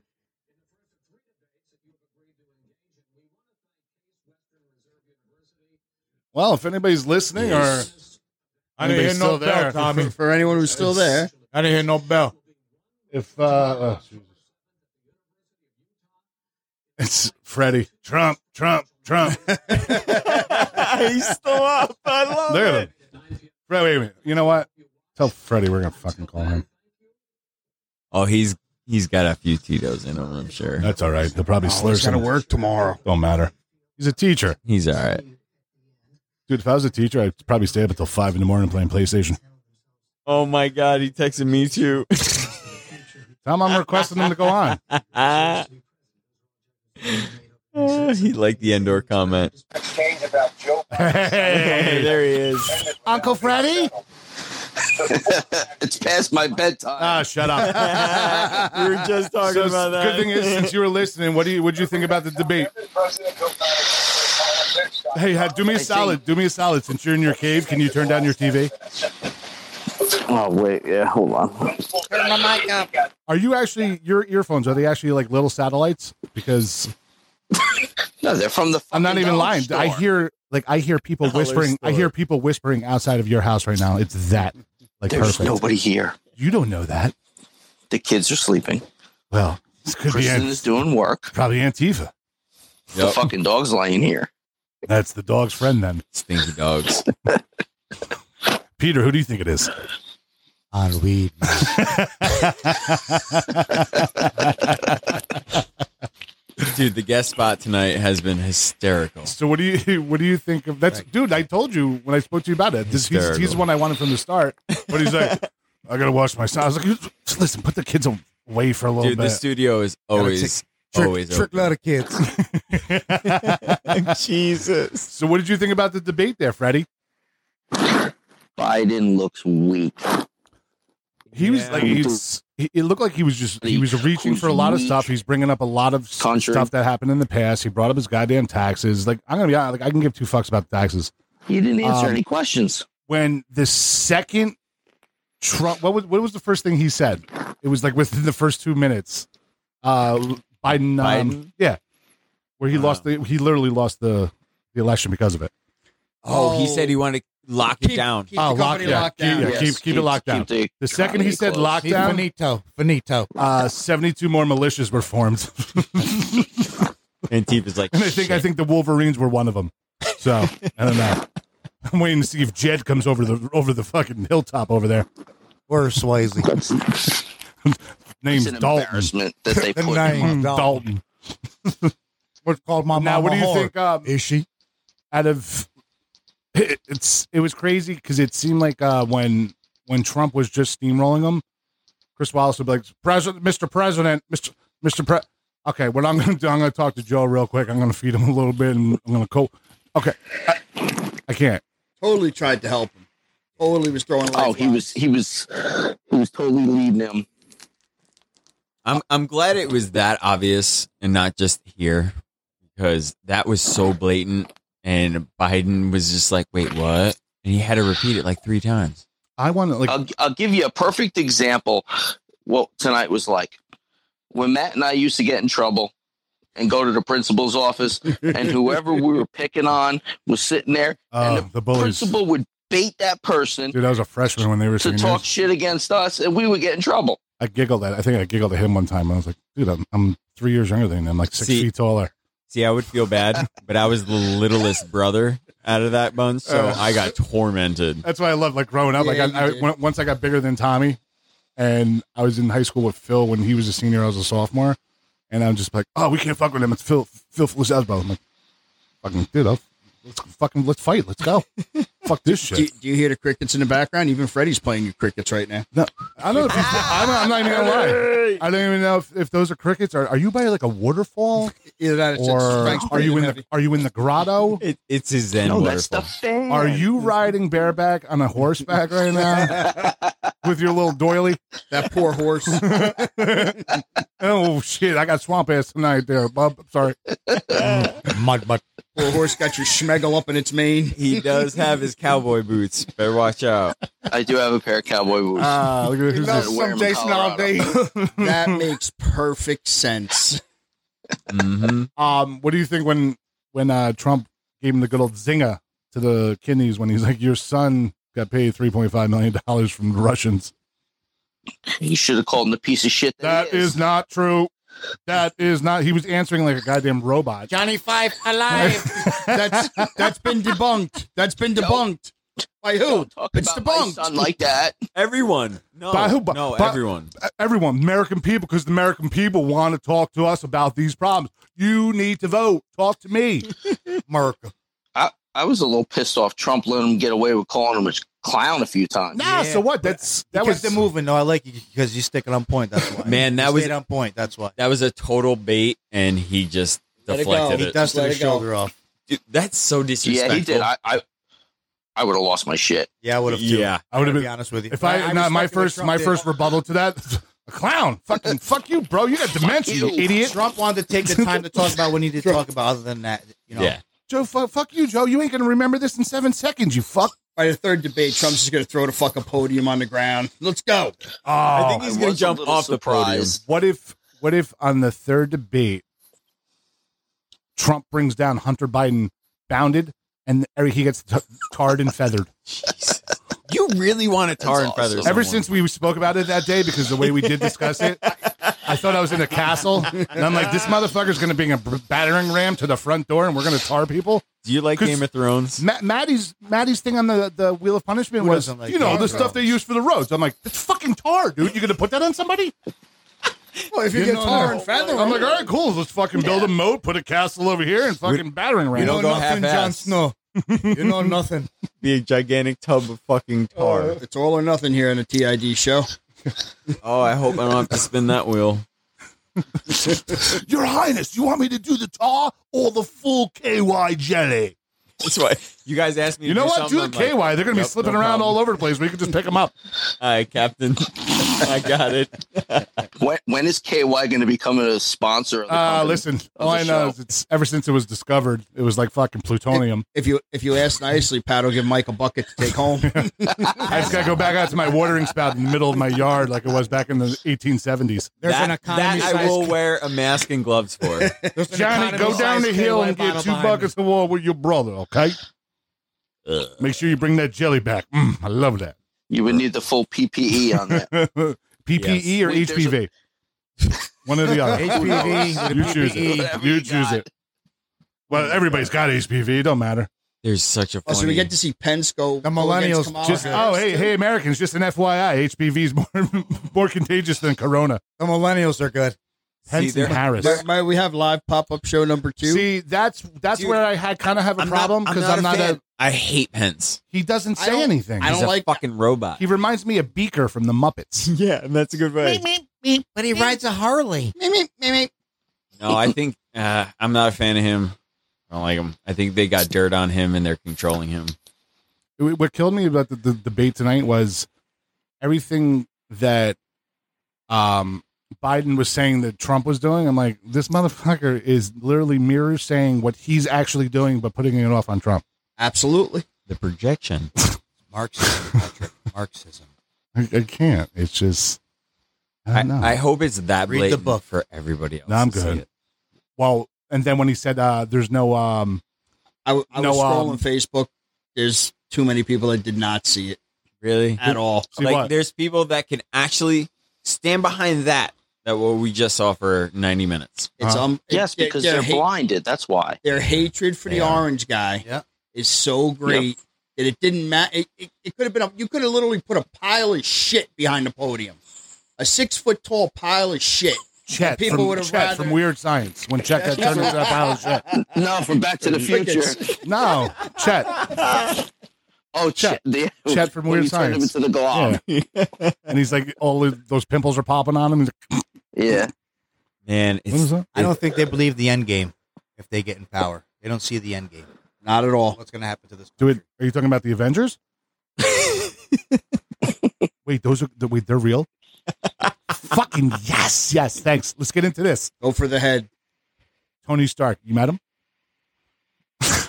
C: Well, if anybody's listening or
O: I didn't hear
C: Anybody's
O: no
C: still
O: bell,
C: there.
O: Tommy.
D: For anyone who's still there,
O: I didn't hear no bell.
C: if uh, uh it's Freddie Trump, Trump, Trump. Look
G: He's still up. I love
C: at him. Fred, wait a minute. You know what? Tell Freddie we're gonna fucking call him.
G: Oh, he's he's got a few Tito's in him, I'm sure.
C: That's all right. They'll
O: Oh,
C: probably slur
D: it's gonna
C: some.
D: work tomorrow.
C: Don't matter. He's a teacher,
G: He's all right.
C: dude. If I was a teacher, I'd probably stay up until five in the morning playing PlayStation.
G: Oh my god, he texted me too.
C: Tom, I'm requesting him to go on.
G: Ah. Ah, he liked the Endor comment. Hey,
C: Hey,
G: there he is.
C: Uncle Freddie.
K: it's past my bedtime.
C: Ah, shut up.
G: we were just talking
C: So
G: about that.
C: good thing is, since you were listening, what do you what do you think about the debate? Hey, ha- do me a
K: think-
C: solid. Do me a solid. Since you're in your cave, can you turn down your TV?
K: oh wait, yeah, hold on.
C: Are you actually your earphones? Are they actually like little satellites? Because
K: No, they're from the.
C: I'm not
K: fucking
C: even
K: dollar
C: lying. I
K: store.
C: hear like I hear people
G: Dollar
C: whispering. I
G: store.
C: hear people whispering outside of your house right now. It's that like
K: There's
C: perfect.
K: nobody here.
C: You don't know that.
K: The kids are sleeping.
C: Well, this could
K: Kristen
C: be Ant-
K: is doing work.
C: probably Antifa.
K: The fucking dog's lying here.
C: That's the dog's friend then.
G: Stinky dogs.
C: Peter, who do you think it is?
N: On weed.
G: Dude, the guest spot tonight has been hysterical.
C: So what do you what do you think of that's dude? I told you when I spoke to you about it. This, he's, he's the
G: Hysterical.
C: one I wanted from the start. But he's like, I gotta wash my son. I was like, "Just listen, put the kids away for a little
G: Dude, the
C: bit.
G: studio is always always
N: trick
G: open.
N: lot of kids.
G: Jesus.
C: so what did you think about the debate there, Freddie?
K: Biden looks weak.
C: He was
G: Yeah.
C: like he's. He, it looked like he was just he was reaching for a lot of stuff. He's bringing up a lot of s-
K: Country.
C: stuff that happened in the past. He brought up his goddamn taxes. Like I'm gonna be honest, like I can give two fucks about the taxes.
K: You didn't answer
C: Um,
K: any questions.
C: When the second Trump, what was what was the first thing he said? It was like within the first two minutes. Uh, Biden,
G: Biden? Uh.
C: Um, yeah, where he lost the he literally lost the the election because of it.
G: Oh, he
D: Oh.
G: said he wanted to lock it down.
D: Keep the company locked down.
C: Keep, yeah,
K: Yes.
C: keep, keep it
K: Keep-
C: locked
K: keep
C: down.
K: the
C: the second he
K: economy
C: said
K: closed.
C: lockdown,
N: Finito. Finito.
C: uh, seventy-two more militias were formed,
G: And Tifa's like,
C: and I think I think the Wolverines were one of them. So I don't know. I'm waiting to see if Jed comes over the over the fucking hilltop over there.
N: Or Swayze.
C: Name's
K: It's an
C: Dalton.
K: embarrassment that they
N: The
K: put
N: name.
C: Mm, Dalton.
N: What's called my mama
C: Now, what do you
N: whore.
C: think? Um,
N: Is she?
C: out of it, it's it was crazy because it seemed like uh, when when Trump was just steamrolling them, Chris Wallace would be like, "President, Mr. President, Mr. Mr. Pre." Okay, what I'm going to do, I'm going to talk to Joe real quick. I'm going to feed him a little bit, and I'm going to co. Okay, I, I can't.
D: Totally tried to help him. Totally was throwing.
K: Oh, he was he was he was totally leading them.
G: I'm I'm glad it was that obvious and not just here because that was so blatant and Biden was just like, "Wait, what?" And he had to repeat it like 3 times.
C: I want to like.
K: I'll, I'll give you a perfect example what tonight was like. When Matt and I used to get in trouble and go to the principal's office, and whoever we were picking on was sitting there,
C: uh,
K: and
C: the
K: the
C: bullies,
K: principal would bait that person
C: dude. I was a freshman when they were
K: to
C: singing.
K: talk
C: this.
K: shit against us, and we would get in trouble.
C: I giggled at. I think I giggled at him one time. I was like, dude, I'm, I'm three years younger than him. I'm like six
G: See-
C: feet taller.
G: See, I would feel bad, but I was the littlest brother out of that bunch, so
C: Uh.
G: I got tormented.
C: That's why I love like growing up.
D: Yeah,
C: like
D: you
C: I, I
D: did.
C: when- once I got bigger than Tommy, and I was in high school with Phil when he was a senior, I was a sophomore, and I'm just like, oh, we can't fuck with him. It's Phil Phil Fluzesbo. I'm like, fucking dude, I'll, let's fucking let's fight. Let's go. fuck this
D: Do you,
C: shit.
D: do you hear the crickets in the background? Even Freddie's playing your crickets right now.
C: No, I don't know. If he's, I'm, not- I'm not even gonna lie. I don't even know if, if those are crickets. Are, are you by like a waterfall,
D: Either that, it's
C: or
D: Frank's
C: are you
D: breathing
C: in the
D: heavy.
C: are you in the grotto?
G: It, it's his Zen
K: no, that's
G: waterfall.
K: the fan.
C: Are you riding bareback on a horseback right now with your little doily?
D: that poor horse?
C: oh shit! I got swamp ass tonight, there, Bob. I'm sorry.
N: Mud, mud.
D: poor horse got your schmegel up in its mane.
G: he does have his cowboy boots. Better watch out.
K: I do have a pair of cowboy boots.
D: Uh,
C: Ah, look at who's
K: loves
C: this.
K: some Jason all day.
D: That makes perfect sense.
G: hmm
C: Um, what do you think when when uh, Trump gave him the good old zinger to the kidneys when he's like, "Your son got paid three point five million dollars from the Russians."
K: you should have called him the piece of shit that,
C: That
K: he
C: is not true. That is not. He was answering like a goddamn robot.
I: Johnny Five alive.
D: That's that's been debunked. That's been debunked by who?
K: Talk
D: It's
K: about my son
D: debunked.
K: like that.
G: Everyone. No.
C: By who- by-
G: no,
C: by-
G: everyone.
C: E, Everyone, American people, because the American people want to talk to us about these problems. You need to vote. Talk to me, America.
K: I, I was a little pissed off. Trump let him get away with calling him a clown a few times.
C: Nah. so what? That's that
N: That was
C: was
N: the moving, though. I like you because you stick it on point. That's why.
G: Man, that
N: You
G: was-
N: stayed on point. That's why.
G: That was a total bait and he just
D: Let it go.
G: deflected
N: He
G: it.
N: dusted
D: Let
N: his
D: it go.
N: shoulder off.
G: Dude, that's so
K: Yeah,
G: disrespectful.
K: he did. I I, I would have lost my shit.
N: Yeah, I would have. Too.
G: yeah.
C: I would have
N: To
C: been
N: be honest with you,
C: If I, not my
N: respect what
C: first
N: Trump
C: my
N: did.
C: first rebuttal to that, a clown, fucking fuck you, bro. You got dementia, you
K: you.
C: idiot.
N: Trump wanted to take the time to talk about what he did talk about. Other than that, you know,
G: Yeah.
C: Joe, fu- fuck you, Joe. You ain't gonna remember this in seven seconds. You fuck.
D: By the third debate, Trump's just going to throw the fucking podium on the ground. Let's go.
C: Oh,
G: I think he's
K: I
G: going
K: was
G: to
K: a
G: jump
K: little
G: off
K: surprised.
C: what if what if on the third debate, Trump brings down Hunter Biden bounded, and every- he gets t- tarred and feathered.
G: the podium. You really want to tar
K: That's
G: and feather
K: awesome.
C: Ever
G: someone.
C: since we spoke about it that day, because the way we did discuss it, I thought I was in a castle, and I'm like, this motherfucker's gonna bring a b- battering ram to the front door, and we're gonna tar people.
G: Do you like
C: 'Cause-
G: Game of Thrones?
C: Ma- Maddie's Maddie's thing on the, the wheel of punishment
N: Who
C: was
N: doesn't like
C: you know
N: tar
C: the stuff
N: roads?
C: they use for the roads. I'm like, that's fucking tar, dude. You gonna put that on somebody?
D: Well, if you,
C: You
D: get
C: know
D: tar
C: that.
D: and feather,
C: I'm like, all right, cool. Let's fucking build a moat, put a castle over here, and fucking battering ram.
N: you
G: don't
N: know
G: go
N: nothing,
G: half-ass.
N: Jon Snow. You know nothing.
G: Be a gigantic tub of fucking tar.
D: it's all or nothing here in the TID show.
G: oh, I hope I don't have to spin that wheel.
C: Your Highness, you want me to do the tar or the full KY jelly?
G: That's why you guys asked me.
C: You
G: to
C: know
G: do
C: what? Do the
G: something, I'm
C: KY.
G: like,
C: They're going to be
G: "Yep,
C: slipping
G: no
C: around
G: problem."
C: all over the place. We can just pick them up.
G: All right, Captain. I got it.
K: when, when is KY going to become a sponsor? Of the
C: Uh,
K: company?
C: listen,
K: Of
C: all
K: the
C: I know
K: show?
C: is it's ever since it was discovered, it was like fucking plutonium.
D: If you if you ask nicely, Pat will give Mike a bucket to take home.
C: I just got to go back out to my watering spout in the middle of my yard like it was back in the 1870s.
G: that, that I
C: size-
G: will wear a mask and gloves for.
C: Johnny, go down the hill and get two buckets of water with your brother, okay? Make sure you bring that jelly back. Mm, I love that.
K: You would need the full PPE on that.
C: PPE E or
K: Wait, there's
C: HPV? One or the other.
K: HPV,
C: You choose it.
K: whatever
C: You
K: you
C: choose
K: got.
C: it. Well, everybody's got HPV. It don't matter.
G: There's such a
D: Oh, so we get to see Pence go. The
C: Millennials just oh hey hey Americans just an FYI HPV is more more contagious than Corona. The millennials are good. Hence
G: they're-
C: Harris.
D: Might, might we have live pop up show number two?
C: See that's that's
G: Dude,
C: where I had kind of have a problem because I'm not, a,
G: I hate Pence.
C: he doesn't say anything.
G: He's a fucking robot.
C: He reminds me of Beaker from the Muppets.
G: yeah, and that's a good way.
I: But he rides a Harley.
G: No, I think uh, I'm not a fan of him. I don't like him. I think they got dirt on him and they're controlling him.
C: Wh- What killed me about the, the debate tonight was everything that um, Biden was saying that Trump was doing. I'm like, this motherfucker is literally mirror saying what he's actually doing, but putting it off on Trump.
D: Absolutely.
G: The projection.
N: Marxism, Patrick. Marxism.
C: I, I can't. It's just. I
G: I,
C: don't know.
G: I hope it's that
N: Read the
G: blatant
N: book.
G: for everybody else.
C: No, I'm
G: to see
C: good.
G: it.
C: well, and then when he said, uh, "There's no," um,
D: I, w- I was
C: No,
D: scrolling
C: um,
D: Facebook. There's too many people that did not see it
G: Really?
D: at all.
C: see
G: like
C: what?
G: there's people that can actually stand behind that that what we just saw for 90 minutes.
D: It's
C: Huh?
D: um.
K: Yes,
D: it-
K: because
D: their
K: they're
D: hate-
K: blinded. That's why.
D: Their hatred for
G: They
D: the
G: are.
D: orange guy
N: Yeah.
D: is so great that it didn't matter. It, it, it could have been. A, you could have literally put a pile of shit behind the podium, a six foot tall pile of shit.
C: Chet
D: people
C: from,
D: would've
C: Chet
D: rather-
C: from Weird Science when Chet got turned into that pile of shit.
K: No, from Back to the
D: Look at-
K: Future.
C: No, Chet,
K: Oh,
C: Chet.
K: Chet. The,
C: Chet from
K: when
C: Weird
K: you turned him
C: Science.
K: into the glob.
C: and he's like, all of those pimples are popping on him. He's like,
K: Yeah.
G: Man,
C: what is
G: it's
C: that?
N: I don't think they believe the end game if they get in power. They don't see the end game.
D: Not at all.
N: What's going to happen to this?
C: Do it?
N: country.
C: Are you talking about the Avengers? wait, those are the- wait, they're real. Fucking yes, yes. Thanks. Let's get into this.
D: Go for the head.
C: Tony Stark, you met him?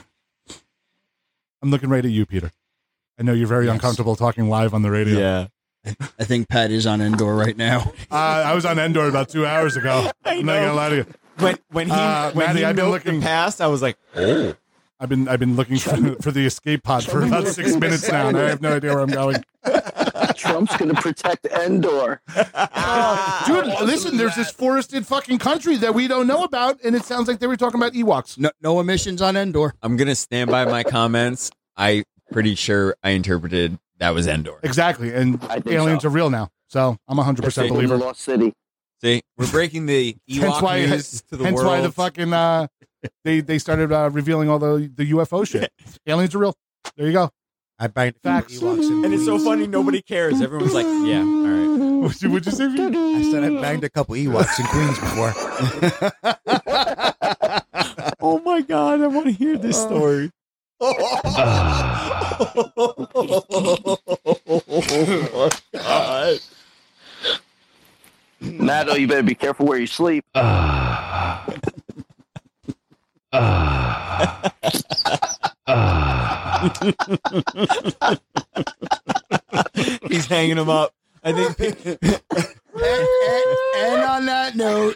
C: I'm looking right at you, Peter. I know you're very
D: Yes.
C: uncomfortable talking live on the radio.
G: yeah.
D: I think Pat is on indoor right now.
C: Uh, I was on Endor about two hours ago.
G: I
C: I'm not gonna
G: know.
C: lie to you.
G: When when he
C: Uh,
G: when
C: Maddie,
G: he
C: I've been
G: milked
C: looking-
G: the past, I was like, "Oh,
C: I've been I've been looking for, for the escape pod for about six minutes now, and I have no idea where I'm going.
K: Trump's going to protect Endor.
C: Dude, listen, there's this forested fucking country that we don't know about, and it sounds like they were talking about Ewoks.
D: No, no emissions on Endor.
G: I'm going to stand by my comments. I pretty sure I interpreted that was Endor.
C: Exactly, and
K: I think
C: aliens
K: so.
C: are real now, so I'm 100 percent
G: That's it.
K: In the
C: believer.
K: Lost City.
G: See, we're breaking the Ewok
C: Hence why,
G: news to the
C: hence
G: world.
C: why the fucking uh, they they started uh, revealing all the the UFO shit. aliens are real. There you go.
N: I buy
C: Facts.
N: Ewoks and
G: and it's so funny. Nobody cares. Everyone's like, "Yeah, all right."
C: Would you, would you say?
N: I said I banged a couple Ewoks in Queens before.
G: Oh my god, I want to hear this story.
K: Nado, oh, you better be careful where you sleep.
C: Uh,
G: He's hanging him up. I think
D: And, and- and on that note,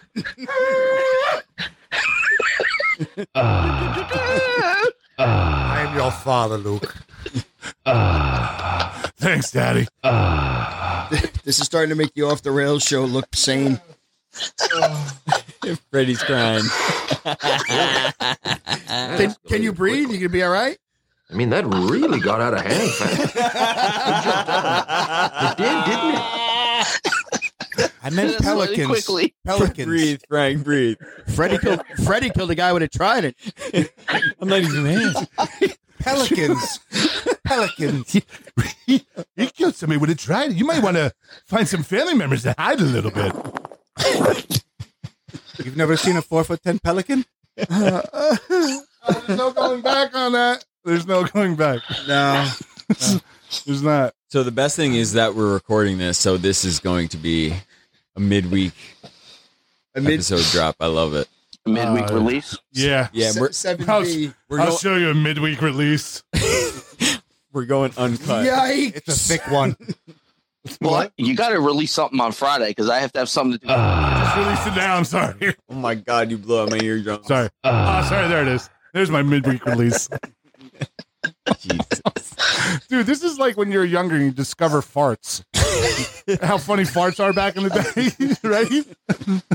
N: I am your father, Luke.
C: Thanks, Daddy.
D: this is starting to make the off the rails show look sane.
G: Brady's crying.
D: Can, can you breathe? You gonna be all right?
P: I mean, that really got out of hand fast. It did, didn't it?
N: I meant pelicans.
K: Quickly.
N: Pelicans.
G: breathe, Frank, breathe.
D: Freddie killed Freddie killed a guy with a trident.
G: I'm not even mad.
N: Pelicans. pelicans.
C: He killed somebody with a trident. You might want to find some family members to hide a little bit.
N: You've never seen a four foot ten pelican?
C: There's no going back on that. There's no going back.
D: No.
C: There's not.
G: So the best thing is that we're recording this, so this is going to be a midweek episode drop. I love it.
K: Midweek
C: Uh,
K: release.
C: Yeah.
G: Yeah, we're,
C: I'll,
G: we're
C: I'll
G: go-
C: show you a midweek release.
G: we're going uncut.
D: Yikes.
E: It's a thick one.
K: Well, you got to release something on Friday because I have to have something to do.
C: Just release it now. I'm sorry.
G: Oh my god, you blew out my eardrum.
C: Sorry. oh, sorry. There it is. There's my midweek release.
G: Jesus.
C: Dude, this is like when you're younger and you discover farts. How funny farts are back in the day, right?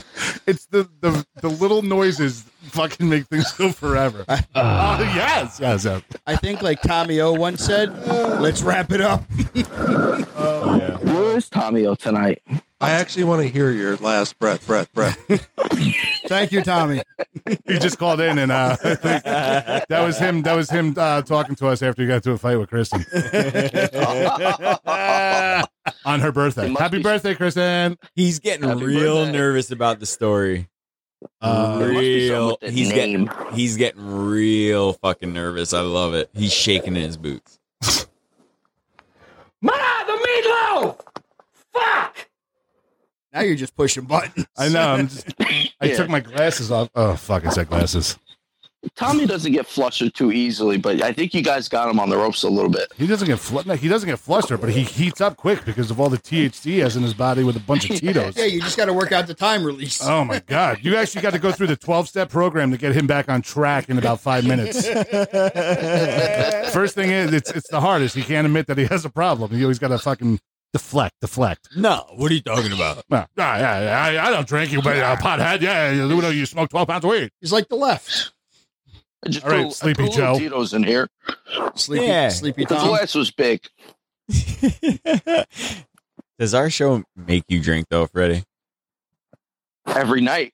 C: it's the, the the little noises fucking make things go forever. Oh, yes. Yes. yes.
D: I think, like Tommy O once said, let's wrap it up.
C: Oh,
K: Where is Tommy O tonight?
Q: I actually want to hear your last breath, breath, breath.
D: Thank you, Tommy.
C: He just called in and uh that was him that was him uh talking to us after he got to a fight with Kristen. On her birthday. Happy birthday, Kristen.
G: He's getting
K: Happy
G: real
K: birthday.
G: nervous about the story.
C: Uh,
K: There must be something
G: real.
K: with the
G: He's
K: name.
G: getting he's getting real fucking nervous. I love it. He's shaking in his boots.
L: Ma, the meatloaf! Fuck!
D: Now you're just pushing buttons.
C: I know. I'm just, I took my glasses off. Oh fucking set glasses.
K: Tommy doesn't get flustered too easily, but I think you guys got him on the ropes a little bit.
C: He doesn't get fl- no, he doesn't get flustered, but he heats up quick because of all the THC he has in his body with a bunch of Tito's.
D: Yeah, you just got to work out the time release.
C: Oh my God! You actually got to go through the twelve-step program to get him back on track in about five minutes. First thing is, it's it's the hardest. He can't admit that he has a problem. He always got to fucking deflect, deflect.
G: No, what are you talking about?
C: Well, I, I, I- I don't drink, you but uh, pothead. Yeah, you know you smoke twelve pounds of weed.
D: He's like the left.
K: I just
C: All right,
K: put a- I
C: Sleepy
K: put a little
C: Joe.
K: Tito's in here.
D: Sleepy,
G: Yeah.
D: sleepy
K: The
D: Tom.
K: glass was big.
G: Does our show make you drink though, Freddie?
K: every night.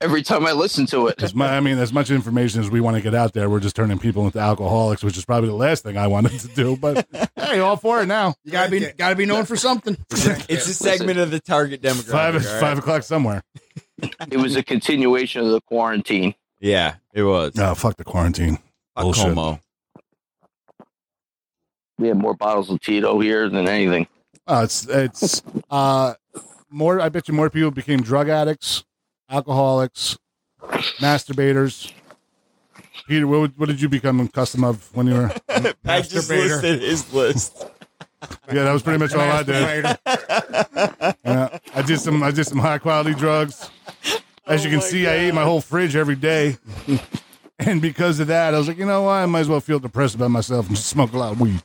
K: every time I listen to it.
C: As mu- I mean, as much information as we want to get out there, we're just turning people into alcoholics, which is probably the last thing I wanted to do. But hey, all for it now.
D: You gotta be gotta be known for something.
G: It's a segment of the target demographic.
C: Five
G: all right?
C: five o'clock somewhere.
K: It was a continuation of the quarantine.
G: Yeah, it was.
C: No, Oh, fuck the quarantine.
G: Fuck
C: bullshit.
G: homo.
K: We had more bottles of Tito here than anything.
C: Uh, it's it's uh more. I bet you more people became drug addicts, alcoholics, masturbators. Peter, what, would- what did you become accustomed of when you were?
G: I just
E: Masturbator.
G: listed his list.
C: Yeah, that was pretty much all I did. Yeah, I did some. I did some high quality drugs. As you can see, I ate my whole fridge every day, and because of that, I was like, you know what? I might as well feel depressed about myself and smoke a lot of weed.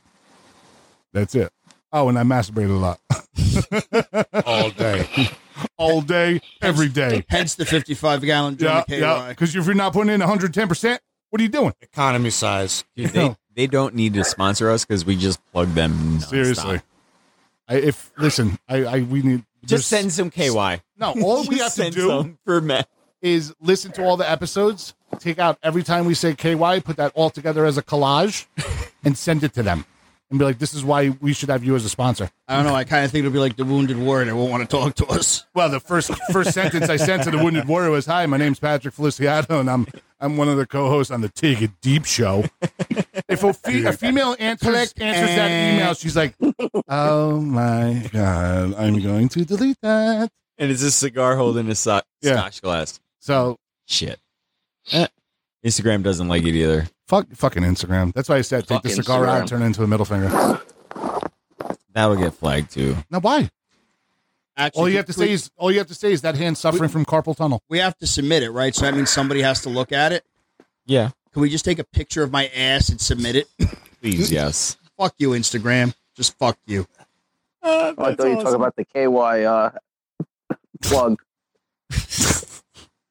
C: That's it. Oh, and I masturbated a lot
E: all day.
C: all day, every day.
D: Hence the fifty-five gallon drum
C: Yeah,
D: of KY.
C: yeah. Because if you're not putting in 110, percent what are you doing?
E: Economy size.
G: Dude, they, they don't need to sponsor us because we just plug them. nonstop.
C: Seriously. I, if listen, I, I we need
G: Just
C: there's-
G: send some KY.
C: No, all we
G: Just
C: have to
G: send
C: do
G: some for Matt.
C: is listen to all the episodes, take out every time we say KY, put that all together as a collage, and send it to them, and be like, "This is why we should have you as a sponsor."
D: I don't know. I kind of think it'll be like the wounded warrior. Won't want to talk to us.
C: Well, the first first sentence I sent to the Wounded Warrior was, "Hi, my name's Patrick Feliciano, and I'm I'm one of the co-hosts on the Take It Deep show." If a, fe- a female answers
D: Click
C: answers that
D: and-
C: email, she's like, "Oh my god, I'm going to delete that."
G: And it's a cigar holding a so-
C: Yeah.
G: scotch glass.
C: So
G: Shit. Eh, Instagram doesn't like it either.
C: fuck fucking Instagram. That's why I said take
K: Fuck
C: the cigar out, and
K: Instagram.
C: turn it into a middle finger.
G: That'll get flagged too.
C: Now why?
D: Actually,
C: All you have to
D: we,
C: say is all you have to say is that hand suffering from carpal tunnel.
D: we have to submit it, right? So that means somebody has to look at it.
G: Yeah.
D: Can we just take a picture of my ass and submit it?
G: Please, yes.
D: fuck you, Instagram. Just fuck you.
K: Oh, I thought you were talking about the KY uh, plug.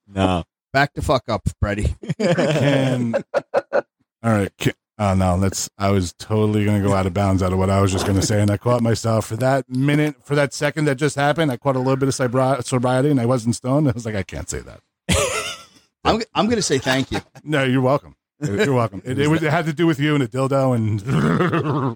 G: No.
D: Back the fuck up, Freddie.
C: Can all right. Can, oh no, that's I was totally gonna go out of bounds out of what I was just gonna say, and I caught myself for that minute, for that second that just happened. I caught a little bit of sobri- sobriety, and I wasn't stoned. I was like, I can't say that.
D: I'm, I'm gonna say thank you.
C: No, you're welcome. You're welcome. It, it, was, it had to do with you and a dildo, and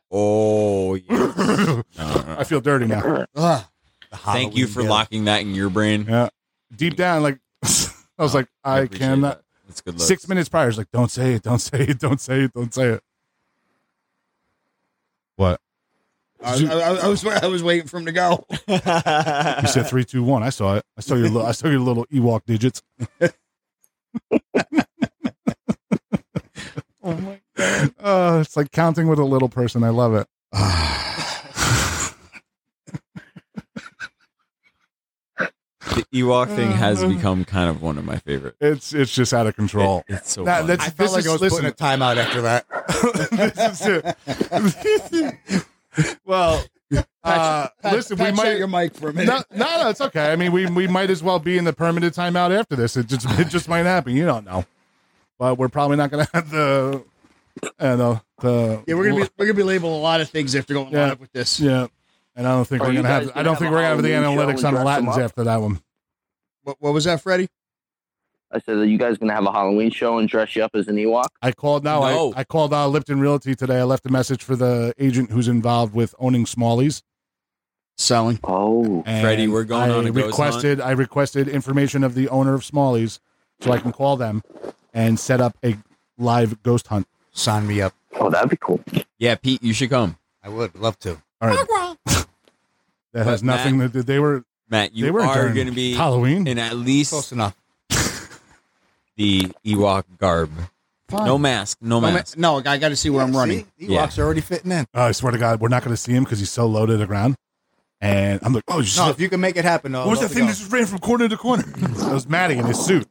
G: Oh, yes. No, no.
C: I feel dirty now.
D: Ugh.
G: Thank you for locking that in your brain.
C: Yeah, deep down, like I was like, I
G: appreciate
C: cannot.
G: that. That's good
C: Six minutes prior, he's like, "Don't say it, don't say it, don't say it, don't say it." What?
D: I, I, I was I was waiting for him to go.
C: You said three, two, one. I saw it. I saw your. Li- I saw your little Ewok digits.
G: oh my
C: Uh, it's like counting with a little person. I love it.
G: The Ewok thing has become kind of one of my favorite.
C: It's it's just out of control.
G: It- it's so
C: That-
G: funny.
C: Oh. that's-
G: I
C: felt like I was putting a
E: timeout after that.
C: this is it. well, uh,
D: Pat-
C: listen,
D: Pat,
C: we
D: shut
C: might
D: your mic for a minute.
C: No, no, no, it's okay. I mean, we we might as well be in the permanent timeout after this. It just it just might happen. You don't know, but we're probably not going to have the. I don't know the.
D: yeah, we're gonna be we're gonna be labeled a lot of things after going
C: Yeah.
D: live with this.
C: Yeah, and I don't think
D: Are
C: we're
D: you
C: going to
D: guys
C: have. I
D: gonna
C: don't
D: have
C: think
D: a
C: we're going to have the
D: Halloween show
C: analytics
D: and
C: on the
D: dress them
C: Latins
D: up?
C: after that one.
D: What, what was that, Freddie?
K: I said, "Are you guys gonna have a Halloween show and dress you up as an Ewok?"
C: I called now.
K: No.
C: I, I called uh, Lipton Realty today. I left a message for the agent who's involved with owning Smallies.
D: Selling.
K: Oh,
G: Freddie, we're going
C: I
G: on a ghost
C: requested. I requested information of the owner of Smallies so I can call them and set up a live ghost hunt.
E: Sign me up.
K: Oh, that'd be cool.
G: Yeah, Pete, you should come.
E: I would love to.
C: All right. that has
G: But
C: nothing to do. They were
G: Matt, you
C: They were
G: are
C: during
G: going to be
C: Halloween.
G: in at least
E: Close enough.
G: the Ewok garb.
C: Fine.
G: No mask, no
D: No,
G: mask.
D: no, I got to see where I'm running.
E: Ewoks
G: Yeah.
E: are already fitting in.
C: Oh, I swear to God, we're not going to see him because he's so low to the ground. And I'm like, oh, you
E: No,
C: saw-
E: if you can make it happen, though.
C: what was that thing that just ran from corner to corner? that was Maddie in his suit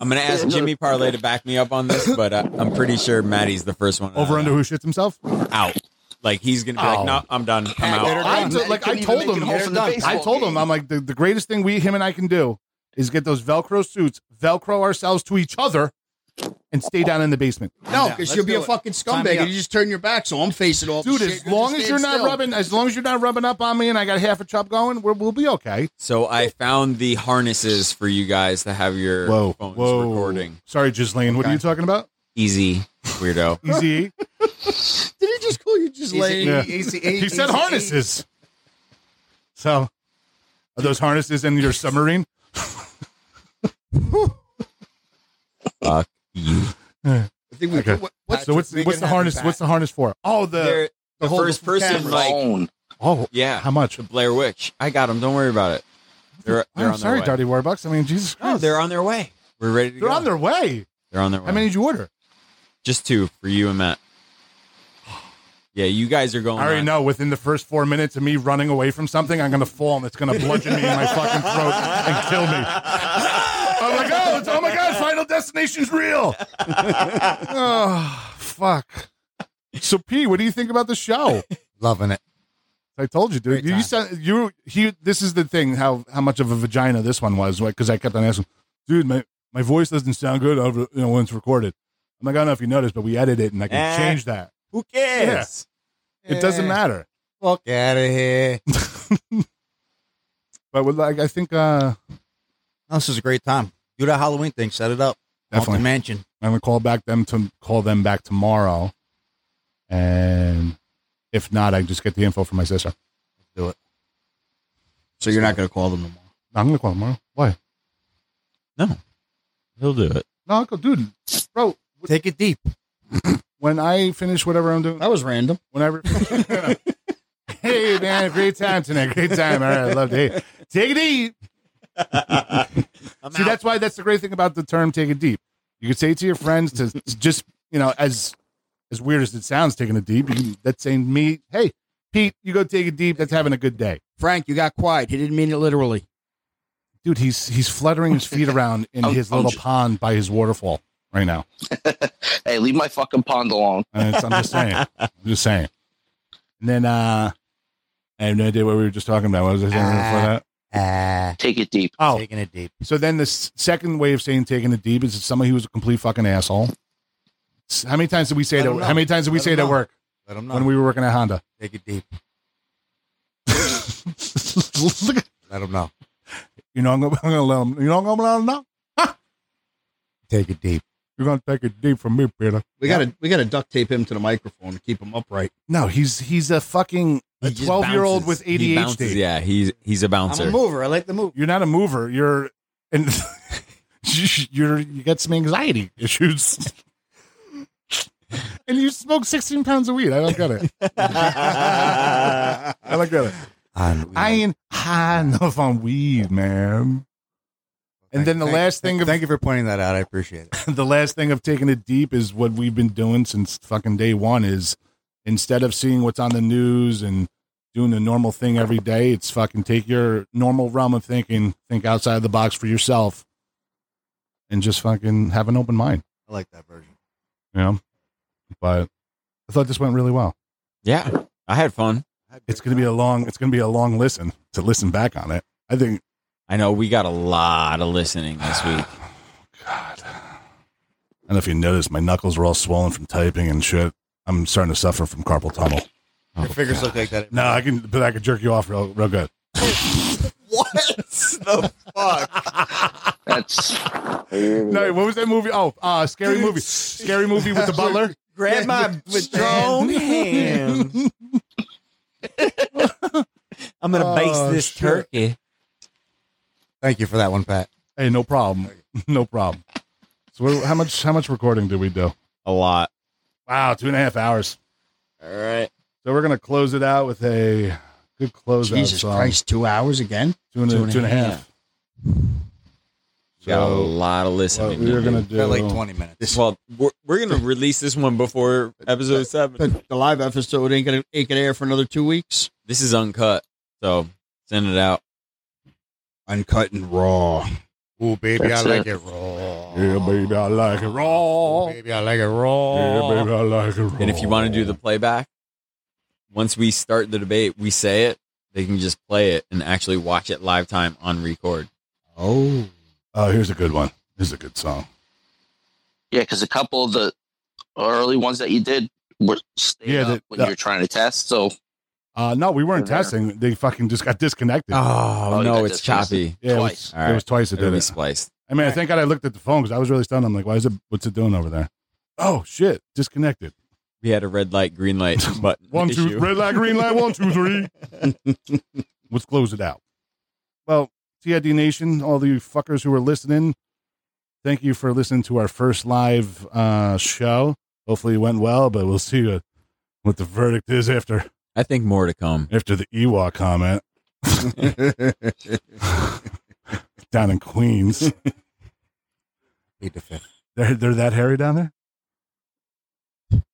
G: I'm going to ask Jimmy Parlay to back me up on this, but uh, I'm pretty sure Maddie's the first one
C: over
G: out.
C: under who shits himself.
G: out. Like he's going to be
C: Oh.
G: like, "No, I'm done. I'm out."
C: I
K: done.
C: t- like I
K: Couldn't even
C: told
K: make
C: him,
K: it home from the
C: I
K: baseball
C: told him,
K: game.
C: I'm like the, the greatest thing we him and I can do is get those Velcro suits, Velcro ourselves to each other, and stay down in the basement.
D: No, because
E: let's
D: you'll be
E: do
D: a
E: it.
D: fucking
E: Sign me
D: scumbag
E: up.
D: and you just turn your back. So I'm facing off.
C: Dude,
D: the
C: as
D: shit.
C: long
D: just
C: as you're
D: stand
C: not
D: still.
C: rubbing, as long as you're not rubbing up on me, and I got half a chop going, we're, we'll be okay.
G: So I found the harnesses for you guys to have your
C: Whoa,
G: phones
C: whoa!
G: recording.
C: Sorry, Ghislaine, what are
D: Okay.
C: you talking about?
G: Easy, weirdo.
C: Easy. E?
D: Did he just call you just laying?
C: Yeah.
E: Easy,
C: he said
D: E.
C: harnesses. So, are those harnesses in your submarine?
G: Fuck you.
D: I think we.
C: Okay.
D: What, what's
C: so what's what's the harness? What's the harness for? Oh, the
G: They're the,
C: hold
G: first person,
C: camera.
G: like
K: Own.
C: oh
G: yeah,
C: how much?
G: the Blair Witch. I got them. Don't worry about it. They're,
C: I'm
G: they're on
C: Oh, sorry,
G: their way.
C: Darty Warbucks. I mean, Jesus
G: No,
C: Christ.
G: they're on their way. We're ready to
C: They're
G: go.
C: on their way.
G: they're on their way.
C: How many did you order?
G: just two for you and Matt. Yeah, you guys are going.
C: I already
G: on.
C: know within the first four minutes of me running away from something, I'm going to fall and it's going to bludgeon me in my fucking throat and kill me. I'm like, oh, it's, oh my God, Final Destination's real. oh, fuck. So, P, what do you think about the show?
E: Loving it.
C: I told you, dude.
E: Great
C: You, you
E: time.
C: said you he. This is the thing. How how much of a vagina this one was? Because I kept on asking, dude, my my voice doesn't sound good over you know when it's recorded. I'm like, I don't know if you noticed, but we edit it and I can
G: Eh.
C: change that.
G: Who cares?
C: It doesn't
E: Eh.
C: matter.
E: Fuck out of here.
C: But with, like, I think uh,
E: No, this is a great time. Do that Halloween thing. Set it up.
C: Definitely.
E: Haunted Mansion.
C: I'm gonna call back them to call them back tomorrow, and if not, I just get the info from my sister.
D: So you're not going to call them tomorrow.
C: I'm gonna call tomorrow. Why?
G: He'll do it.
C: No, I'll go, dude, bro.
E: Take it deep.
C: When I finish whatever I'm doing,
D: That was random.
C: whenever. hey man, great time tonight. Great time. All right, I love it. Hey, take it deep. See, that's why that's the great thing about the term "take it deep." You could say it to your friends to to just you know as as weird as it sounds, taking it deep. You can, that's saying me, hey Pete, you go take it deep. That's having a good day,
D: Frank, you got quiet. He didn't mean it literally.
C: dude. He's he's fluttering his feet around in
K: I'm-
C: his
K: I'm
C: little
K: ju-
C: pond by his waterfall right now.
K: Hey, leave my fucking pond alone.
C: And it's, I'm just saying, I'm just saying. And then uh I have no idea what we were just talking about. What was I saying before
G: Uh,
E: Ah.
C: that?
E: Ah,
K: Take it deep.
C: Oh,
E: taking it deep.
C: So then the s- second way of saying taking it deep is that somebody who was a complete fucking asshole. S- How many times did we say
E: Let
C: that?
E: him know.
C: How many times did we
E: Let
C: say
E: him
C: that
E: know.
C: work
E: Let them know.
C: when we were working at Honda?
E: take it deep.
C: Look at-
E: Let them know.
C: you know, I'm gonna, I'm gonna let him. You know, I'm gonna let him know.
E: Take it deep.
C: You're gonna take it deep from me, Peter.
D: We got to we got to duct tape him to the microphone to keep him upright.
C: No, he's he's a fucking
G: He just
C: twelve year old with
G: bounces. He bounces.
C: ADHD.
G: Yeah, he's he's a bouncer.
E: I'm a mover. I like the move.
C: You're not a mover. You're and you're you got some anxiety issues. and you smoke 16 pounds of weed. I don't get it. I don't get it. I ain't high enough on weed, man. And then the
E: Thank-
C: last thing
E: thank-
C: of
E: thank you for pointing that out. I appreciate it.
C: the last thing of taking it deep is what we've been doing since fucking day one is instead of seeing what's on the news and doing the normal thing every day, it's fucking take your normal realm of thinking, think outside of the box for yourself and just fucking have an open mind.
E: I like that version.
C: You know? But I thought this went really well.
G: Yeah. I had fun.
C: It's gonna be a long it's gonna be a long listen to listen back on it. I think
G: I know we got a lot of listening this week.
C: I don't know if you noticed my knuckles were all swollen from typing and shit. I'm starting to suffer from carpal tunnel.
E: Your fingers look like that.
C: No, I can, but I can jerk you off real, real good.
E: What the fuck?
K: That's
C: No, what was that movie? Oh, uh, scary movie, scary movie with the butler.
G: Grab my strong hand. I'm
C: Oh,
G: gonna baste this turkey.
E: Thank you for that one, Pat.
C: Hey, no problem, no problem. So, what, how much, how much recording did we do?
G: A lot.
C: Wow, two and a half hours.
G: All right.
C: So we're gonna close it out with a good close.
D: Jesus Christ, two hours again?
C: Two and, a-
D: Two and a
C: two and a half.
D: half.
G: Got a
C: So,
G: lot of listening.
C: what we are gonna do?
G: This, well, we're, we're gonna release this one before episode seven.
D: The, the live episode ain't gonna ain't gonna air for another two weeks.
G: This is uncut, so send it out.
D: Uncut and raw.
E: Ooh, baby,
G: That's
E: I like
G: it.
E: it raw.
C: Yeah, baby, I like it raw.
E: Baby, I like it raw.
C: Yeah, baby, I like it raw.
G: And if you want to do the playback, once we start the debate, we say it. They can just play it and actually watch it live time on record.
C: oh, oh, here's a good one. Here's a good song.
K: yeah, because a couple of the early ones that you did were stayed
C: Yeah,
K: up
C: the-
K: when
C: the-
K: you were trying to test. So
C: Uh, no, we weren't
K: They're there.
C: testing. They fucking just got disconnected.
G: Oh,
K: you
G: no,
K: got
G: it's
K: this one.
G: choppy.
C: yeah, it
K: twice.
C: was, it was twice it
G: It'll
C: did
G: be
C: it.
G: spliced.
C: I mean, I thank God I looked at the phone because I was really stunned. I'm like, why is it? What's it doing over there? Oh shit, disconnected.
G: We had a red light, green light button.
C: One two,
G: issue.
C: red light, green light. One two three. Let's close it out. Well, CID Nation, all the fuckers who are listening, thank you for listening to our first live uh, show. Hopefully, it went well, but we'll see what, what the verdict is after
G: I think more to come.
C: after the Ewok comment down in Queens.
E: Eight to fifth.
C: They're they're that hairy down there.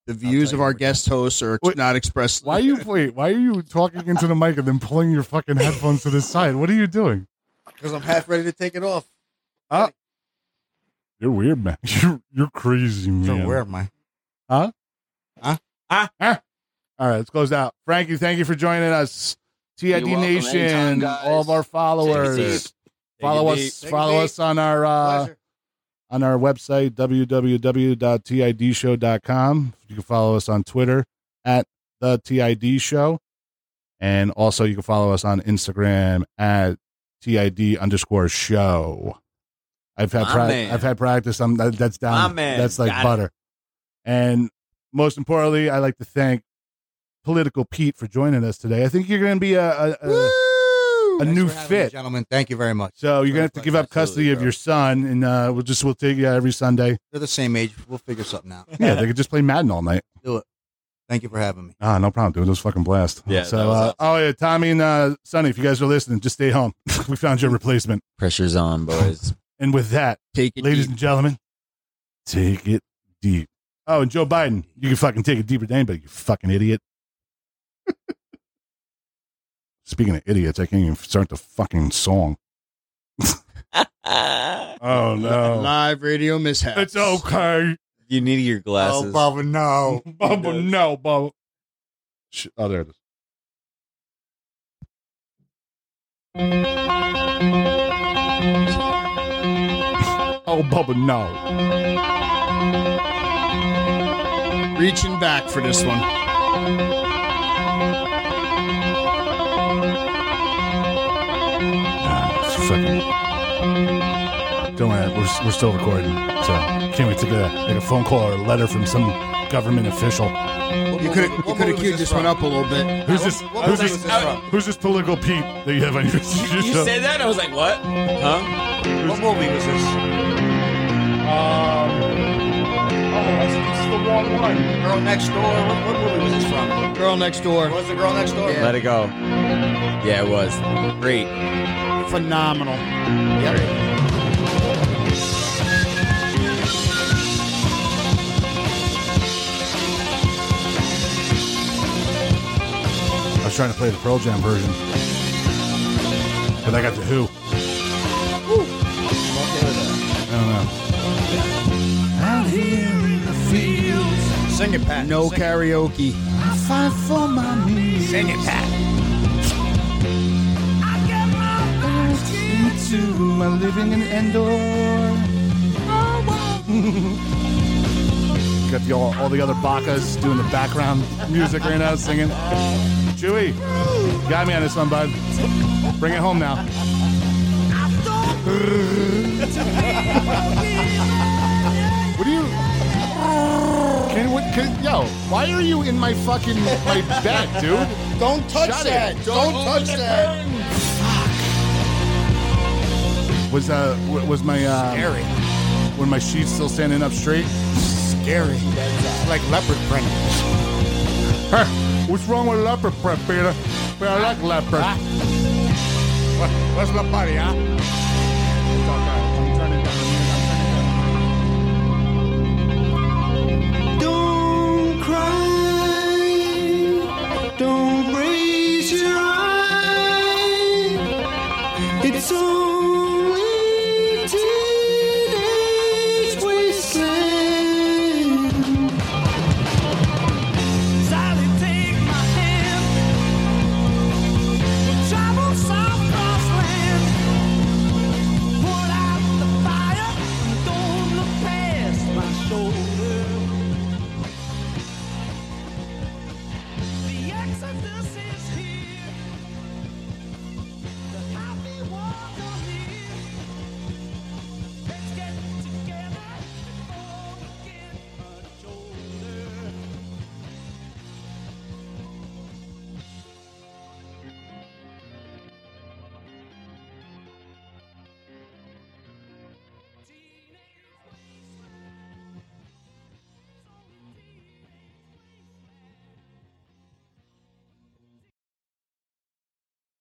D: The
E: tell
D: views of
E: you
D: our
E: what.
D: guest hosts are
C: Wait.
D: not expressed.
C: Why are you wait? Why are you talking into the mic and then pulling your fucking headphones to the side? What are you doing?
E: Because I'm half ready to take it off.
C: You're weird, man. You're you're crazy, man.
E: So where am I?
C: All right, let's close out. Frankie, thank you for joining us. TID
K: You're welcome.
C: Nation,
K: Anytime, guys.
C: all of our
G: Take it
C: followers.
G: deep.
C: Follow
G: Take it
C: us.
E: deep.
C: Follow
E: Take it
C: us on our uh,
E: Pleasure.
C: on our website www.tidshow.com. You can follow us on Twitter at the TID Show, and also you can follow us on Instagram at TID underscore Show. I've had
G: My
C: pra-
G: man.
C: I've had practice. I'm that, that's down.
G: My man.
C: That's like
G: Got it.
C: butter. And most importantly, I'd like to thank Political Pete for joining us today. I think you're going to be a, a, a, a
E: Thanks
C: new
E: for having me,
C: fit.
E: gentlemen. Thank you very much.
C: So you're going to have to
E: Absolutely,
C: give up custody of
E: bro.
C: your son, and uh, we'll just we'll take you out every Sunday.
E: They're the same age. We'll figure something out.
C: Yeah, they could just play Madden all night.
E: Thank you for having me.
C: Ah, no problem, dude. It was fucking blast.
G: Yeah,
C: So,
G: that was
C: uh, oh yeah, Tommy and uh, Sonny, if you guys are listening, just stay home. we found your replacement.
G: Pressure's on, boys.
C: And with that,
D: Take it
C: ladies
D: deep.
C: and gentlemen, take it deep. Oh, and Joe Biden, you can fucking take it deeper than anybody, you fucking idiot. Speaking of idiots, I can't even start the fucking song. oh no.
D: Live radio mishap.
C: It's okay.
G: you need your
C: Oh,
G: glasses.
E: Bubba, Oh, no.
C: Bubba, no, Bubba. Sh- Oh, there it is. Oh, Bubba, no.
D: Reaching back for this one.
C: Ah, it's fucking... Don't worry, we're, we're still recording. So, can't wait to get a, get a phone call or a letter from some government official.
D: You could you could have queued this one up a little bit.
C: Who's this?
E: What
C: who's
E: movie
C: this?
E: was this from?
C: Who's this political Pete that you have on your?
G: You said that? I was like, what? Huh?
C: Who's-
E: What movie was this?
O: Um, oh, that's, this is the wrong one.
E: Girl Next Door. What, what movie was this from?
D: Girl Next Door.
E: Was the Girl Next Door?
G: Let it go. Yeah, it was. Great.
D: Phenomenal.
C: I was trying to play the Pearl Jam version, but I got the Who. I don't know.
M: Out here in the fields,
E: Sing it, Pat.
D: No karaoke.
M: I fight for my needs. Sing it, Pat.
C: To my living in Endor. got the, all, all the other Bacas doing the background music right now, singing. Chewy, you got me on this one, bud. Bring it home now. What do you? Can what? Can, yo, why are you in my fucking my bed, dude?
D: Don't touch
C: Shut it.
D: that. Don't, touch that.
C: Was uh wa- was my uh
E: Scary.
C: when my sheets still standing up straight?
E: Scary. It's like leopard print.
C: Hey, what's wrong with leopard print, Peter? But I like leopard.
E: Ah. Where's my buddy, huh?
M: Don't cry. Don't raise your eyes. It's only teenage wasteland. Sally, take my hand. We'll travel south across land. Put out the fire. Don't look past my shoulder. The exodus is here. The happy ones are here. Let's get together before we get much older.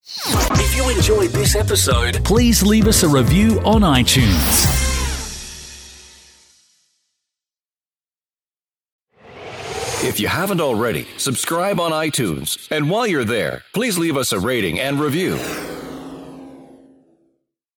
A: If you enjoyed this episode, please leave us a review on iTunes. If you haven't already, subscribe on iTunes. And while you're there, please leave us a rating and review.